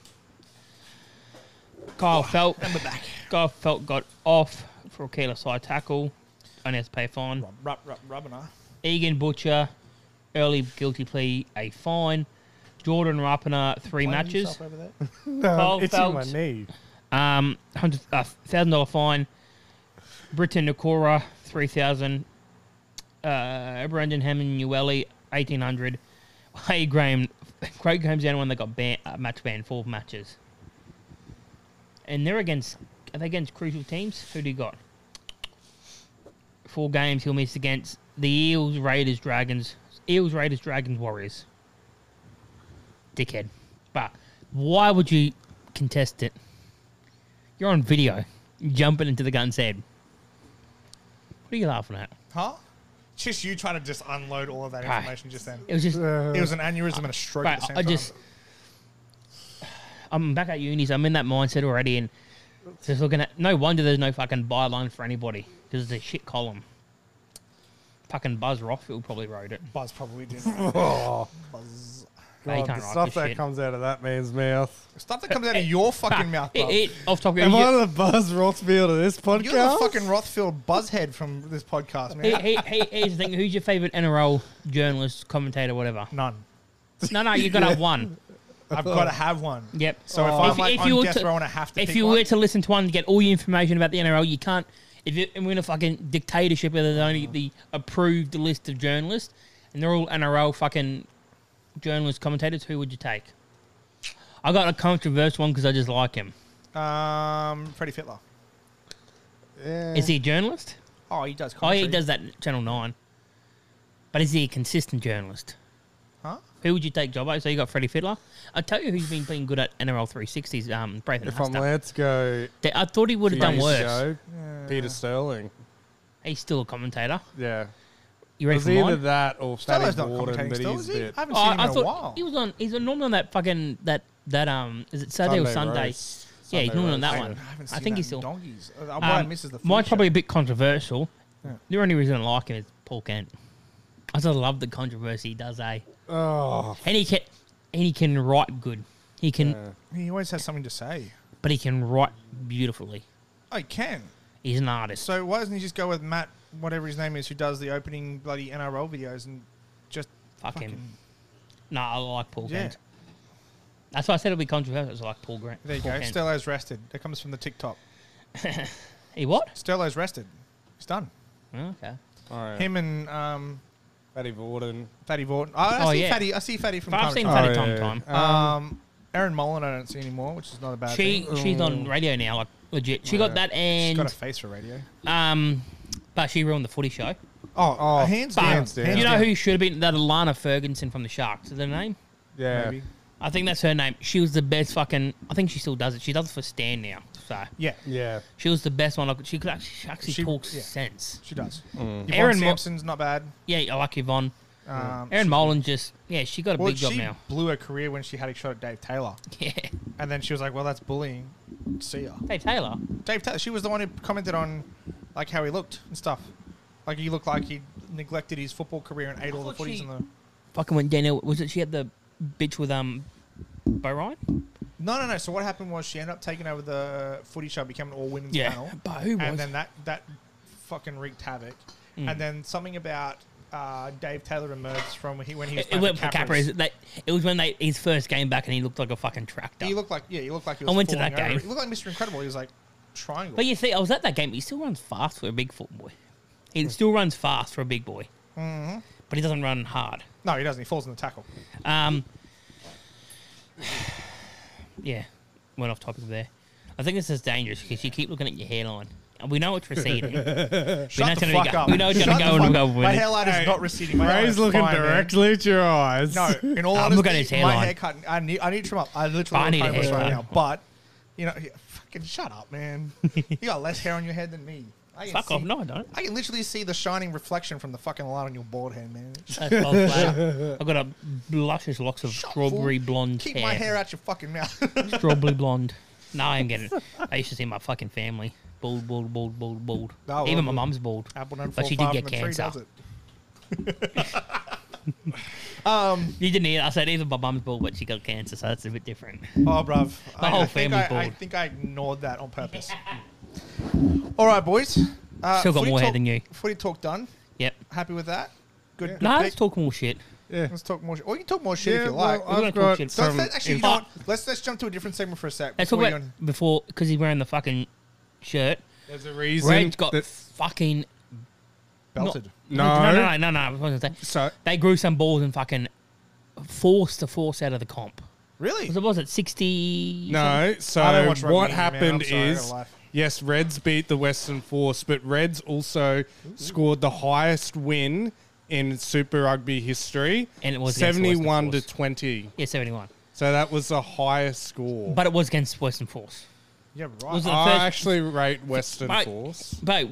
S2: Kyle Felt.
S1: And we're back.
S2: Kyle Felt got off for a careless high tackle. Only has to pay a fine.
S1: Rob, Rob, Rob, Robina.
S2: Egan Butcher, early guilty plea, a fine. Jordan Rapana, three
S1: Why are you
S2: matches.
S1: yourself over there?
S2: Paul
S4: No, it's in my
S2: Phelps.
S4: knee.
S2: Um, hundred thousand dollar fine. Britton Nakora, three thousand. Uh, Brendan Hemanueli, eighteen hundred. Hey Graham, [laughs] Craig Graham's the only one that got ban- uh, match banned four matches. And they're against are they against crucial teams? Who do you got? Four games he'll miss against the Eels, Raiders, Dragons, Eels, Raiders, Dragons, Warriors. Dickhead. But why would you contest it? You're on video, jumping into the gun's head. What are you laughing at?
S1: Huh? Just you trying to just unload all of that
S2: Aye.
S1: information just then.
S2: It was just,
S4: Uh,
S1: It was an aneurysm and a stroke at
S2: right,
S1: the same
S2: I
S1: time.
S2: just, I'm back at uni, so I'm in that mindset already, and just looking at. No wonder there's no fucking byline for anybody because it's a shit column. Fucking Buzz Rothfield probably wrote it.
S1: Buzz probably did.
S4: oh,
S1: Buzz.
S2: Nah, you
S4: God, the
S2: can't write
S4: stuff
S2: this
S4: that
S2: shit.
S4: comes out of that man's mouth.
S1: Stuff that comes out of your fucking
S2: Fuck,
S1: mouth,
S2: it-
S1: bro.
S2: it- off top of your
S4: Am
S2: [laughs]
S4: I the Buzz Rothfield of this podcast?
S1: You're the fucking Rothfield buzzhead from this podcast, man.
S2: Hey, hey, hey, here's the thing. Who's your favorite NRL journalist, commentator,
S4: [laughs]
S2: whatever?
S1: None.
S2: No, no, you got to have one.
S1: I've got to have one.
S2: Yep.
S1: So
S2: Oh.
S1: if I'm like on
S2: were
S1: death
S2: to-
S1: row and I have to
S2: if
S1: pick
S2: you
S1: one-
S2: were to listen to one to get all your information about the NRL, you can't. If you, and we're in a fucking dictatorship where there's only the approved list of journalists, and they're all NRL fucking journalist commentators, who would you take? I got a controversial one because I just like him.
S1: Um, Freddie Fitler.
S4: Yeah.
S2: Is he a journalist?
S1: Oh, he does.
S2: Oh, yeah, he
S1: commentary.
S2: does that in Channel Nine. But is he a consistent journalist?
S1: Huh?
S2: Who would you take, Jobbo? So you got Freddie Fiddler. I tell you who's been playing good at NRL 360s. Um, Braithen
S4: If I'm
S2: Huster.
S4: let's go,
S2: I thought he would have done
S4: years
S2: worse.
S4: ago, Peter Sterling.
S2: He's still a commentator.
S4: Yeah, it
S2: You ready
S4: was
S2: for
S4: either
S2: mine?
S4: that or
S1: Stello's
S4: Fatty
S1: not
S4: Warden,
S1: commentating
S4: but
S1: still,
S4: he's
S1: is
S4: a
S1: he? I
S4: bit.
S1: haven't
S2: Oh,
S1: seen him
S2: I
S1: in a while.
S2: thought he was on. He's on normally on that fucking that that um. Is it Saturday or Sunday?
S4: roast.
S2: Yeah, he's
S4: Sunday
S2: normally on that
S4: roast,
S2: one.
S1: I haven't
S2: I
S1: seen
S2: think
S1: that
S2: he's
S1: in
S2: still.
S1: Donkeys. Uh, I'm glad
S2: Um,
S1: I misses the
S2: mine's
S1: future.
S2: probably a bit controversial.
S1: Yeah.
S2: The only reason I like him is Paul Kent. I just love the controversy he does, eh?
S4: Oh,
S2: And he can, and he can write good. He can,
S4: yeah.
S1: He always has something to say.
S2: but he can write beautifully.
S1: I can.
S2: He's an artist.
S1: So why doesn't he just go with Matt, whatever his name is, who does the opening bloody NRL videos and just
S2: Fuck him.
S1: fucking-
S2: No, I like Paul
S1: Yeah.
S2: Kent. That's why I said it'll be controversial. It's like Paul Grant.
S1: There you
S2: Paul
S1: go.
S2: Kent.
S1: Stello's rested. That comes from the TikTok.
S2: He what?
S1: Stello's rested. He's done.
S2: Oh, okay.
S4: All right.
S1: Him and um,
S4: Fatty Warden.
S1: Fatty Vaughton. I, I
S2: Oh,
S1: see
S2: yeah.
S1: Fatty. I see Fatty from
S2: But I've
S1: time to
S2: seen
S1: time.
S2: Fatty
S4: Oh,
S2: Tom
S4: yeah.
S2: Tom.
S1: Um, Erin Mullen, I don't see anymore, which is not a bad
S2: She
S1: thing.
S2: she's on radio now, like legit. She got that
S1: oh. She's
S2: and
S1: got a face for radio.
S2: um, but she ruined the footy show.
S1: Oh,
S4: Oh,
S1: hands
S2: But
S1: down.
S4: hands down.
S2: you know
S1: down.
S2: who should have been that Alana Ferguson from the Sharks? Is her name?
S4: Yeah.
S1: Maybe.
S2: I think that's her name. She was the best fucking. I think she still does it. She does it for Stan now. So
S1: Yeah,
S4: Yeah.
S2: she was the best one. Like she could actually, she actually
S1: She-
S2: talks
S1: yeah.
S2: sense.
S1: she does.
S2: Erin
S1: Yvonne
S2: Mo-
S1: Sampson's not bad.
S2: Yeah, I like Yvonne.
S1: Um,
S2: Erin Molan just yeah, she got a
S1: well,
S2: big job
S1: she
S2: now. [laughs]
S1: blew her career when she had a shot at Dave Taylor,
S2: Yeah,
S1: and then she was like, "Well, that's bullying." See ya.
S2: hey Taylor.
S1: Dave Taylor. She was the one who commented on like how he looked and stuff. Like he looked like he neglected his football career and ate all the
S2: thought
S1: footies
S2: she-
S1: in the.
S2: Fucking when Danielle was it? She had the bitch with um, Bo Ryan.
S1: No, no, no. So what happened was she ended up taking over the footy show, became an all women's
S2: Yeah,
S1: panel.
S2: but who
S1: And
S2: was? Hmm.
S1: then that that fucking wreaked havoc. And then something about uh, Dave Taylor emerged from when he, when he was
S2: It, it
S1: playing
S2: went
S1: for Capras.
S2: for Capra. is it That it was when they his first game back, and he looked like a fucking tractor.
S1: He looked like yeah, he looked like he was.
S2: went to
S1: falling
S2: that
S1: over.
S2: game.
S1: He looked like Mr. Incredible. He was like triangle.
S2: but you see, I was at that game. He still runs fast for a big foot boy.
S1: Hmm.
S2: He still runs fast for a big boy, mm-hmm. but he doesn't run hard.
S1: no, he doesn't. He falls in the tackle.
S2: Um, [sighs] yeah, went off topic there. I think this is dangerous because you keep looking at your hairline, and we know
S1: [laughs]
S2: it's receding. we know
S1: Shut
S2: it's
S1: the
S2: gonna
S1: fuck
S2: go-
S1: up.
S2: We know it's going
S1: Shut
S2: to
S1: the
S2: go
S1: fuck-
S2: and go with
S1: My
S2: it.
S1: hairline is not receding. My hairline's
S4: Ray's looking
S1: fine, man.
S4: directly at your eyes.
S1: No, in all
S2: [laughs] I'm
S1: honesty,
S2: looking at his
S1: my
S2: hairline.
S1: haircut. I need, I need to trim up. I literally
S2: I
S1: look
S2: need a
S1: homeless right
S2: haircut.
S1: now. But you know, yeah, fucking shut up, man. you got less hair on your head than me. I can
S2: Fuck
S1: see,
S2: off! No, I
S1: [laughs]
S2: don't.
S1: I can literally see the shining reflection from the fucking light on your bald head, man.
S2: That's false flat. I've got a luscious locks of
S1: Shut up, fool.
S2: strawberry blonde
S1: Keep
S2: hair.
S1: my hair out your fucking
S2: [laughs]
S1: mouth.
S2: strawberry blonde. No, I am getting it. I used to see my fucking family bald, bald, bald, bald, bald.
S1: Oh, well,
S2: Even my
S1: well.
S2: mum's bald.
S1: Apple don't
S2: But
S1: fall
S2: she did
S1: far
S2: get
S1: from the tree,
S2: cancer.
S1: does it?
S2: You didn't hear. I said even my mum's bald, but she got cancer, so that's a bit different.
S1: Oh, bruv. I,
S2: whole
S1: I think
S2: family
S1: I, I
S2: bald.
S1: think I ignored that on purpose. All right, boys. Uh,
S2: Still got
S1: footy
S2: more hair
S1: talk-
S2: than you.
S1: Footy talk done.
S2: Yep.
S1: Happy with that? Good. good
S2: Nah,
S1: pick.
S2: let's talk more shit.
S4: [laughs] Yeah.
S1: Let's talk more shit. Or you can talk more shit if
S4: Yeah,
S1: you like.
S4: well,
S2: We're gonna
S4: I've
S2: talk
S4: got-
S2: shit.
S1: So let's,
S3: um,
S2: from-
S1: let's- actually, you know what? Let's let's jump to a different segment for a sec.
S2: Let's talk
S1: before
S2: about
S1: you go-
S2: before because he's wearing the fucking shirt.
S4: There's a reason.
S2: Red's got
S4: that-
S2: fucking
S1: belted.
S4: no.
S2: no, no, no, no. no, I was gonna say
S4: So
S2: they grew some balls and fucking forced the force out of the comp.
S1: Really?
S2: Was it was it sixty?
S3: No,
S1: I don't watch rugby
S3: so what
S1: anymore, man. I'm
S3: happened
S1: sorry, I
S3: is
S1: gotta laugh.
S3: yes, Reds beat the Western Force, but Reds also scored the highest win in Super Rugby history,
S2: And it was against the Western
S3: seventy-one to
S2: Force.
S3: twenty.
S2: Yeah, seventy-one.
S3: So that was the highest score.
S2: But it was against Western Force.
S1: Yeah, right.
S2: Was it- the
S3: I
S2: first-
S3: actually rate Western
S2: But-
S3: Force.
S2: But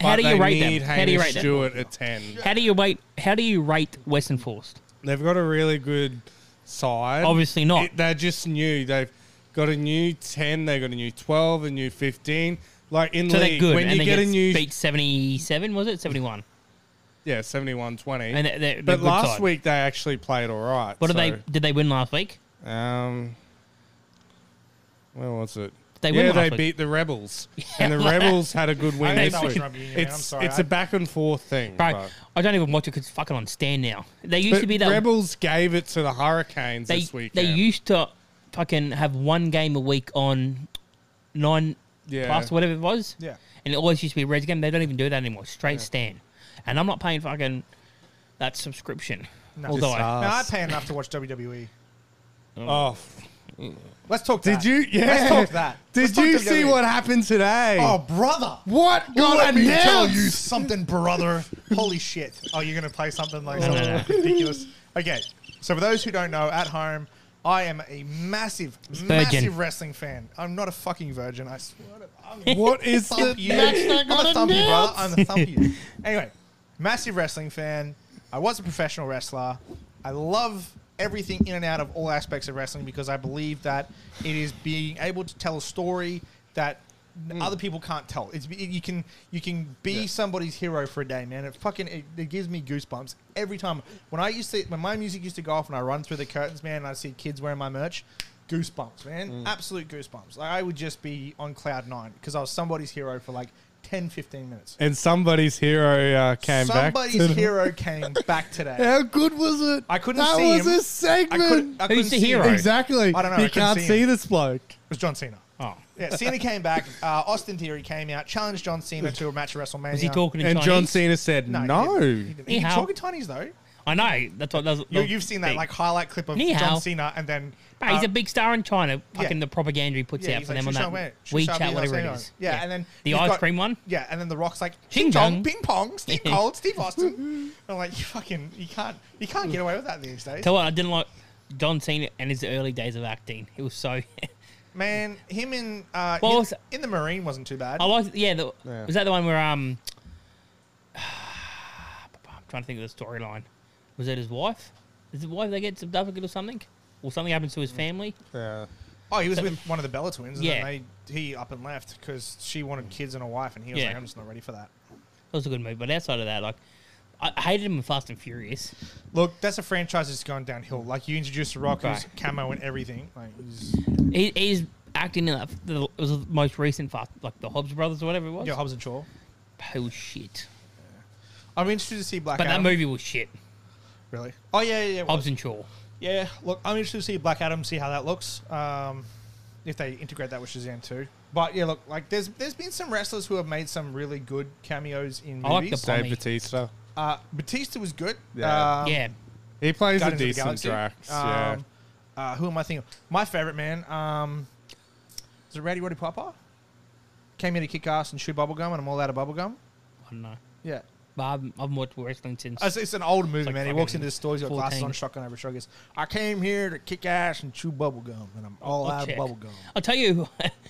S2: how
S3: but
S2: do you
S3: they
S2: rate
S3: need
S2: them? How do you
S3: Hamish
S2: rate them?
S3: Stewart at ten?
S2: How do you rate? How do you rate Western Force?
S3: They've got a really good side.
S2: Obviously not.
S3: It- they're just new. They've got a new ten. They got a new twelve. A new fifteen. Like in
S2: So they're
S3: league,
S2: good,
S3: when
S2: and
S3: you
S2: they
S3: get a new
S2: beat seventy-seven. Was it seventy-one?
S3: yeah seventy-one twenty.
S2: And they're, they're,
S3: But
S2: good
S3: last
S2: side.
S3: week they actually played all right.
S2: what
S3: so,
S2: did they? Did they win last week?
S3: Um, where was it?
S2: They
S3: yeah,
S2: win last
S3: they
S2: week.
S3: beat the
S2: [laughs]
S3: Rebels, and the Rebels had a good win
S1: don't
S3: this
S1: know
S3: week.
S1: rugby union, man. I'm
S3: It's
S1: sorry,
S3: it's
S1: I-
S3: a back and forth thing.
S2: Bro,
S3: but-
S2: I don't even watch it because it's fucking on stand now. They used
S3: but
S2: to be that.
S3: Rebels gave it to the Hurricanes
S2: they
S3: this weekend.
S2: they used to fucking have one game a week on nine
S3: Yeah.
S2: plus whatever it was.
S1: Yeah.
S2: and it always used to be Reds game. They don't even do that anymore. Straight stand, and I'm not paying fucking that subscription.
S1: No.
S2: Although I,
S3: Just,
S1: No, I pay enough to watch WWE.
S3: oh, f-
S1: Let's talk.
S3: did
S1: that.
S3: you? Yeah.
S1: Let's talk that. Let's
S3: Did
S1: talk
S3: you
S1: WWE.
S3: see what happened today?
S1: Oh, brother!
S3: what got
S1: Let me
S3: announced?
S1: tell you something, brother. Holy shit! Oh, you're gonna play something like
S2: No, no,
S1: something ridiculous. Okay, so for those who don't know at home, I am a massive, massive wrestling fan. I'm not a fucking virgin. I swear to I'm [laughs]
S3: What is the
S1: thump you.
S3: match they
S1: I'm
S3: got
S1: a thump you, brother.
S3: announced?
S1: I'm a thump you. Anyway, massive wrestling fan. I was a professional wrestler. I love everything in and out of all aspects of wrestling because I believe that it is being able to tell a story that n- other people can't tell. It's it- you can you can be somebody's hero for a day, man. It fucking it, it gives me goosebumps every time when I used to when my music used to go off and I run through the curtains, man. And I see kids wearing my merch. Goosebumps, man. Absolute goosebumps. Like I would just be on cloud nine because I was somebody's hero for like 10, 15 minutes.
S3: And somebody's hero uh, came back. to
S1: Somebody's
S3: the-
S1: hero came back today.
S3: How good was it?
S1: I couldn't
S3: that
S1: see
S3: was
S1: him.
S3: a
S1: I
S3: segment.
S1: couldn't, I
S2: Who's
S1: couldn't
S2: the
S1: see him.
S2: hero?
S3: Exactly.
S1: I don't know, I
S3: You
S1: couldn't
S3: can't
S1: see
S3: see
S1: him.
S3: this bloke.
S1: It was John Cena.
S2: oh,
S3: [laughs]
S1: Yeah, Cena came back. Uh, Austin Theory came out, challenged John Cena to a match at WrestleMania.
S2: was he talking in
S3: And
S2: Chinese?
S3: John Cena said,
S1: No. he
S3: "No."
S1: didn't. He, didn't. He
S2: Ni hao.
S1: talking Chinese though.
S2: I know. That's what that's,
S1: You, you've seen that like highlight clip of
S2: Ni hao.
S1: John Cena, and then
S2: Bro, he's
S1: uh,
S2: a big star in China.
S1: yeah.
S2: Fucking the propaganda he puts
S1: yeah,
S2: out
S1: he's
S2: for
S1: like,
S2: them on
S1: "Shisha
S2: that
S1: where? Shisha
S2: WeChat,
S1: being
S2: whatever it
S1: Australian."
S2: is.
S1: Yeah, and then
S2: the
S1: you've
S2: ice
S1: got-
S2: cream one.
S1: Yeah, and then The
S2: [laughs]
S1: Rock's like, "Ping
S2: Ching
S1: pong,
S2: dong.
S1: ping pong,
S2: [laughs]
S1: Steve Cold, Steve Austin." I'm like, "You fucking, you can't, you can't get away with that these days."
S2: Tell what I didn't like John Cena and his early days of acting. He was so. [laughs]
S1: Man, him in uh,
S2: Well,
S1: in,
S2: it's-
S1: in the Marine wasn't too bad.
S2: I liked. Yeah, the,
S3: Yeah.
S2: was that the one where um, [sighs] I'm trying to think of the storyline. Was it his wife? Is his wife they get subducted or something, or something happens to his
S1: Mm.
S2: family?
S4: yeah.
S1: Oh, he was with one of the Bella twins, and
S2: Yeah.
S1: then they, he up and left because she wanted kids and a wife, and he was
S2: Yeah.
S1: like, "I'm just not ready for that."
S2: That was a good movie. But outside of that, like I I hated him in Fast and Furious.
S1: Look, that's a franchise that's going downhill. Like you introduced the Rock, who's
S2: Okay.
S1: camo and everything. Like he's-
S2: He, he's acting in that. The, it was the most recent Fast, like the Hobbs Brothers or whatever it was.
S1: yeah, Hobbs and Shaw.
S2: Oh shit!
S1: I'm interested to see Black
S2: But that
S1: Adam.
S2: movie was shit.
S1: really? Oh yeah, yeah, yeah. it was.
S2: Hobbs and Shaw.
S1: Yeah, look, I'm interested to see Black Adam, see how that looks. Um, if they integrate that with Shazam too. But yeah, look, like there's there's been some wrestlers who have made some really good cameos in
S2: I like
S1: movies.
S2: the- Tommy.
S3: Dave Batista.
S1: uh, Batista was good.
S3: Yeah.
S1: Um,
S2: yeah,
S3: He plays
S1: Guardians
S3: a
S1: of the
S3: decent
S1: Galaxy.
S3: Drax.
S1: Um,
S3: yeah.
S1: uh, who am I thinking? of? My favorite man. Um, is it Rowdy Roddy Piper? Came here to kick ass and chew bubblegum, and I'm all out of bubblegum.
S2: I don't know.
S1: Yeah.
S2: But I haven't, I haven't watched wrestling since.
S1: It's, it's an old movie,
S2: like
S1: man. He walks
S2: fucking
S1: into the store, he's got glasses
S2: 14.
S1: on, shotgun over his shoulder. he goes, I came here to kick ass and chew bubblegum, and I'm all
S2: I'll
S1: out
S2: check.
S1: of bubblegum.
S2: I'll tell you, [laughs]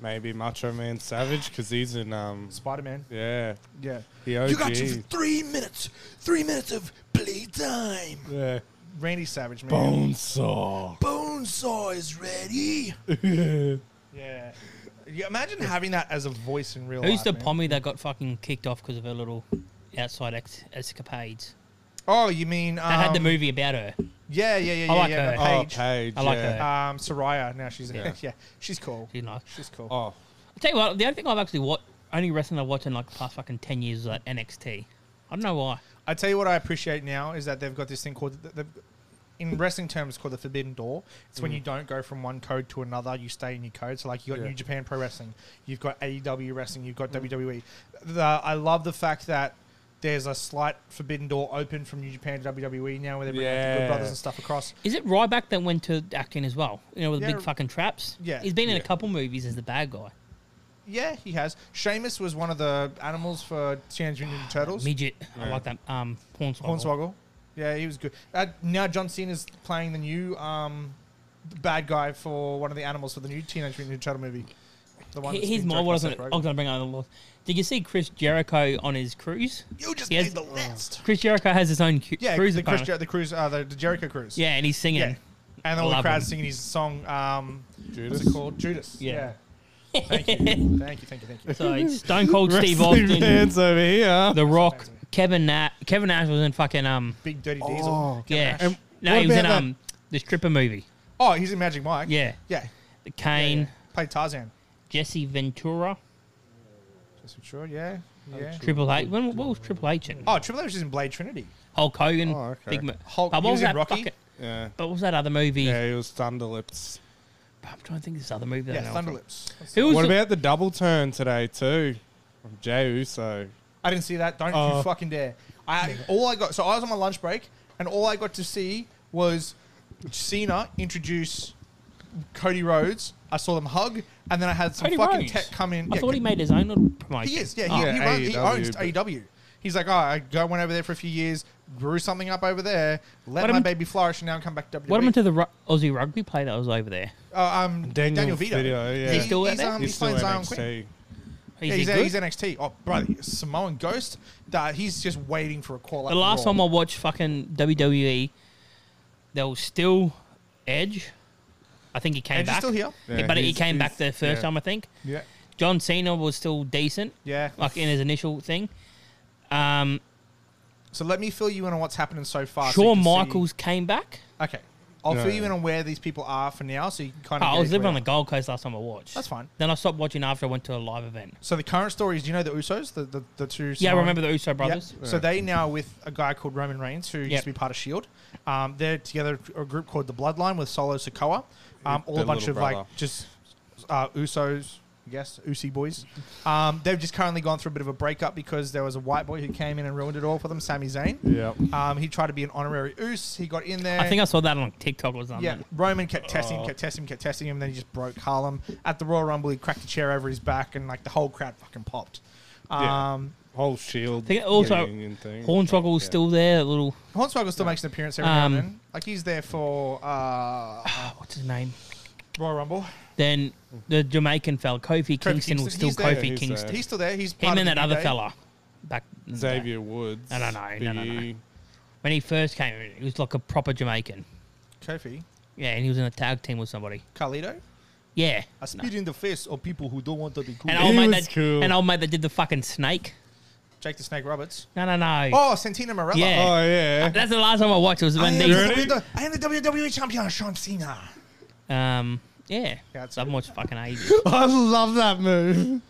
S3: Maybe Macho Man Savage because he's in. Um,
S1: Spider Man.
S3: yeah.
S1: Yeah.
S3: The OG.
S1: You got you for three minutes. Three minutes of playtime.
S3: yeah.
S1: Randy Savage, man.
S3: Bonesaw.
S1: Bonesaw is
S3: [laughs]
S1: ready. yeah. yeah. Imagine having that as a voice in real
S2: who's
S1: life.
S2: the
S1: man.
S2: pommy that got fucking kicked off because of her little outside ex- escapades?
S1: Oh, you mean. Um,
S2: They had the movie about her.
S1: Yeah, yeah, yeah, yeah.
S2: I like
S1: yeah.
S2: her.
S3: Oh,
S1: Paige.
S3: Paige.
S2: I like
S3: yeah.
S2: that.
S1: Um, Soraya. Now she's. [laughs] Yeah.
S3: Yeah.
S1: She's cool.
S2: You know.
S1: She's cool.
S3: Oh,
S2: I'll tell you what, the only thing I've actually watched, only wrestling I've watched in like the past fucking 10 years is like NXT. I don't know why.
S1: I tell you what I appreciate now is that they've got this thing called the, the, in wrestling terms it's called the forbidden door. It's when you don't go from one code to another, you stay in your code. So like you got
S3: Yeah.
S1: New Japan Pro Wrestling, you've got AEW wrestling, you've got WWE. The, I love the fact that there's a slight forbidden door open from New Japan to WWE now, where they bring like, the
S3: Yeah.
S1: Good Brothers and stuff across.
S2: Is it Ryback that went to acting as well? You know, with the
S1: Yeah.
S2: big fucking traps?
S1: Yeah.
S2: He's been in
S3: Yeah.
S2: a couple movies as the bad guy.
S1: Yeah, he has. Seamus was one of the animals for Teenage Mutant Ninja Turtles.
S2: Midget. I like that. Um, Hornswoggle.
S1: Hornswoggle. Yeah, he was good. Uh, now John Cena's playing the new um, bad guy for one of the animals for the new Teenage Mutant Ninja Turtle movie. The
S2: He-
S1: that's
S2: Here's
S1: been joked
S2: my what I
S1: by
S2: was
S1: Seth
S2: gonna- I
S1: Rogen.
S2: was going to bring up. Did you see Chris Jericho on his cruise?
S1: You just
S2: He has-
S1: made the list.
S2: Chris Jericho has his own cu-
S1: Yeah,
S2: cruise.
S1: the, Chris
S2: apparently.
S1: Jer- the cruise, uh, the, the Jericho cruise.
S2: yeah, and he's singing.
S1: yeah. And all the
S2: Love
S1: crowd's
S2: him.
S1: singing his song. Um,
S3: Judas.
S1: What's it called? Judas.
S2: Yeah. [laughs]
S1: Yeah. thank you. Thank you. Thank you. Thank you.
S2: So it's Stone
S1: [laughs]
S2: Cold Steve
S3: Wrestling
S2: Austin,
S3: fans over here.
S2: The Rock,
S1: amazing.
S2: Kevin Nash. Kevin Nash was in fucking um
S1: Big Dirty Diesel.
S3: Oh.
S1: Kevin
S2: yeah.
S1: Nash.
S3: And
S2: no,
S3: what
S2: he was in
S3: about that-
S2: um the stripper movie.
S1: oh, he's in Magic Mike.
S2: Yeah,
S1: Yeah.
S2: the Kane,
S1: Played Tarzan.
S2: Jesse Ventura,
S1: Just sure. Yeah. Yeah.
S2: Triple H. When what was Triple H in?
S1: Oh, Triple H is in Blade Trinity.
S2: Hulk Hogan.
S3: Oh, okay.
S2: Big, Mo-
S1: Hulk-
S2: but
S1: he
S2: what
S1: was
S2: was
S1: in
S2: that
S1: Rocky?
S2: fucking-
S3: Yeah.
S2: But what was that other movie?
S3: Yeah, he was Thunderlips.
S2: I'm trying to think of this other movie. That
S1: Yeah,
S2: I know
S1: Thunderlips.
S2: from. Who was
S3: What
S2: the-
S3: about the double turn today too? From Jey Uso.
S1: I didn't see that. Don't you
S3: Oh.
S1: fucking dare. I all I got. So I was on my lunch break, and all I got to see was Cena introduce Cody Rhodes. I saw them hug, and then I had some
S2: Cody
S1: fucking
S2: Rhodes?
S1: tech come in.
S2: I
S1: yeah,
S2: thought he made his own little promotion.
S1: he is. Yeah,
S2: Oh,
S1: he, he,
S3: Yeah,
S1: run, he
S3: AEW,
S1: owns
S3: but-
S1: AEW. He's like, oh, I go- went over there for a few years, grew something up over there, let
S2: What
S1: my
S2: happened-
S1: baby flourish, and now I'm coming back to WWE.
S2: What happened to the ru- Aussie rugby player that was over there?
S1: uh, um, Daniel,
S3: Daniel
S1: Vito?
S3: Vito, yeah.
S1: He-
S2: He's still
S1: he's,
S2: there?
S1: um,
S3: He's
S1: he's playing
S3: still
S1: Zion
S3: NXT.
S1: Queen.
S2: Is
S1: yeah, he's,
S2: he
S1: a-
S2: good?
S1: he's NXT. Oh, brother, Samoan Ghost. That he's just waiting for a call. up
S2: The last
S1: Raw.
S2: time I watched fucking WWE, there was still Edge. I think he came
S1: Edge is
S2: back.
S1: still here.
S3: Yeah,
S2: but he
S3: he's-
S2: came back
S3: he's-
S2: the first
S3: yeah.
S2: time, I think.
S1: Yeah.
S2: John Cena was still decent,
S1: Yeah.
S2: like in his initial thing. Um,
S1: So let me fill you in on what's happening so far. so you
S2: Shawn
S1: can see-
S2: Michaels came back.
S1: Okay. I'll
S3: Yeah,
S1: fill you
S3: yeah.
S1: in on where these people are for now, so you can kind
S2: Oh,
S1: of.
S2: I
S1: get
S2: was
S1: it
S2: living on the
S1: clear.
S2: Gold Coast last time I watched.
S1: That's fine.
S2: Then I stopped watching after I went to a live event.
S1: So the current story is, do you know, the Usos, the the, the two.
S2: Yeah, I
S1: Samoan-
S2: remember the Uso
S1: Yeah.
S2: brothers.
S1: So they now are with a guy called Roman Reigns, who
S2: Yeah.
S1: used to be part of Shield. Um, they're together a group called the Bloodline with Solo Sokoa. Um, all a
S3: Their
S1: bunch
S3: little
S1: of
S3: brother.
S1: like just uh, Usos. Yes, Usi boys. Um, they've just currently gone through a bit of a breakup because there was a white boy who came in and ruined it all for them, Sami Zayn.
S3: Yep.
S1: Um, he tried to be an honorary Us. He got in there.
S2: I think I saw that on TikTok or something.
S1: Yeah, Roman kept testing, him, kept testing, him, kept testing him. Then he just broke Harlem at the Royal Rumble. He cracked a chair over his back, and like the whole crowd fucking popped.
S3: Yeah.
S1: Um,
S3: Whole shield.
S2: Think also
S3: reunion thing.
S2: Hornswoggle was
S3: Yeah.
S2: still there. a Little
S1: Hornswoggle still makes an appearance every
S2: Um,
S1: now and then. Like he's there for uh,
S2: oh, what's his name?
S1: Royal Rumble.
S2: Then the Jamaican fella, Kofi, Kingston,
S1: Kingston,
S2: was still
S1: he's there.
S2: Kofi
S3: He's there.
S2: Kingston.
S1: He's still there. He's
S2: Him
S1: part
S2: and
S1: of the
S2: that
S1: New
S2: other
S1: Day.
S2: fella back in the day.
S3: Xavier Woods.
S2: No, no, no, no, no, no.
S3: Biggie.
S2: When he first came in, he was like a proper Jamaican.
S1: Kofi,
S2: Yeah, and he was in a tag team with somebody.
S1: Carlito.
S2: Yeah.
S1: I spit in the face of people who don't want to be cool.
S2: And
S3: He
S2: old mate
S3: was
S2: that
S3: cool.
S2: and old mate that did the fucking snake.
S1: Jake the Snake Roberts.
S2: No, no, no.
S1: Oh, Santina Morella.
S2: Yeah.
S3: Oh yeah.
S2: [laughs] That's the last time I watched it was
S1: I
S2: when
S1: am,
S2: these.
S3: Really?
S1: the, I am the WWE champion, Sean Cena.
S2: Um, yeah.
S1: Yeah, it's
S2: I've
S1: good.
S2: watched fucking
S1: [laughs]
S2: ages.
S3: I love that move.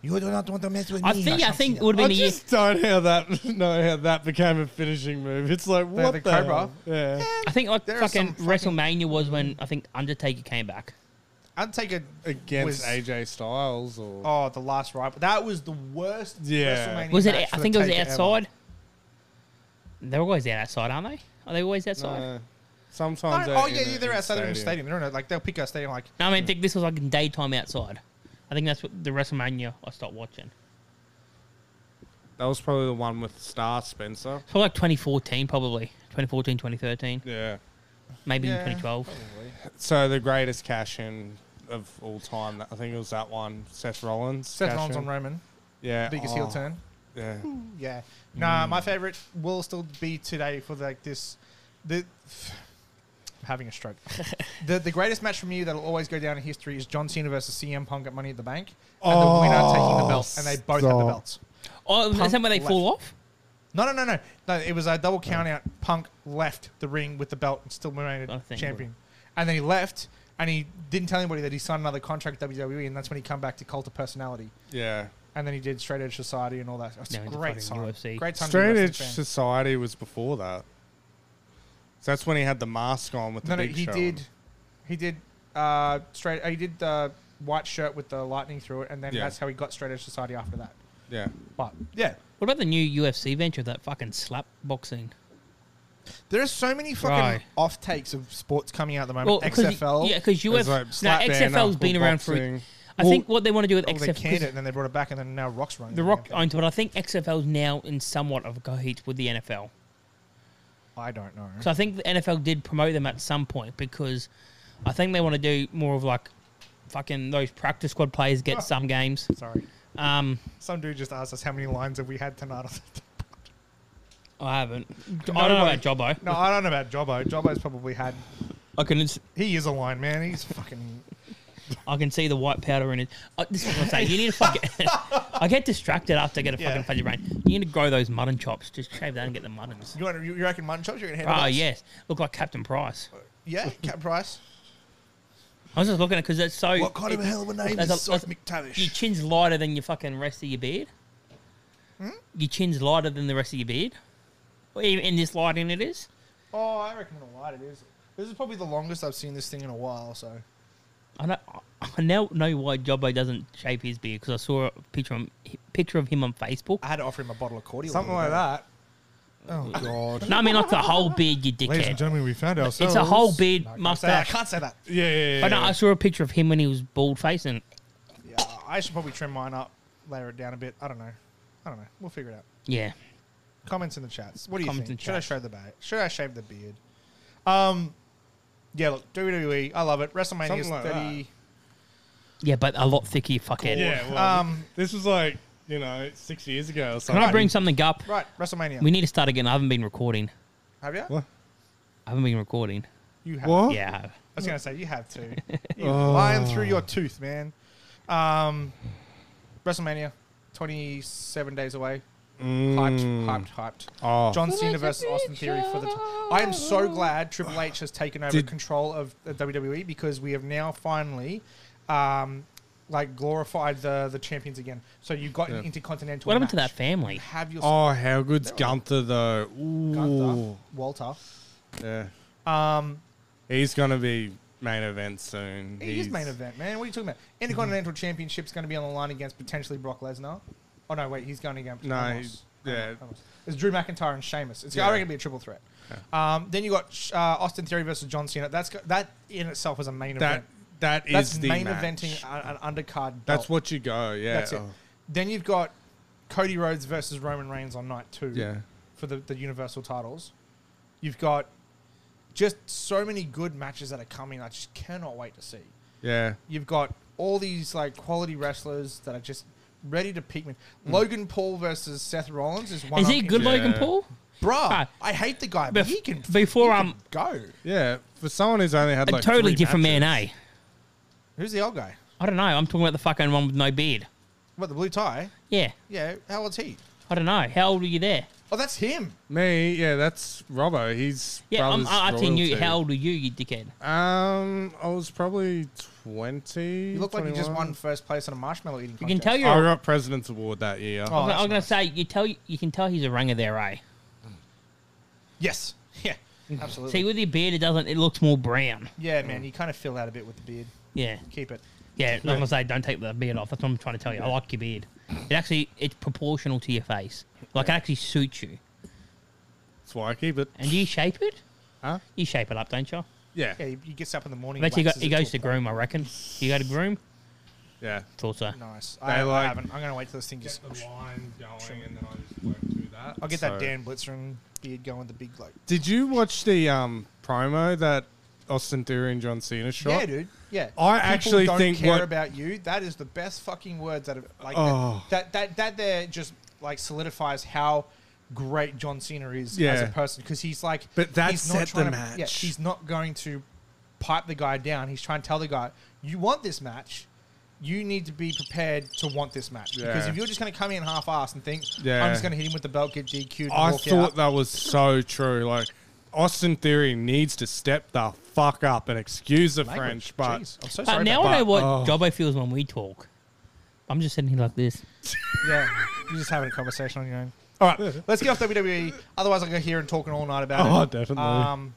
S1: You do not want to mess with
S2: I
S1: me.
S2: think I
S1: Sean
S2: think it
S1: Cena.
S2: would have
S3: I
S2: been a year.
S3: just don't how that [laughs] know how that became a finishing move. It's like what
S1: the
S3: the,
S1: Cobra.
S3: hell? Yeah.
S2: I think like
S1: There are
S2: fucking
S1: some
S2: WrestleMania was when I think Undertaker came back.
S1: I'd take a
S3: Against
S1: was-
S3: AJ Styles or
S1: Oh, the last ride. That was the worst.
S3: Yeah.
S1: WrestleMania
S2: Was it?
S1: match for
S2: I
S1: the
S2: think it was
S1: Taker ever.
S2: outside. They're always out outside, aren't they? Are they always outside?
S3: No.
S1: No,
S3: sometimes.
S1: oh
S3: in
S1: yeah,
S3: a-
S1: yeah, they're
S3: in a
S1: outside of the stadium. They're not, like they'll pick a stadium. Like
S2: No, I mean, I think this was like in daytime outside. I think that's what the WrestleMania I stopped watching.
S3: That was probably the one with Star Spencer.
S2: So like 2014, probably 2014, 2013,
S3: Yeah.
S2: maybe
S1: Yeah.
S2: in 2012.
S3: So the greatest cash in of all time. I think it was that one. Seth Rollins.
S1: Seth
S3: cash
S1: Rollins
S3: in.
S1: on Roman,
S3: Yeah.
S1: biggest heel
S3: oh, Hmm.
S1: turn.
S3: Yeah.
S1: Yeah. Nah, my favorite will still be today for like this. The [sighs] I'm having a
S3: [laughs]
S1: stroke. the the greatest match for me that'll always go down in history is John Cena versus CM Punk at Money at the Bank, and the winner taking the belt, and they both had the
S3: Oh, stop.
S1: belts.
S2: Oh, is that
S1: Punk
S2: when they fall off?
S1: No, no, no, no, no. It was a double count out. Punk left the ring with the belt and still remained
S2: I think-
S1: champion. And then he left, and he didn't tell anybody that he signed another contract with WWE, and that's when he come back to Cult of Personality.
S3: Yeah.
S1: And then he did Straight Edge Society and all that. It's
S2: Now
S1: a
S2: he's a
S1: great
S2: fucking
S1: time.
S2: UFC.
S1: Great time. to be a
S3: Straight
S1: wrestling
S3: Edge
S1: fan.
S3: Society was before that. So that's when he had the mask on with the
S1: No, no,
S3: big
S1: he
S3: show.
S1: did. He did uh, straight. Uh, he did the white shirt with the lightning through it, and then
S3: Yeah.
S1: that's how he got Straight Edge Society after that.
S3: Yeah.
S1: But yeah,
S2: What about the new UFC venture, that fucking slap boxing?
S1: there are so many fucking
S2: Right.
S1: off takes of sports coming out at the moment.
S2: Well, 'cause-
S1: XFL.
S2: Yeah, because
S3: It was like
S2: UFC.
S3: slap
S2: no,
S3: band,
S2: XFL's
S3: knuckle
S2: been around for.
S3: boxing.
S2: I think what they want to do with
S1: Oh, they
S2: XFL.
S1: canned it, and then they brought it back, and then now Rock's running.
S2: The Rock
S1: damn thing.
S2: owns it, but I think XFL's now in somewhat of a compete with the NFL.
S1: I don't know.
S2: So I think the NFL did promote them at some point because I think they want to do more of like fucking those practice squad players get some games.
S1: Sorry.
S2: Um,
S1: Some dude just asked us how many lines have we had tonight. [laughs] on the-
S2: I haven't. I
S1: No
S2: don't know about Jobbo.
S1: no, I don't know about Jobbo. Jobbo's probably had.
S2: I can s-
S1: He is a line man. He's fucking.
S2: I can see the white powder in it. Uh, this is what I'm saying. You need to fucking. [laughs] I get distracted after I get a
S1: [laughs] Yeah.
S2: fucking fuzzy brain. You need to grow those mutton chops. Just shave that and get the muttons.
S1: You, want, you you reckon mutton chops? You're gonna hit.
S2: Oh yes, look like Captain Price.
S1: Yeah, Cat Price.
S2: I was just looking at because it's so.
S1: What kind of
S2: it-
S1: a hell of a name
S2: there's a-
S1: is Sonic
S2: Your
S1: McTavish?
S2: chin's lighter than your fucking rest of your beard.
S1: Hmm?
S2: Your chin's lighter than the rest of your beard. Or even in this lighting, it is.
S1: Oh, I reckon a lot it is. This is probably the longest I've seen this thing in a while. So
S2: I know. I now know why Jobbo doesn't shave his beard because I saw a picture of, picture of him on
S1: [laughs]
S2: Facebook.
S1: [laughs] I had to offer him a bottle of cordial.
S3: Something like that. Oh,
S1: [laughs]
S3: God.
S2: No, I mean like the whole beard, you dickhead.
S3: gentlemen, we found
S2: It's a whole beard
S1: I
S2: mustache.
S1: can't say that.
S3: Yeah, yeah, yeah.
S2: But no,
S3: yeah.
S2: I saw a picture of him when he was bald faced and
S1: Yeah, I should probably trim mine up, layer it down a bit. I don't know. I don't know. We'll figure it out.
S2: yeah.
S1: Comments in the chats. What do you
S2: Comments
S1: think?
S2: in
S1: Should I
S2: chat.
S1: shave the beard? Should I shave the beard? Um, yeah. Look, WWE. I love it. WrestleMania is
S3: Something like
S1: thirty.
S2: Yeah, but a lot thicker, you fuckhead.
S3: yeah, well,
S1: Um,
S3: this was like, you know, six years ago or
S2: Can
S3: something.
S2: I bring something up?
S1: Right, WrestleMania.
S2: We need to start again. I haven't been recording.
S1: have you?
S3: What?
S2: I haven't been recording.
S1: You have.
S3: What?
S2: Yeah, I have.
S1: I was gonna say you have
S3: [laughs]
S1: to. You lying through your tooth, man. Um, WrestleMania, twenty-seven days away. Hyped, hyped, hyped.
S3: Mm. Oh.
S1: John Cena versus Austin Theory for the. T- I am so glad Triple H has taken over
S3: Did-
S1: control of the WWE because we have now finally, um, like glorified the the champions again. So you've got
S3: Yeah.
S1: an intercontinental.
S2: What happened to
S1: match.
S2: that family?
S1: Have your
S3: Oh, how good's Gunther, though? Ooh.
S1: Gunther, Walter.
S3: Yeah.
S1: Um,
S3: He's going to be main event soon.
S1: He is main event, man. What are you talking about?
S3: Mm-hmm.
S1: Intercontinental Championship's going to be on the line against potentially Brock Lesnar. Oh no, wait, he's going against.
S3: No,
S1: Omos.
S3: he's- yeah.
S1: Omos. It's Drew McIntyre and Sheamus. It's I
S3: Yeah.
S1: reckon it'll be a triple threat. Um, then you got uh, Austin Theory versus John Cena. That's go- that in itself is a main
S3: That,
S1: event.
S3: that is
S1: That's
S3: the
S1: main
S3: match.
S1: eventing a- an undercard. Belt.
S3: That's what you go, yeah.
S1: That's it.
S3: Oh,
S1: Then you've got Cody Rhodes versus Roman Reigns on night two
S3: Yeah.
S1: for the, the Universal titles. You've got just so many good matches that are coming. I just cannot wait to see
S3: Yeah.
S1: you've got all these like quality wrestlers that are just ready to peak. me. Logan Paul versus Seth Rollins is one.
S2: Mm. Is
S1: I'm
S2: he good,
S1: interested-
S2: Logan
S3: Yeah.
S2: Paul?
S1: Bruh,
S2: Ah.
S1: I hate the guy, but
S2: Bef-
S1: he can
S2: before,
S1: he
S2: um,
S1: can go.
S3: Yeah. For someone who's only had
S2: A
S3: like.
S2: totally
S3: three
S2: different
S3: matches.
S2: man, eh?
S1: Who's the old guy?
S2: I don't know. I'm talking about the fucking one with no beard.
S1: What the blue tie?
S2: Yeah.
S1: Yeah, how old's he?
S2: I don't know. How old were you there?
S1: Oh, that's him.
S3: Me, yeah, that's Robbo. He's
S2: Yeah, um, I'm
S3: brother's
S2: asking you.
S3: royalty.
S2: How old were you, you dickhead?
S3: Um, I was probably twenty.
S1: You look like you just
S3: 21.
S1: won first place on a marshmallow eating
S2: You
S1: contest. [laughs]
S2: can tell
S3: I
S2: you're.
S3: got President's Award that year.
S1: Oh,
S2: I
S1: that's
S2: was gonna
S1: nice.
S2: say you tell you can tell he's a ranger there, eh?
S1: Yes. [laughs] Yeah. Absolutely.
S2: See, with your beard, it doesn't. It looks more brown.
S1: yeah, man. You kind of fill out a bit with the beard.
S2: Yeah,
S1: Keep it.
S2: yeah. I'm gonna say don't take the beard off. That's what I'm trying to tell you. I like your beard. It actually it's proportional to your face. Like it actually suits you.
S3: That's why I keep it.
S2: And do you shape it?
S3: Huh?
S2: You shape it up, don't you?
S3: [laughs] Yeah,
S1: Yeah, he, he gets up in the morning.
S2: I bet you go,
S1: waxes
S2: he
S1: it
S2: goes to
S1: a point.
S2: groom. I reckon. You go to groom.
S3: yeah.
S2: Thought so.
S1: Nice. I,
S3: They like-
S1: I haven't. I'm gonna wait till this thing just.
S3: line going, and then I just work through that.
S1: I'll get that Dan Blitzer and beard going. The big like.
S3: Did you watch the um promo that Austin Theory and John Cena shot?
S1: Yeah, dude. Yeah.
S3: I
S1: People
S3: actually
S1: don't
S3: think
S1: care
S3: what-
S1: about you. That is the best fucking words that have like
S3: Oh.
S1: that that that there just like solidifies how great John Cena is as
S3: Yeah.
S1: a person because he's like
S3: But that
S1: he's
S3: set the
S1: trying to- Yeah,
S3: match.
S1: he's not going to pipe the guy down. He's trying to tell the guy, "You want this match." You need to be prepared to want this match because
S3: Yeah.
S1: if you're just going to come in half-assed and think
S3: Yeah.
S1: I'm just going to hit him with the belt, get DQ'd, and
S3: I
S1: walk
S3: thought
S1: out,
S3: that was so true. Like Austin Theory needs to step the fuck up and excuse the
S1: Language.
S3: French, but
S1: Jeez, I'm so sorry.
S2: But now
S1: about
S2: I know
S3: but-
S2: what
S3: oh.
S2: Jobbo feels when we talk. I'm just sitting here like this.
S1: that. yeah, you're just having a conversation on your own.
S3: all right.
S1: Let's get off WWE. Otherwise, I'll go here and talking all night about
S3: Oh,
S1: it.
S3: definitely.
S1: Um,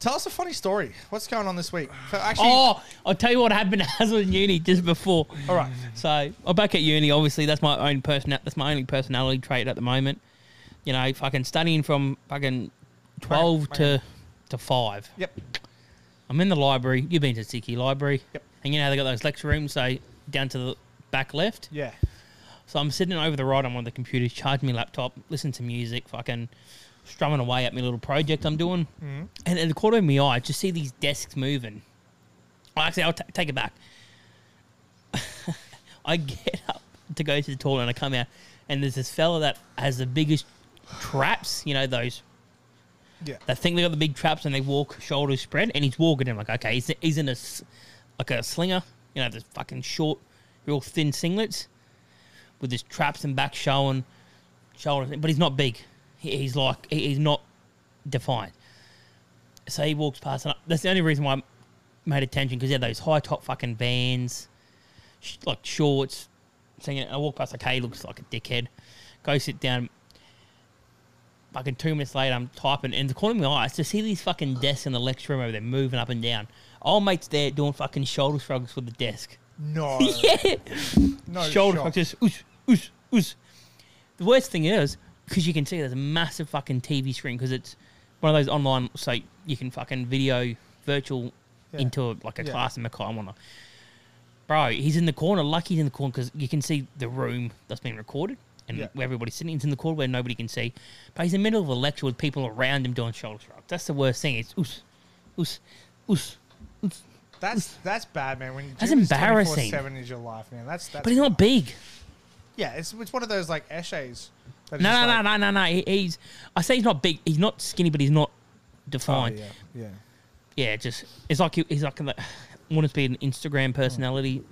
S1: tell us a funny story. What's going on this week? So Actually,
S2: Oh, I'll tell you what happened [laughs] as in uni just before.
S1: all right.
S2: So I'm back at uni. Obviously, that's my own person. That's my only personality trait at the moment. You know, fucking studying from fucking twelve
S1: Bang,
S2: to to five.
S1: Yep.
S2: I'm in the library. You've been to Siki Library.
S1: Yep.
S2: And you know how they got those lecture rooms, so down to the back left.
S1: Yeah.
S2: So I'm sitting over the right on one of the computers, charging my laptop, listening to music, fucking strumming away at my little project I'm doing. Mm-hmm. And at the corner of my eye, I just see these desks moving. Well, actually, I'll t- take it back. [laughs] I get up to go to the toilet and I come out, and there's this fella that has the biggest traps, you know, those
S1: Yeah.
S2: they think they got the big traps and they walk shoulders spread, and he's walking. I'm like, okay, he's, he's in a s- like a slinger, you know, this fucking short, real thin singlets with his traps and back showing, shoulders, but he's not big. He, he's like he, he's not defined. So he walks past, and I, that's the only reason why I made attention because he had those high top fucking vans, sh- like shorts. Singing, I walk past, like, hey, he looks like a dickhead. Go sit down, fucking two minutes later, I'm typing, and the corner of my eyes to see these fucking desks in the lecture room over there moving up and down. All mates there doing fucking shoulder shrugs with the desk.
S1: No.
S2: [laughs] yeah,
S1: No.
S2: shoulder
S1: shot.
S2: shrugs, just oosh, oosh, oosh. The worst thing is, because you can see there's a massive fucking TV screen because it's one of those online, so you can fucking video virtual
S1: Yeah.
S2: into like a
S1: Yeah.
S2: class in Mackay and whatnot. Bro, he's in the corner. Lucky's in the corner because you can see the room that's been recorded and
S1: Yeah.
S2: where everybody's sitting. It's in the corner where nobody can see. But he's in the middle of a lecture with people around him doing shoulder shrugs. That's the worst thing. It's oos, oos, oos.
S1: That's that's bad, man. When
S2: That's
S1: gym is
S2: embarrassing.
S1: 24/7 is your life, man. That's that's.
S2: But he's not big.
S1: yeah, it's it's one of those like essays. that is
S2: No,
S1: just
S2: no,
S1: like-
S2: no, no, no, no. He, he's. I say he's not big. He's not skinny, but he's not
S1: Oh,
S2: defined.
S1: yeah. Yeah.
S2: yeah. it's just it's like he, he's like an, want to be an
S1: Hmm.
S2: Instagram personality,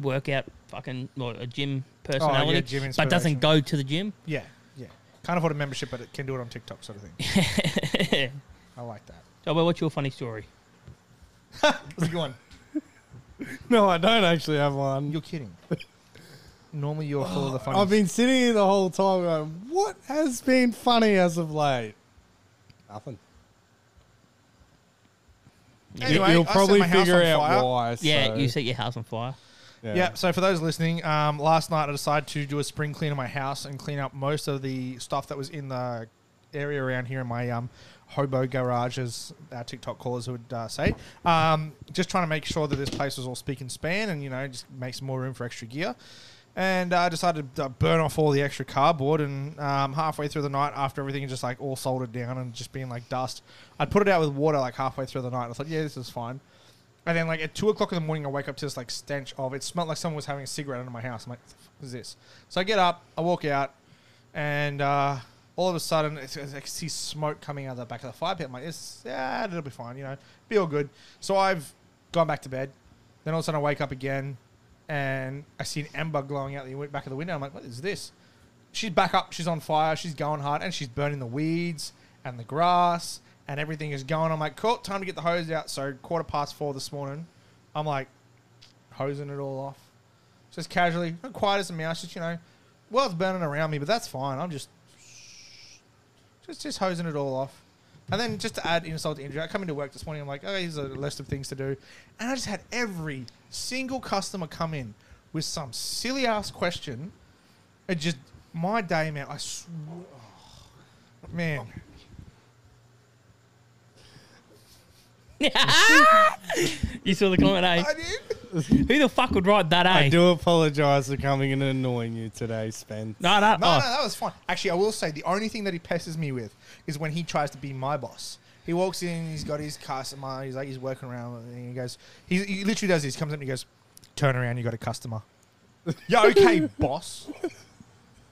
S2: workout fucking or a gym personality,
S1: Oh, gym
S2: but
S1: inspiration.
S2: doesn't go to the gym. [laughs]
S1: Yeah. Yeah. Can't afford a membership, but it can do it on TikTok, sort of
S2: [laughs]
S1: thing. I like that.
S2: So, well, what's your funny story?
S1: That's a good
S2: [laughs]
S1: one.
S3: No, I don't actually have one.
S1: You're
S2: [laughs]
S1: kidding. Normally, you're full
S2: [gasps]
S1: of the funny.
S3: I've been sitting here the whole time going, what has been funny as of late? Nothing.
S1: Anyway,
S3: You'll
S1: I set
S3: probably
S1: my house
S3: figure
S1: on
S3: out
S1: fire.
S3: why.
S2: Yeah,
S3: so,
S2: you set your house on
S1: [laughs]
S2: fire. [laughs]
S3: yeah.
S1: Yeah. So for those listening, um, last night I decided to do a spring clean of my house and clean up most of the stuff that was in the area around here in my um, hobo garage, as our TikTok callers would uh, say. Um, just trying to make sure that this place was all speak and span, and you know, just make some more room for extra gear. And I decided to uh, burn off all the extra cardboard. And um, halfway through the night, after everything just like all soldered down and just being like dust, I'd put it out with water like halfway through the night. I was like, yeah, this is fine. And then like at two o'clock in the morning, I wake up to this like stench of it smelled like someone was having a cigarette under my house. I'm like, what the fuck is this? So I get up, I walk out, and uh, all of a sudden it's, it's- I see smoke coming out of the back of the fire pit. I'm like, this, yeah, it'll be fine, you know, be all good. So I've gone back to bed. Then all of a sudden I wake up again, and I see an ember glowing out the wi- back of the window. I'm like, what is this? she's back up. She's on fire. She's going hard, and she's burning the weeds and the grass, and everything is going. I'm like, cool, time to get the hose out. So quarter past four this morning, I'm like hosing it all off, just casually, not quiet as a mouse, just you know, world's burning around me, but that's fine. I'm just just just hosing it all off. And then just to add insult to injury, I come into work this morning. I'm like, oh, here's a list of things to do, and I just had every single customer come in with some silly ass question. It just my day, man. I swear, man.
S2: you saw the comment, eh?
S1: Oh, I did.
S2: Who the fuck would write that, eh?
S3: I do apologize for coming and annoying you today, Spence.
S2: No, no,
S1: No,
S2: oh,
S1: no, that was fine. Actually, I will say the only thing that he pesters me with is when he tries to be my boss. He walks in, he's got his customer, he's like, he's working around, and he goes, he, he literally does this, comes up and he goes, turn around, you got a [laughs] customer. yeah, okay, boss.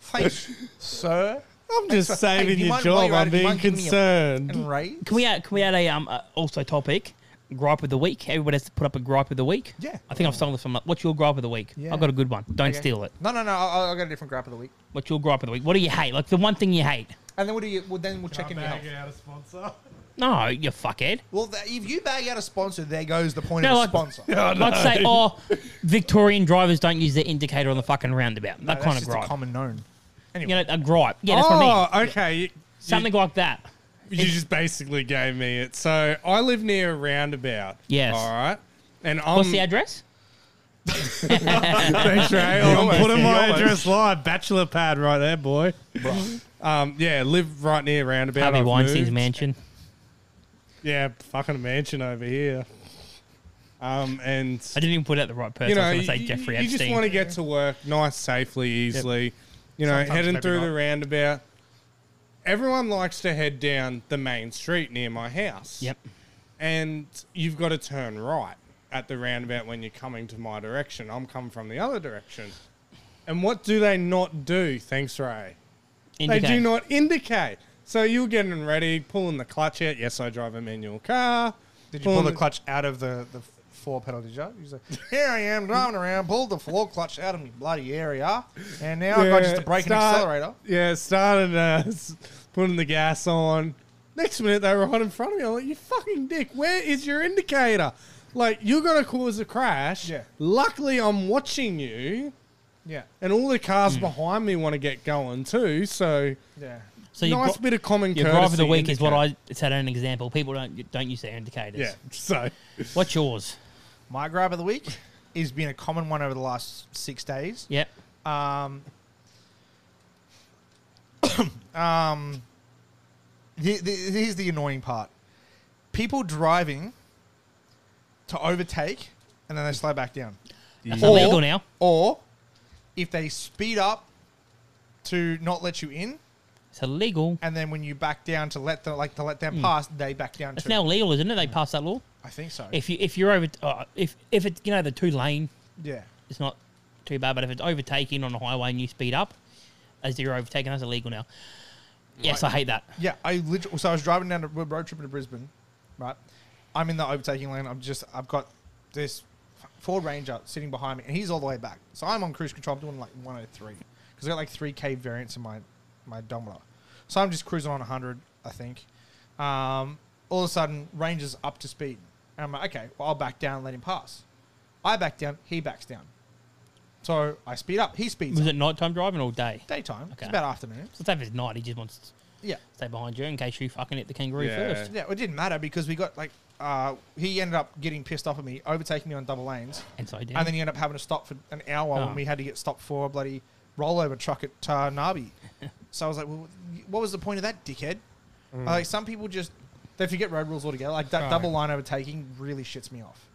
S1: Thanks, sir.
S3: I'm just
S1: Hey,
S3: saving
S1: you
S3: your
S1: mind while
S3: job.
S1: you're at it,
S3: I'm
S1: you
S3: being
S1: mind giving me a-
S3: concerned.
S1: And Ray?
S2: Can we add, can we add a um uh, also topic? Gripe of the week. Everybody has to put up a gripe of the week.
S1: Yeah.
S2: I think I've stolen this from. What's your gripe of the week?
S1: Yeah.
S2: I've got a good one. Don't
S1: Okay.
S2: steal it.
S1: No, no, no. I'll, I'll get a different grab of the week.
S2: What's your gripe of the week? What do you hate? Like the one thing you hate?
S1: And then what do you? Well, then we'll check in your health.
S4: out a sponsor.
S2: No,
S3: [laughs]
S2: you fuckhead.
S1: Well, that, if you bag out a sponsor, there goes the point
S2: No,
S1: of a
S2: like-
S1: sponsor.
S2: Like say, oh, Victorian drivers don't use the indicator on the fucking roundabout. That
S1: That's
S2: kind of
S1: just
S2: gripe.
S1: a common known. Anyway,
S2: you know, a gripe. Yeah, that's
S3: oh,
S2: what I mean.
S3: okay. You,
S2: Something like that.
S3: you, you just basically gave me it. So I live near a roundabout.
S2: Yes.
S3: All right. And I'm
S2: What's the address?
S3: [laughs] Thanks, Ray. Oh, I'm
S4: Put in
S3: putting
S4: my
S3: my address.
S4: address live, bachelor pad right there, boy.
S3: Um, yeah, live right near roundabout.
S2: Harvey
S3: I've
S2: Weinstein's
S3: moved.
S2: mansion.
S3: Yeah, fucking mansion over here. Um, and
S2: I didn't even put out the right person.
S3: you know,
S2: I was
S3: you,
S2: going to say Jeffrey
S3: you
S2: Epstein.
S3: just want to get to work nice, safely, easily. You know,
S1: Sometimes
S3: heading
S1: maybe
S3: through the
S1: not.
S3: roundabout. Everyone likes to head down the main street near my house.
S2: Yep.
S3: and you've got to turn right at the roundabout when you're coming to my direction. I'm coming from the other direction. And what do they not do? Thanks, Ray. They
S2: Indicate.
S3: do not indicate. So you're getting ready, pulling the clutch out. Yes, I drive a manual car.
S1: Did you pull the
S3: Pulling-
S1: clutch out of the, the floor pedal? Did you? He's like, [laughs] here I am driving around, pulled the floor clutch out of my bloody area, and now I've got just a brake
S3: start-
S1: and accelerator.
S3: Yeah, started uh, s- putting the gas on. Next minute, they were right in front of me. I'm like, you fucking dick, where is your indicator? Like, you're going to cause a crash.
S1: Yeah.
S3: Luckily, I'm watching you,
S1: Yeah,
S3: and all the
S2: Mm.
S3: cars behind me want to get going too. So,
S1: yeah.
S2: So you've
S3: nice
S2: got-
S3: bit of common
S2: Your
S3: courtesy.
S2: drive of the week is what
S3: indicator.
S2: I set an example. People don't don't use their indicators.
S3: Yeah, [laughs] so.
S2: What's yours?
S1: My grab of the week has been a common one over the last six days.
S2: Yep.
S1: Um, um, the, the, here's the annoying part: people driving to overtake and then they slow back down.
S2: That's
S1: Or-
S2: illegal now.
S1: or if they speed up to not let you in,
S2: It's illegal.
S1: and then when you back down to let the like to let them pass, they back down
S2: It's
S1: too.
S2: now illegal, isn't it? They passed that law.
S1: I think so.
S2: If you if you're over uh, if if it's you know the two lane,
S1: yeah,
S2: it's not too bad. But if it's overtaking on a highway and you speed up, as you're overtaking, that's illegal now. Yes, I hate that.
S1: yeah. I literally so I was driving down a we're road trip to Brisbane, right? I'm in the overtaking lane. I'm just I've got this Ford Ranger sitting behind me, and he's all the way back. So I'm on cruise control. I'm doing like 103 because I got like 3k variants in my my odometer. So I'm just cruising on 100, I think. Um, all of a sudden, Ranger's up to speed, and I'm like, okay, well I'll back down, and let him pass. I back down, he backs down. So I speed up, he speeds
S2: Was
S1: up.
S2: it nighttime driving all day?
S1: Daytime, it's
S2: Okay.
S1: about afternoon.
S2: So if it's night, he just wants to
S1: Yeah,
S2: stay behind you in case you fucking hit the kangaroo
S3: Yeah.
S2: first.
S1: Yeah, it didn't matter because we got like uh, he ended up getting pissed off at me, overtaking me on double lanes,
S2: And so I did.
S1: and then he ended up having to stop for an hour
S2: Oh.
S1: when we had to get stopped for a bloody rollover truck at uh, Nabi. so I was like, well, what was the point of that, dickhead?
S3: Mm.
S1: Like some people just they forget road rules altogether. Like that
S3: Oh.
S1: double line overtaking really shits me off.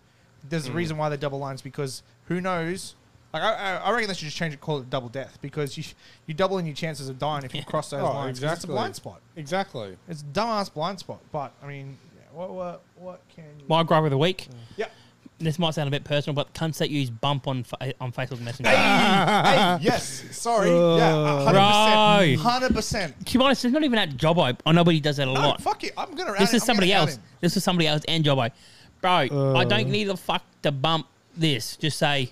S1: There's
S3: Mm.
S1: a reason why they double lines because who knows. Like I, I I reckon they should just change it, call it double death, because you you double in your chances of dying if you cross those
S3: Oh,
S1: lines. 'cause It's a
S3: exactly.
S1: blind spot.
S3: Exactly.
S1: It's a dumbass blind spot, but I mean, yeah, what what what can you?
S2: My gripe of the week.
S1: yeah.
S2: This might sound a bit personal, but cunts that use bump on fa- on Facebook Messenger.
S1: hey, yes, sorry, yeah,
S2: Right.
S1: hundred percent,
S2: to be honest, it's not even at Jobbo. I know, but he does that a
S1: No,
S2: lot.
S1: fuck it, I'm gonna.
S2: This
S1: add
S2: is
S1: it, I'm
S2: somebody
S1: gonna add
S2: else.
S1: him.
S2: This is somebody else and Jobbo. Bro, I don't need the fuck to bump this. Just say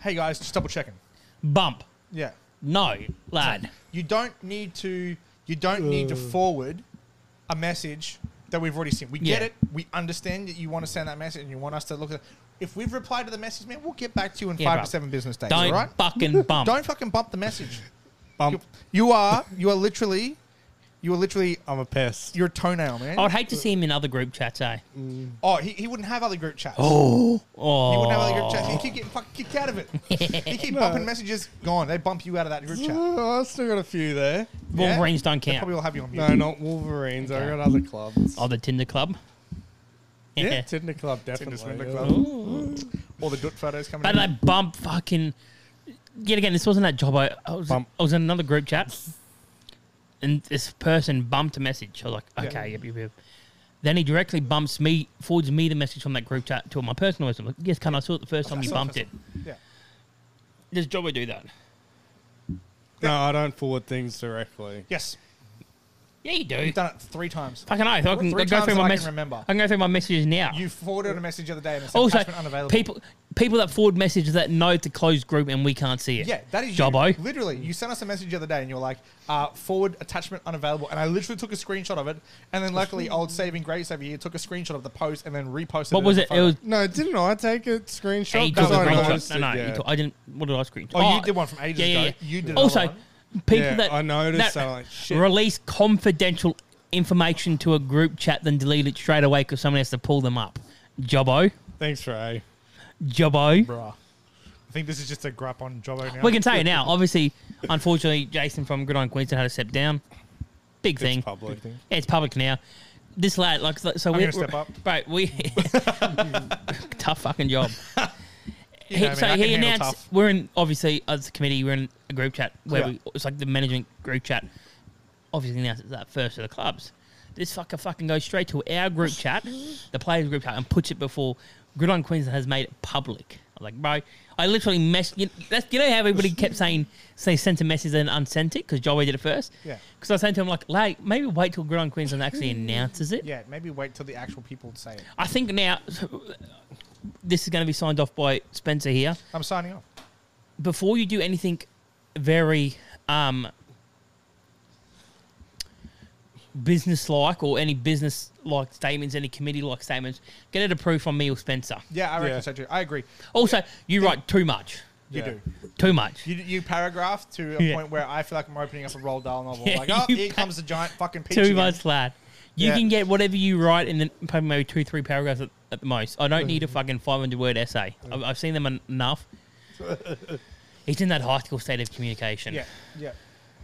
S1: Hey guys, just double checking.
S2: bump.
S1: Yeah,
S2: No, lad.
S1: You don't need to. You don't need
S2: Uh.
S1: to forward a message that we've already seen. We get
S2: Yeah.
S1: it. We understand that you want to send that message and you want us to look at. it. If we've replied to the message, man, we'll get back to you in
S2: Yeah,
S1: five
S2: bruv.
S1: to seven business days.
S2: Don't
S1: all right? [laughs]
S2: fucking bump.
S1: Don't fucking bump the message.
S4: Bump.
S1: You are. You are literally. You are literally.
S4: I'm a pest.
S1: Your toenail, man.
S2: I would hate to see him in other group chats, eh?
S1: Oh, he, he wouldn't have other group chats. He
S2: Oh.
S1: wouldn't have other group chats. He keep getting fucking kicked out of it. he
S2: [laughs]
S1: keep bumping messages. Gone. They bump you out of that group chat.
S3: Oh, I still got a few there.
S1: Yeah?
S2: Wolverines don't
S1: They
S2: count.
S1: probably will have you on mute.
S3: No, not Wolverines. I got other clubs.
S2: Oh, the Tinder club.
S3: yeah, Tinder Club definitely.
S1: Swindler
S3: yeah.
S1: Club. All the dut photos coming.
S2: But
S1: in.
S2: they bump fucking. Yet again, this wasn't that job. I, I was
S3: Bump.
S2: I was in another group chat, and this person bumped a message. I was like, okay, yep, yep, yep. Then he directly bumps me, forwards me the message from that group chat to my personal message. I'm like, yes, can I saw it the first time you
S1: saw it
S2: bumped
S1: the
S2: it.
S1: first Yeah.
S2: There's a job I do that.
S3: No, I don't forward things directly.
S1: Yes.
S2: Yeah, you do.
S1: You've done it three times.
S2: Fucking oath. I can
S1: Three
S2: I go
S1: times
S2: through
S1: that I can
S2: my mess-
S1: remember.
S2: I can go through my messages now.
S1: You forwarded a message the other day and it said
S2: also,
S1: attachment unavailable.
S2: people people that forward messages that know to close group and we can't see it.
S1: yeah, that is
S2: Jobbo.
S1: you. Literally, you sent us a message the other day and you were like, uh, forward attachment unavailable. And I literally took a screenshot of it. And then luckily, old Saving Grace over here took a screenshot of the post and then reposted
S2: What
S1: it.
S2: was
S1: as a
S2: it? It
S1: photo.
S2: was.
S3: No, didn't I take a
S2: Hey,
S3: screenshot?
S2: you took a
S3: I
S2: screenshot.
S3: noticed
S2: No,
S3: it,
S2: no, you
S3: yeah.
S2: took- I didn't. What did I screenshot?
S1: Oh, you did one from ages ago. You did
S2: also,
S1: another
S2: people
S3: Yeah,
S2: that
S3: I noticed
S2: that
S3: that, like, shit.
S2: release confidential information to a group chat, then delete it straight away because someone has to pull them up. Jobbo,
S3: Thanks, Ray.
S2: Jobbo.
S1: Bruh. I think this is just a grab on Jobbo now.
S2: We can say it now. Obviously, unfortunately, Jason from Gridiron Queensland had to step down. Big thing.
S3: It's public.
S2: Yeah, it's public now. This lad, like, so so
S1: I'm
S2: we,
S1: gonna step up.
S2: right? We [laughs] tough fucking job.
S1: [laughs] You
S2: He-
S1: know me,
S2: so
S1: I can
S2: he
S1: handle
S2: announced
S1: tough.
S2: we're in obviously as a committee we're in a group chat where
S1: Yeah.
S2: we, it's like the management group chat. Obviously announced it's that first of the clubs. This fucker fucking goes straight to our group chat, the players group chat, and puts it before Gridiron Queensland has made it public. I'm like, bro, I literally messed. You, that's, you know how everybody kept saying say sent a message and unsent it because Joey did it first.
S1: Yeah.
S2: Because I was saying to him like, like maybe wait till Gridiron
S1: [laughs]
S2: Queensland actually announces it.
S1: Yeah, maybe wait till the actual people say it.
S2: I think now this is going to be signed off by Spencer here.
S1: I'm signing off.
S2: Before you do anything very um, business like or any business like statements, any committee like statements, get it approved from me or Spencer.
S1: Yeah, I reckon
S3: Yeah.
S1: so too. I agree.
S2: Also, you write too much.
S1: You
S3: Yeah.
S1: do.
S2: Too much.
S1: You, you paragraph to a
S2: Yeah.
S1: point where I feel like I'm opening up a Roald Dahl novel.
S2: Yeah,
S1: like, oh,
S2: you
S1: here
S2: pa-
S1: comes the giant fucking peach.
S2: Too
S1: again.
S2: much, lad. You
S1: Yeah.
S2: can get whatever you write in the, probably maybe two, three paragraphs at, at the most. I don't need a fucking 500 word essay. I've, I've seen them en-
S1: [laughs]
S2: enough. He's in that high school state of communication.
S1: Yeah, yeah.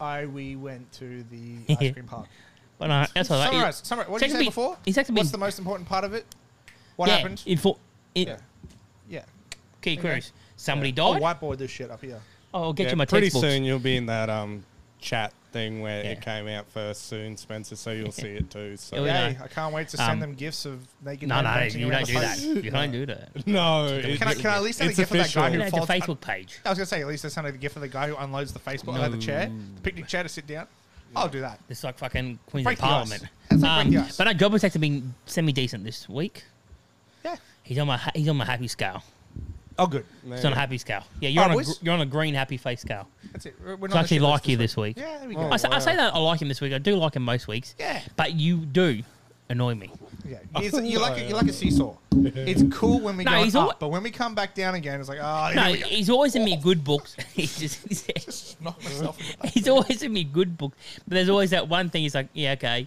S1: I we went to
S2: [laughs]
S1: the ice cream park.
S2: But no, that's all right.
S1: Summarize, summarize. What
S2: It's
S1: did you say
S2: actually-
S1: before?
S2: it's actually
S1: What's
S2: been-
S1: the most important part of it? What
S2: yeah,
S1: happened?
S2: Info- in,
S1: yeah, Oh, yeah.
S2: Key queries. Somebody
S1: I'll
S2: died.
S1: whiteboard this shit up here.
S2: Oh, I'll get
S3: Yeah,
S2: you my
S3: pretty
S2: textbooks.
S3: soon you'll be in that um chat thing where
S2: Yeah.
S3: it came out first soon, Spencer. So you'll see it too. So
S2: Yeah,
S1: Yay!
S2: know.
S1: I can't wait to send
S2: Um,
S1: them gifts of naked.
S2: No,
S1: men
S2: no,
S1: dancing
S2: you
S1: around
S2: don't
S1: the
S2: do
S1: place.
S2: that. You don't
S1: [laughs]
S2: do
S3: [laughs]
S2: that.
S3: no, it-
S1: Can I, can I at least send a
S3: It's
S1: gift of that guy
S3: official.
S1: who
S2: You know, it's a
S1: folds?
S2: Facebook page.
S1: I was gonna say at least I sent a gift of the guy who unloads the Facebook, uh, the chair, the picnic chair to sit down. I'll do that.
S2: It's like fucking Queen's
S1: Break
S2: of
S1: the ice.
S2: Parliament.
S1: That's like break the
S2: Um,
S1: ice.
S2: but no, job has actually been semi decent this week.
S1: Yeah.
S2: He's on my ha- he's on my happy scale.
S1: Oh, good.
S2: It's on a happy scale. Yeah, you're
S1: Oh,
S2: on a
S1: was-
S2: gr- you're on a green happy face scale.
S1: That's it. We're we're
S2: So I
S1: not on
S2: actually
S1: the shit
S2: like
S1: list
S2: you this week.
S1: Yeah, there we
S3: Oh.
S1: go.
S2: I, say, I say that I like him this week. I do like him most weeks.
S1: Yeah.
S2: But you do annoy me.
S1: Yeah,
S3: [laughs]
S1: it's, you're like a, you're like a seesaw. It's cool when we
S2: No,
S1: go
S2: he's
S1: up,
S2: all-
S1: but when we come back down again, it's like oh,
S2: No,
S1: here we go.
S2: he's always in me good books. [laughs] he's just, he's,
S1: knock myself.
S3: [laughs]
S1: in the back.
S2: he's always in me good books. But there's always that one thing. He's like, yeah, okay.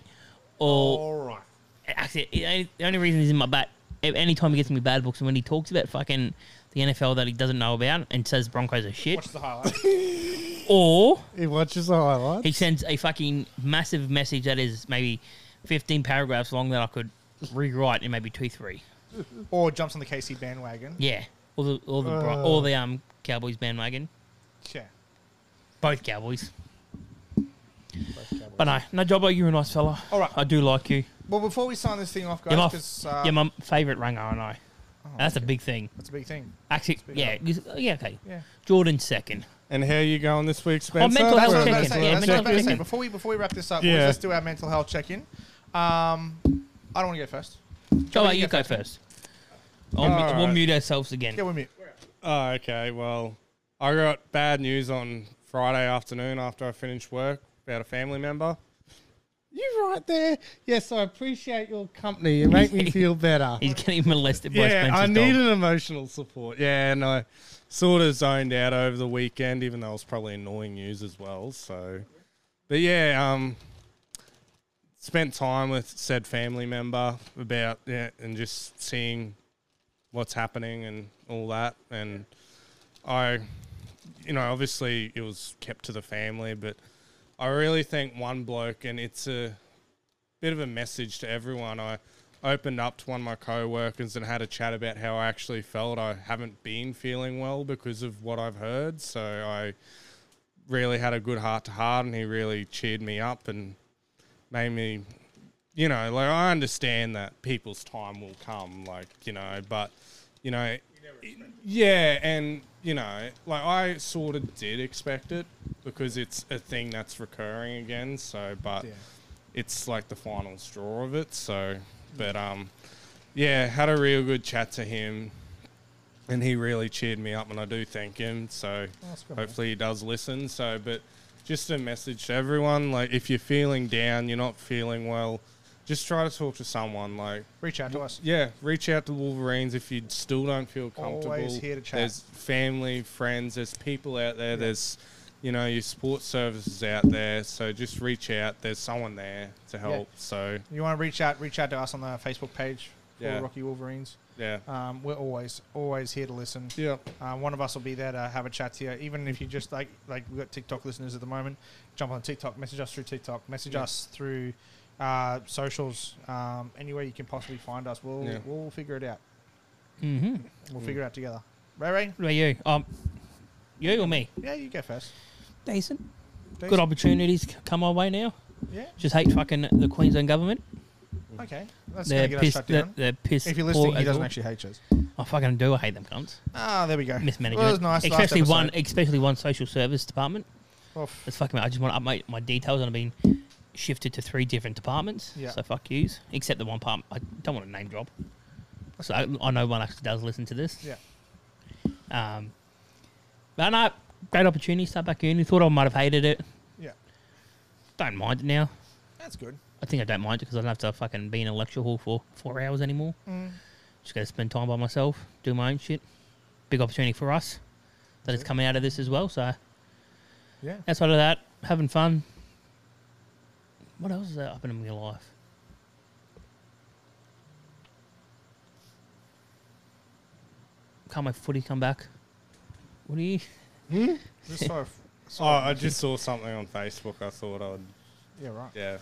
S2: Or
S1: All right.
S2: actually, the only- the only reason he's in my bad. Any time he gets in my bad books, and when he talks about fucking the NFL that he doesn't know about and says Broncos are shit,
S1: Watch the highlight.
S2: or
S3: he watches the highlights.
S2: he sends a fucking massive message that is maybe 15 paragraphs long that I could rewrite in maybe two, three.
S1: or jumps on the KC bandwagon.
S2: Yeah, or the or the Bro- or the um Cowboys bandwagon,
S1: Yeah.
S2: both Cowboys.
S1: both Cowboys.
S2: But no, no Jobbo, you're a nice fella.
S1: All right.
S2: I do like you.
S1: Well, before we sign this thing off, guys,
S2: You're my,
S1: 'cause, uh, Oh,
S2: you're my favourite ranger, I know. That's a big thing.
S1: that's a big thing.
S2: Actually,
S1: Speak
S2: yeah,
S1: up.
S2: you- oh, yeah, okay.
S1: Yeah.
S2: Jordan's second.
S3: And how you going this week, Spencer?
S2: mental health
S1: That's what I
S3: Well,
S1: was about to
S2: check-in.
S1: say.
S2: Yeah,
S1: That's what I was
S2: mental
S1: about to say.
S2: check-in.
S1: Before we before we wrap this up,
S3: Yeah.
S1: let's do our mental health check-in. Um, I don't want to go first.
S2: Jobbo, you go first. I'll mu-
S3: Alright.
S2: We'll mute ourselves again.
S1: Yeah, we're mute.
S3: Oh, okay. Well, I got bad news on Friday afternoon after I finished work about a family member. You right there? Yes, I appreciate your company. You make
S2: [laughs]
S3: me feel better.
S2: He's getting molested by
S3: yeah, I
S2: Spencer's dog.
S3: needed emotional support. Yeah, and I sort of zoned out over the weekend, even though I was probably annoying news as well. So, but yeah, um, spent time with said family member about yeah, and just seeing what's happening and all that. And I, you know, obviously it was kept to the family, but I really think one bloke, and it's a bit of a message to everyone. I opened up to one of my co-workers and had a chat about how I actually felt. I haven't been feeling well because of what I've heard, so I really had a good heart to heart, and he really cheered me up and made me, you know, like I understand that people's time will come, like you know, but you know, yeah, and you know, like I sort of did expect it because it's a thing that's recurring again. So, but
S1: Yeah.
S3: it's like the final straw of it. So, but um, yeah, had a real good chat to him, and he really cheered me up, and I do thank him. So,
S1: that's good, man.
S3: hopefully, he does listen. So, but just a message to everyone: like, if you're feeling down, you're not feeling well, just try to talk to someone. Like,
S1: Reach out to us.
S3: yeah, reach out to Wolverines if you still don't feel comfortable.
S1: Always here to chat.
S3: There's family, friends, there's people out there. There's, you know, your support services out there. So just reach out. There's someone there to help. So
S1: You want to reach out? Reach out to us on the Facebook page for
S3: Yeah.
S1: Rocky Wolverines.
S3: yeah,
S1: Um, we're always always here to listen.
S3: yeah,
S1: Uh, one of us will be there to have a chat to you. Even if you just like like we've got TikTok listeners at the moment, jump on TikTok, message us through TikTok, message
S3: Yeah.
S1: us through uh, socials, um, anywhere you can possibly find us. We'll
S3: Yeah. Mm.
S1: we'll figure it out.
S2: Mm-hmm.
S1: We'll figure it out together. Ray Ray,
S2: What about you? Um, you or me?
S1: yeah, you go first.
S2: Decent.
S1: Decent.
S2: Good opportunities c- come my way now.
S1: Yeah,
S2: Just hate fucking the Queensland government.
S3: Mm.
S1: okay. That's gonna
S2: they're
S1: get us
S2: pissed.
S1: shut
S2: They're,
S1: down.
S2: they're pissed.
S1: If you're
S2: poor
S1: listening, he
S2: as
S1: doesn't
S2: well.
S1: actually hate us.
S2: I fucking do. I hate them cunts.
S1: Ah, there we go.
S2: Mismanagement.
S1: Well, it was nice. last
S2: Especially
S1: episode.
S2: one. Especially one social service department.
S1: Oof.
S2: It's fucking. I just want to update my details, and I've been shifted to three different departments.
S1: Yeah.
S2: So fuck yous. Except the one part I don't want to name drop. So I, I know one actually does listen to this.
S1: Yeah.
S2: Um, but no, great opportunity. Start back uni. Thought I might have hated it.
S1: Yeah,
S2: Don't mind it now.
S1: that's good.
S2: I think I don't mind it because I don't have to fucking be in a lecture hall for four hours anymore.
S1: Mm.
S2: Just got to spend time by myself, do my own shit. Big opportunity for us that is
S1: it.
S2: coming out of this as well. So
S1: Yeah.
S2: outside of that, having fun. What else is that happening in your life? Can't my footy come back? What do you? [laughs]
S1: Just sort of,
S3: Oh, I just saw something on Facebook. I thought
S4: oh,
S3: I'd
S1: yeah, right.
S3: yeah.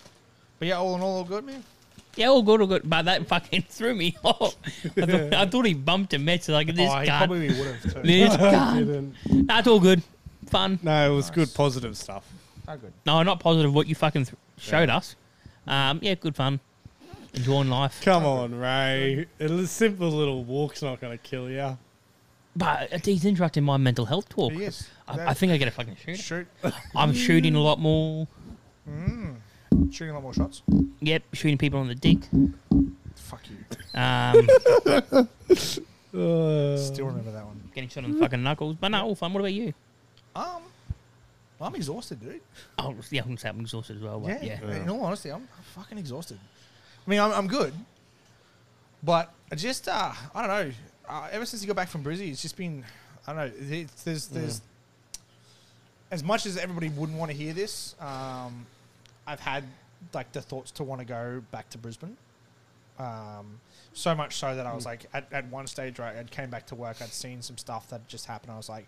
S1: But yeah, all in all, all good, man.
S2: Yeah, all good, all good. But that fucking [laughs] threw me off.
S1: [laughs]
S2: I thought, I thought he bumped a match like this
S1: oh, he
S2: cunt.
S1: probably would have too. [laughs]
S2: This cunt.
S3: Didn't.
S2: That's all good. Fun.
S3: No, it was
S1: Nice.
S3: good, positive stuff.
S1: Oh, good.
S2: No, not positive what you fucking th- showed us. Um, yeah, good fun. Enjoying life.
S3: Come on, Ray. A li- simple little walk's not going to kill you.
S2: But he's interrupting my mental health talk.
S1: He is.
S2: I, I think I get a
S1: [laughs]
S2: fucking shoot.
S1: shoot,
S2: I'm shooting a lot more.
S1: shooting a lot more shots.
S2: Yep, shooting people on the dick.
S1: Fuck you. [laughs]
S2: Um,
S1: Still remember that one.
S2: getting shot on the fucking knuckles. But no, all fun. What about you?
S1: Um, I'm exhausted, dude.
S2: Oh, yeah, I'm, I'm exhausted as well. But yeah.
S1: yeah. In all honesty, I'm, I'm fucking exhausted. I mean, I'm, I'm good, but I just uh, I don't know. Uh, ever since he got back from Brizzy, it's just been I don't know. It's, there's there's as much as everybody wouldn't want to hear this. Um, I've had like the thoughts to want to go back to Brisbane. Um, so much so that I was like, at, at one stage, right, I came back to work. I'd seen some stuff that just happened. I was like,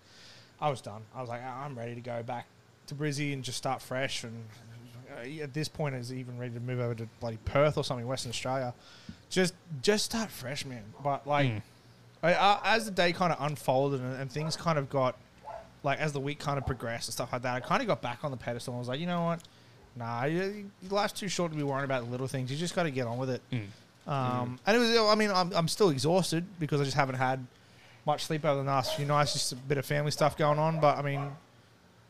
S1: I was done. I was like, "I- I'm ready to go back to Brizzy and just start fresh. And uh, at this point, I was even ready to move over to bloody Perth or something, Western Australia. Just, just start fresh, man. But like,
S2: Mm.
S1: I, I, as the day kind of unfolded and, and things kind of got, like, as the week kind of progressed and stuff like that, I kind of got back on the pedestal. and was like, you know what? Nah, you, your life's too short to be worrying about little things. You just got to get on with it.
S2: Mm.
S1: Um, And it was, I mean, I'm, I'm still exhausted because I just haven't had much sleep over the last few nights. Just a bit of family stuff going on, but I mean,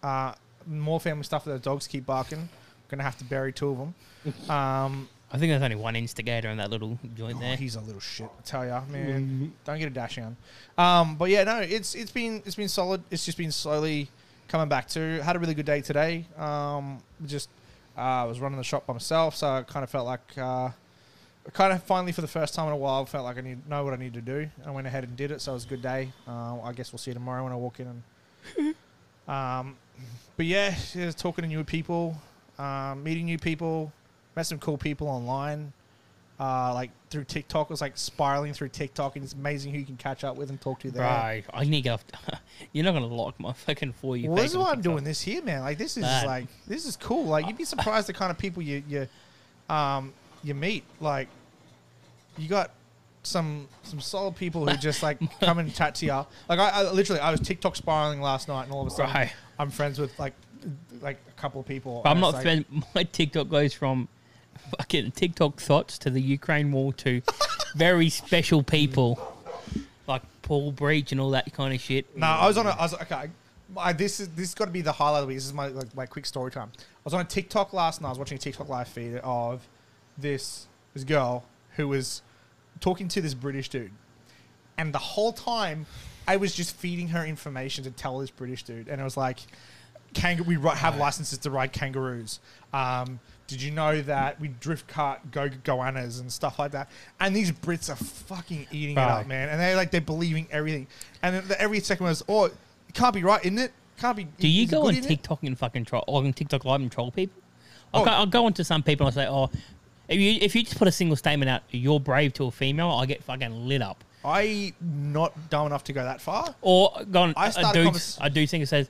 S1: uh, more family stuff that the dogs keep barking. Gonna have to bury two of them. Um,
S2: I think there's only one instigator in that little joint
S1: Oh,
S2: there.
S1: he's a little shit. I tell ya, man. Don't get a dash on. Um, but yeah, no, it's it's been it's been solid. It's just been slowly coming back to. Had a really good day today. Um, just uh, I was running the shop by myself, so I kind of felt like uh, I kind of finally for the first time in a while felt like I need know what I need to do. I went ahead and did it, so it was a good day. Uh, I guess we'll see you tomorrow when I walk in. And, um, but yeah, just talking to new people, um, meeting new people, met some cool people online. Uh, like through TikTok, it was like spiraling through TikTok, and it's amazing who you can catch up with and talk to there.
S2: Right, I need to go. [laughs] You're not gonna like my fucking for you.
S1: Well,
S2: page
S1: this is
S2: on
S1: why I'm
S2: TikTok.
S1: doing this here, man. Like this is
S2: Man.
S1: like this is cool. Like you'd be surprised the kind of people you you um you meet. Like you got some some solid people who just
S2: [laughs]
S1: like come and chat to you. Like I, I literally I was TikTok spiraling last night, and all of a sudden
S2: Right.
S1: I'm friends with like like a couple of people.
S2: But I'm
S1: and it's
S2: not
S1: like,
S2: spend [laughs] my TikTok goes from fucking TikTok thoughts to the Ukraine war
S1: [laughs]
S2: to very special people like Paul Breach and all that kind of shit.
S1: No, I was on a. I was okay. I, this is this got to be the highlight of the week. This is my like my quick story time. I was on a TikTok last night. I was watching a TikTok live feed of this this girl who was talking to this British dude, and the whole time I was just feeding her information to tell this British dude, and it was like, kangaroo. We ri- have licenses to ride kangaroos. Um, did you know that we drift cart go goannas and stuff like that? And these Brits are fucking eating it up,
S3: Right.
S1: man. And they like they're believing everything. And then the, every second was, oh, it can't be right, isn't it? Can't be.
S2: Do you
S1: is it
S2: go
S1: good,
S2: on
S1: isn't it?"
S2: TikTok and fucking troll, or on TikTok live and troll people? I'll,
S1: Oh.
S2: go, I'll go on to some people and I'll say, oh, if you, if you just put a single statement out, you're brave to a female, I get fucking lit up.
S1: I not dumb enough to go that far.
S2: Or gone,
S1: I
S2: I a,
S1: start a
S2: dude,
S1: convers-
S2: a dude singer says,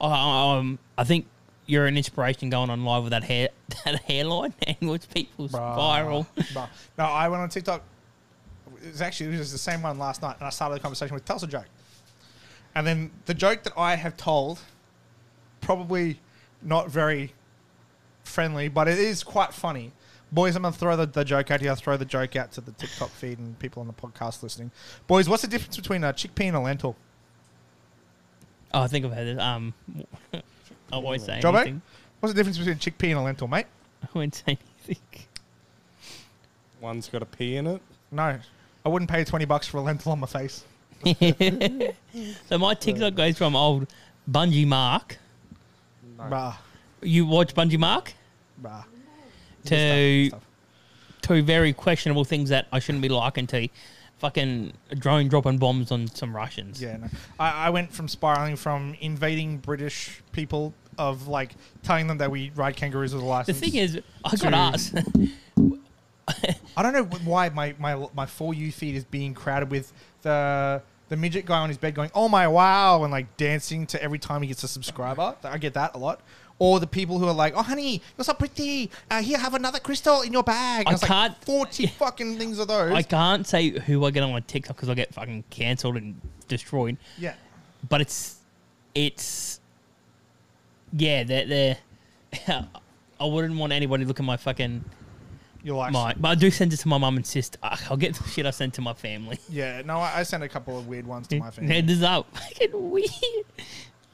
S2: oh, um, I think you're an inspiration going on live with that hair, [laughs] that hairline, [laughs] and which people's
S1: Bruh.
S2: viral.
S1: [laughs] Bruh. No, I went on TikTok. It was actually it was the same one last night, and I started the conversation with tell us a joke, and then the joke that I have told, probably not very friendly, but it is quite funny. Boys, I'm gonna throw the, the joke out here. I'll throw the joke out to the TikTok feed and people on the podcast listening. Boys, what's the difference between a chickpea and a lentil?
S2: [laughs] Oh, I think I've heard it. Um, [laughs] I won't say
S1: Jobbo,
S2: anything. [laughs]
S1: what's the difference between a chickpea and a lentil, mate?
S2: I won't say anything.
S3: One's got a P in it.
S1: No, I wouldn't pay twenty bucks for a lentil on my face.
S2: So my TikTok goes from old Bungie Mark.
S1: Bah,
S2: You watch Bungie Mark
S1: bah.
S2: to to very questionable things that I shouldn't be liking to. Fucking drone dropping bombs on some Russians.
S1: Yeah, no. I, I went from spiraling from invading British people of like telling them that we ride kangaroos with a
S2: The
S1: license.
S2: thing is, I
S1: Dude.
S2: got asked.
S1: I don't know wh- why my my my for you feed is being crowded with the the midget guy on his bed going, "Oh my wow," and like dancing to every time he gets a subscriber. I get that a lot. Or the people who are like, "Oh honey, you're so pretty. Uh, here, have another crystal in your bag." And
S2: I
S1: it's like
S2: can't- [laughs]
S1: forty fucking things of those.
S2: I can't say who I get on my TikTok because I get fucking cancelled and destroyed.
S1: yeah.
S2: but it's it's yeah they're, [laughs] they're I wouldn't want anybody to look at my fucking
S1: You're like,
S2: my but I do send it to my mum and sister Ugh, I'll get the shit I send to my family
S1: yeah, no, I, I sent a couple of weird ones to
S2: [laughs]
S1: my family.
S2: head is up fucking weird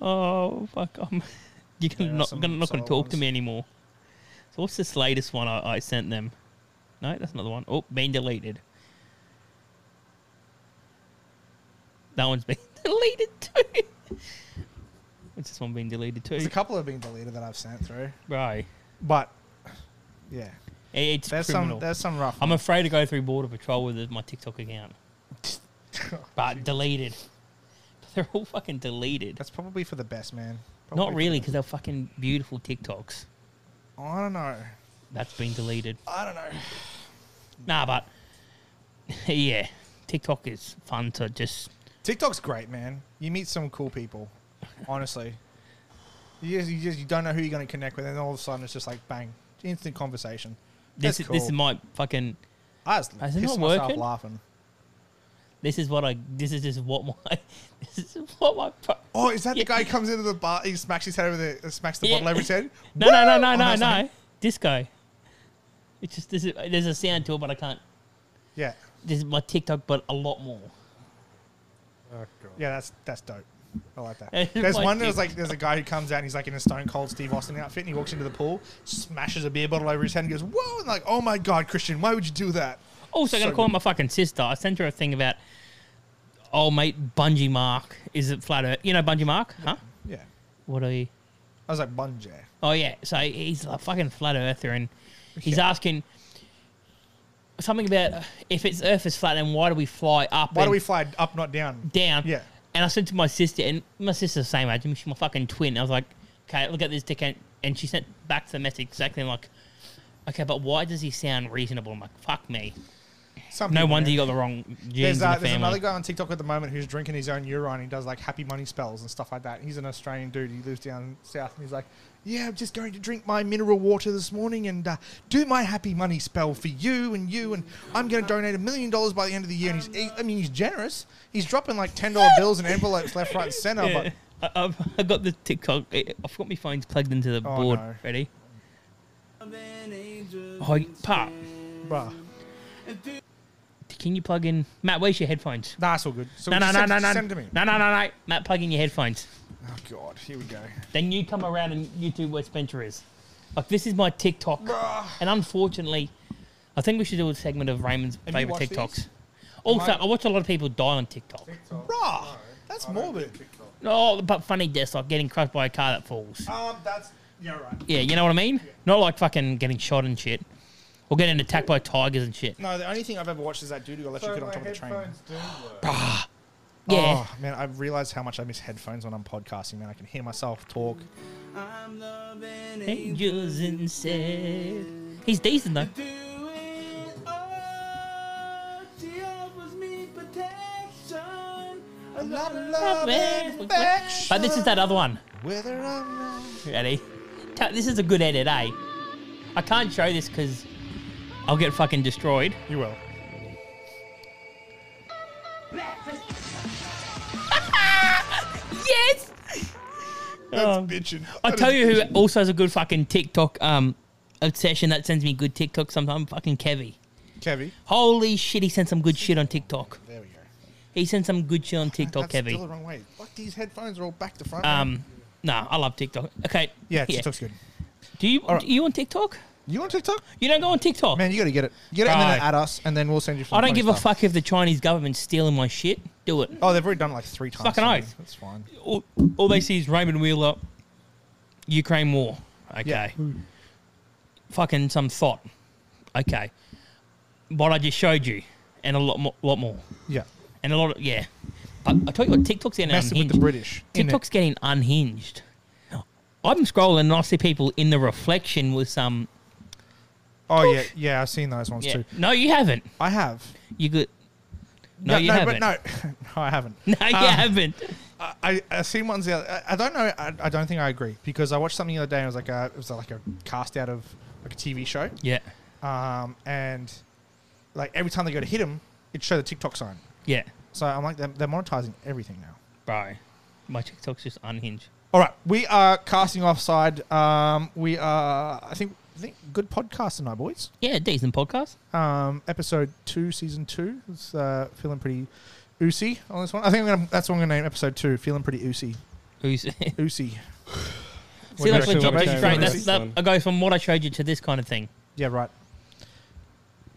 S2: oh fuck I'm [laughs] you're
S1: Yeah,
S2: gonna not
S1: some
S2: gonna not gonna
S1: solid
S2: talk to
S1: ones.
S2: me anymore so what's this latest one I, I sent them no that's not the one oh been deleted that one's [laughs] been deleted too what's this one being deleted too
S1: There's a couple that have been deleted that I've sent through,
S2: Right.
S1: but yeah,
S2: It's
S1: there's
S2: criminal.
S1: some there's some rough.
S2: I'm afraid to go through border patrol with my
S1: [laughs]
S2: TikTok account, but deleted. [laughs] But they're all fucking deleted.
S1: That's probably for the best, man. Probably
S2: Not
S1: for
S2: really,
S1: the-
S2: because they're fucking beautiful TikToks.
S1: I don't know.
S2: That's been deleted.
S1: I don't know.
S2: Nah, but [laughs] yeah, TikTok is fun to just.
S1: TikTok's great, man. You meet some cool people, honestly. You just, you just you don't know who you're going to connect with, and all of a sudden it's just like bang, instant conversation.
S2: This
S1: That's
S2: is this is
S1: cool.
S2: my fucking.
S1: I just
S2: Has it
S1: pissed
S2: not
S1: myself
S2: working?
S1: laughing.
S2: This is what I. This is just what [laughs] my. This is what my. pro-
S1: Oh, is that
S2: Yeah.
S1: the guy who comes into the bar? He smacks his head over the smacks the
S2: Yeah.
S1: bottle over his head.
S2: [laughs] No, no, no,
S1: Woo!
S2: no,
S1: Oh,
S2: no,
S1: it's not him.
S2: no. Disco. It's just this is, there's a sound to it, but I can't.
S1: Yeah,
S2: This is my TikTok, but a lot more.
S3: Oh, God.
S1: yeah, that's that's dope. I like
S2: [laughs]
S1: that.
S2: It's
S1: There's
S2: my
S1: one that was like there's a guy who comes out and he's like in a stone cold Steve Austin outfit and he walks into the pool, smashes a beer bottle over his head and goes, Whoa, and like, oh my god, Christian, why would you do that?
S2: Also, I got to
S1: So
S2: call my fucking sister. I sent her a thing about, oh, mate, Bungie Mark. Is it flat earth? You know Bungie Mark? Huh?
S1: Yeah.
S2: What are you?
S1: I was like, Bunjay.
S2: Oh yeah, so he's a fucking flat earther, and he's asking something about uh, if it's Earth is flat, then why do we fly up?
S1: Why do
S2: and
S1: we fly up, not down?
S2: down?
S1: Yeah.
S2: And I said to my sister, and my sister's the same age, and she's my fucking twin. I was like, okay, look at this dickhead, and she sent back the message exactly like, okay, but why does he sound reasonable? I'm like, fuck me.
S1: Some
S2: No
S1: people
S2: wonder
S1: do.
S2: you got the wrong genes
S1: There's, uh,
S2: in the
S1: there's another
S2: family.
S1: guy on TikTok at the moment who's drinking his own urine. He does like happy money spells and stuff like that. He's an Australian dude. He lives down south, and he's like, "Yeah, I'm just going to drink my mineral water this morning and uh, do my happy money spell for you and you, and I'm going to donate a million dollars by the end of the year." And he's, he, I mean, he's generous. He's dropping like ten
S2: [laughs]
S1: dollar bills and envelopes left, right, and center. But
S2: I, I've, [laughs] I got the TikTok. I- I've got my phone's plugged into the
S1: Oh,
S2: board.
S1: no.
S2: Ready? Oh, Pat,
S1: bruh,
S2: can you plug in? Matt, where's your headphones?
S1: nah, it's all good. So
S2: No, no,
S1: just
S2: no,
S1: send,
S2: no, no,
S1: send it to me.
S2: no, no, no, no. Matt, plug in your headphones.
S1: Oh god, here we go.
S2: Then you come around and you do where Spencer is. Like this is my TikTok, and unfortunately, I think we should do a segment of Raymond's
S1: Have you
S2: favorite
S1: watched
S2: TikToks.
S1: these?
S2: Also,
S1: Mine-
S2: I watch a lot of people die on TikTok.
S1: Bruh, that's morbid.
S2: Oh, but funny deaths like getting crushed by a car that falls.
S1: Um, that's yeah, right.
S2: Yeah, you know what I mean. Not like fucking getting shot and shit, or getting attacked by tigers and shit.
S1: No, the only thing I've ever watched is that dude who got electrocuted on top of the train.
S2: Yeah,
S1: Oh, man, I've realized how much I miss headphones when I'm podcasting, man. I can hear myself talk.
S2: angels instead. He's decent though.
S1: A lot of
S2: love and affection. But this is that other one.
S1: Whether I'm wrong.
S2: Ready? Ta- This is a good edit, eh? I can't show this because I'll get fucking destroyed.
S1: You will.
S2: Yes!
S1: That's
S2: Oh.
S1: bitching.
S2: I tell you who also has a good fucking TikTok um, obsession that sends me good TikTok sometimes. Fucking Kevy.
S1: Kevy.
S2: Holy shit, he sent some good shit on TikTok.
S1: There we go.
S2: He sent some good shit on TikTok,
S1: That's still the
S2: Kevy.
S1: wrong way. Fuck, these headphones are all back to front.
S2: Um, nah, I love TikTok. Okay.
S1: yeah, TikTok's good.
S2: Do you,
S1: Alright.
S2: do you on TikTok?
S1: You on TikTok?
S2: You don't go on TikTok.
S1: Man, you gotta get it. Get it and then
S2: Bro.
S1: add us, and then we'll send you. some
S2: I don't
S1: funny
S2: give a
S1: stuff.
S2: fuck if the Chinese government's stealing my shit. Do it.
S1: Oh, they've already done it like three times.
S2: Fucking
S1: already.
S2: oath.
S1: That's fine.
S2: all, all they see is Raymond Wheeler, Ukraine war. Okay.
S1: Hmm.
S2: Fucking some thought. Okay. What I just showed you, and a lot more, lot more,
S1: Yeah.
S2: and a lot of yeah. But I tell you what, TikTok's getting
S1: Messing with
S2: unhinged.
S1: the British. innit?
S2: TikTok's getting unhinged. I'm scrolling and I see people in the reflection with some.
S1: Oh yeah, yeah. I've seen those ones
S2: Yeah.
S1: too.
S2: No, you haven't.
S1: I have.
S2: You good? No, you haven't.
S1: But no, [laughs] no, I haven't.
S2: [laughs] no, you
S1: Um,
S2: haven't.
S1: I, I I seen ones the other. I, I don't know. I, I don't think I agree because I watched something the other day. And it was like a, it was like a cast out of like a TV show,
S2: Yeah,
S1: um, and like every time they go to hit him, it showed the TikTok sign.
S2: yeah,
S1: So I'm like, they're, they're monetizing everything now.
S2: bro. My TikTok's just unhinged.
S1: All right, we are casting offside. Um, we are, I think, I think good podcast tonight, boys.
S2: Yeah, decent podcast.
S1: Um, episode two, season two. It's uh, feeling pretty oosy on this one. I think I'm gonna, that's what I'm gonna name episode two. Feeling pretty oosy,
S2: Who's [laughs]
S1: oosy.
S2: See, like
S3: Actually,
S2: when
S3: what
S2: job
S3: I
S2: just
S3: showed
S2: straight,
S3: you
S2: that's
S3: was
S2: that.
S3: fun.
S2: I go from what I showed you to this kind of thing.
S1: Yeah, right.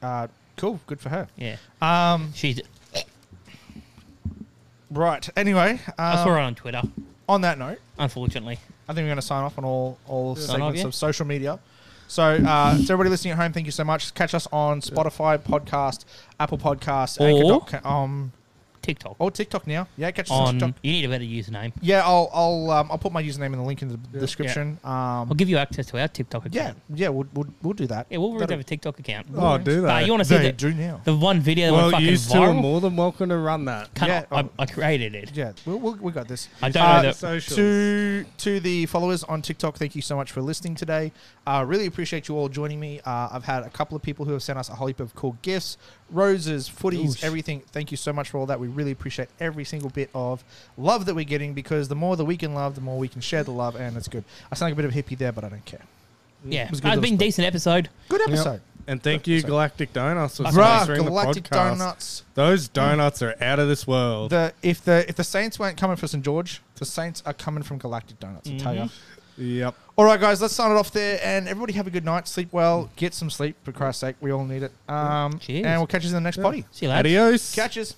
S1: Uh, cool. Good for her.
S2: Yeah,
S1: Um,
S2: she's.
S1: right. Anyway,
S2: I
S1: um,
S2: saw her on Twitter.
S1: on that note,
S2: Unfortunately,
S1: I think we're going to sign off on all all
S2: Sign
S1: segments
S2: off, yeah.
S1: of social media. So, uh, to everybody listening at home, thank you so much. Catch us on Spotify, podcast, Apple Podcast,
S2: Or-
S1: Anchor. Um,
S2: TikTok
S1: or TikTok now. Yeah, catch us on
S2: on.
S1: TikTok.
S2: You need a better username.
S1: Yeah, I'll I'll um, I'll put my username in the link in the description.
S2: I'll
S1: Um,
S2: give you access to our TikTok account.
S1: yeah, yeah, we'll we'll, we'll do that.
S2: yeah. We'll already
S1: That'll-
S2: have a TikTok account.
S4: Oh, do
S2: But
S4: that.
S2: you want to see
S1: They
S2: the,
S1: do now.
S2: the one video that
S4: well,
S2: went fucking
S4: you two are
S2: viral?
S4: more than welcome to run that.
S2: Cunt,
S1: Yeah,
S2: I,
S1: oh.
S2: I created it.
S1: Yeah, we we'll, we got this.
S2: I don't
S1: Uh,
S2: know that.
S4: Socials.
S1: to to the followers on TikTok, thank you so much for listening today. Uh, really appreciate you all joining me. Uh, I've had a couple of people who have sent us a whole heap of cool gifts, roses, footies,
S2: Oosh.
S1: everything. Thank you so much for all that. We really appreciate every single bit of love that we're getting because the more that we can love, the more we can share the love, and it's good. I sound like a bit of a hippie there, but I don't care.
S2: yeah,
S1: was a good
S2: it's
S1: little
S2: been a
S1: spot.
S2: decent episode.
S1: Good
S4: Yep.
S1: episode.
S4: And thank you, Galactic Donuts, for
S1: Bruh,
S4: sponsoring
S1: Galactic
S4: the podcast.
S1: Donuts.
S4: Those donuts are out of this world.
S1: The if the if the Saints weren't coming from St George, the Saints are coming from Galactic Donuts. I tell you.
S2: Mm-hmm.
S4: yep.
S1: All right, guys, let's sign it off there, and everybody have a good night. Sleep well, get some sleep for Christ's sake. We all need it. Um,
S2: Cheers.
S1: and we'll catch you in the next potty.
S2: See you later.
S4: Adios.
S1: Catches.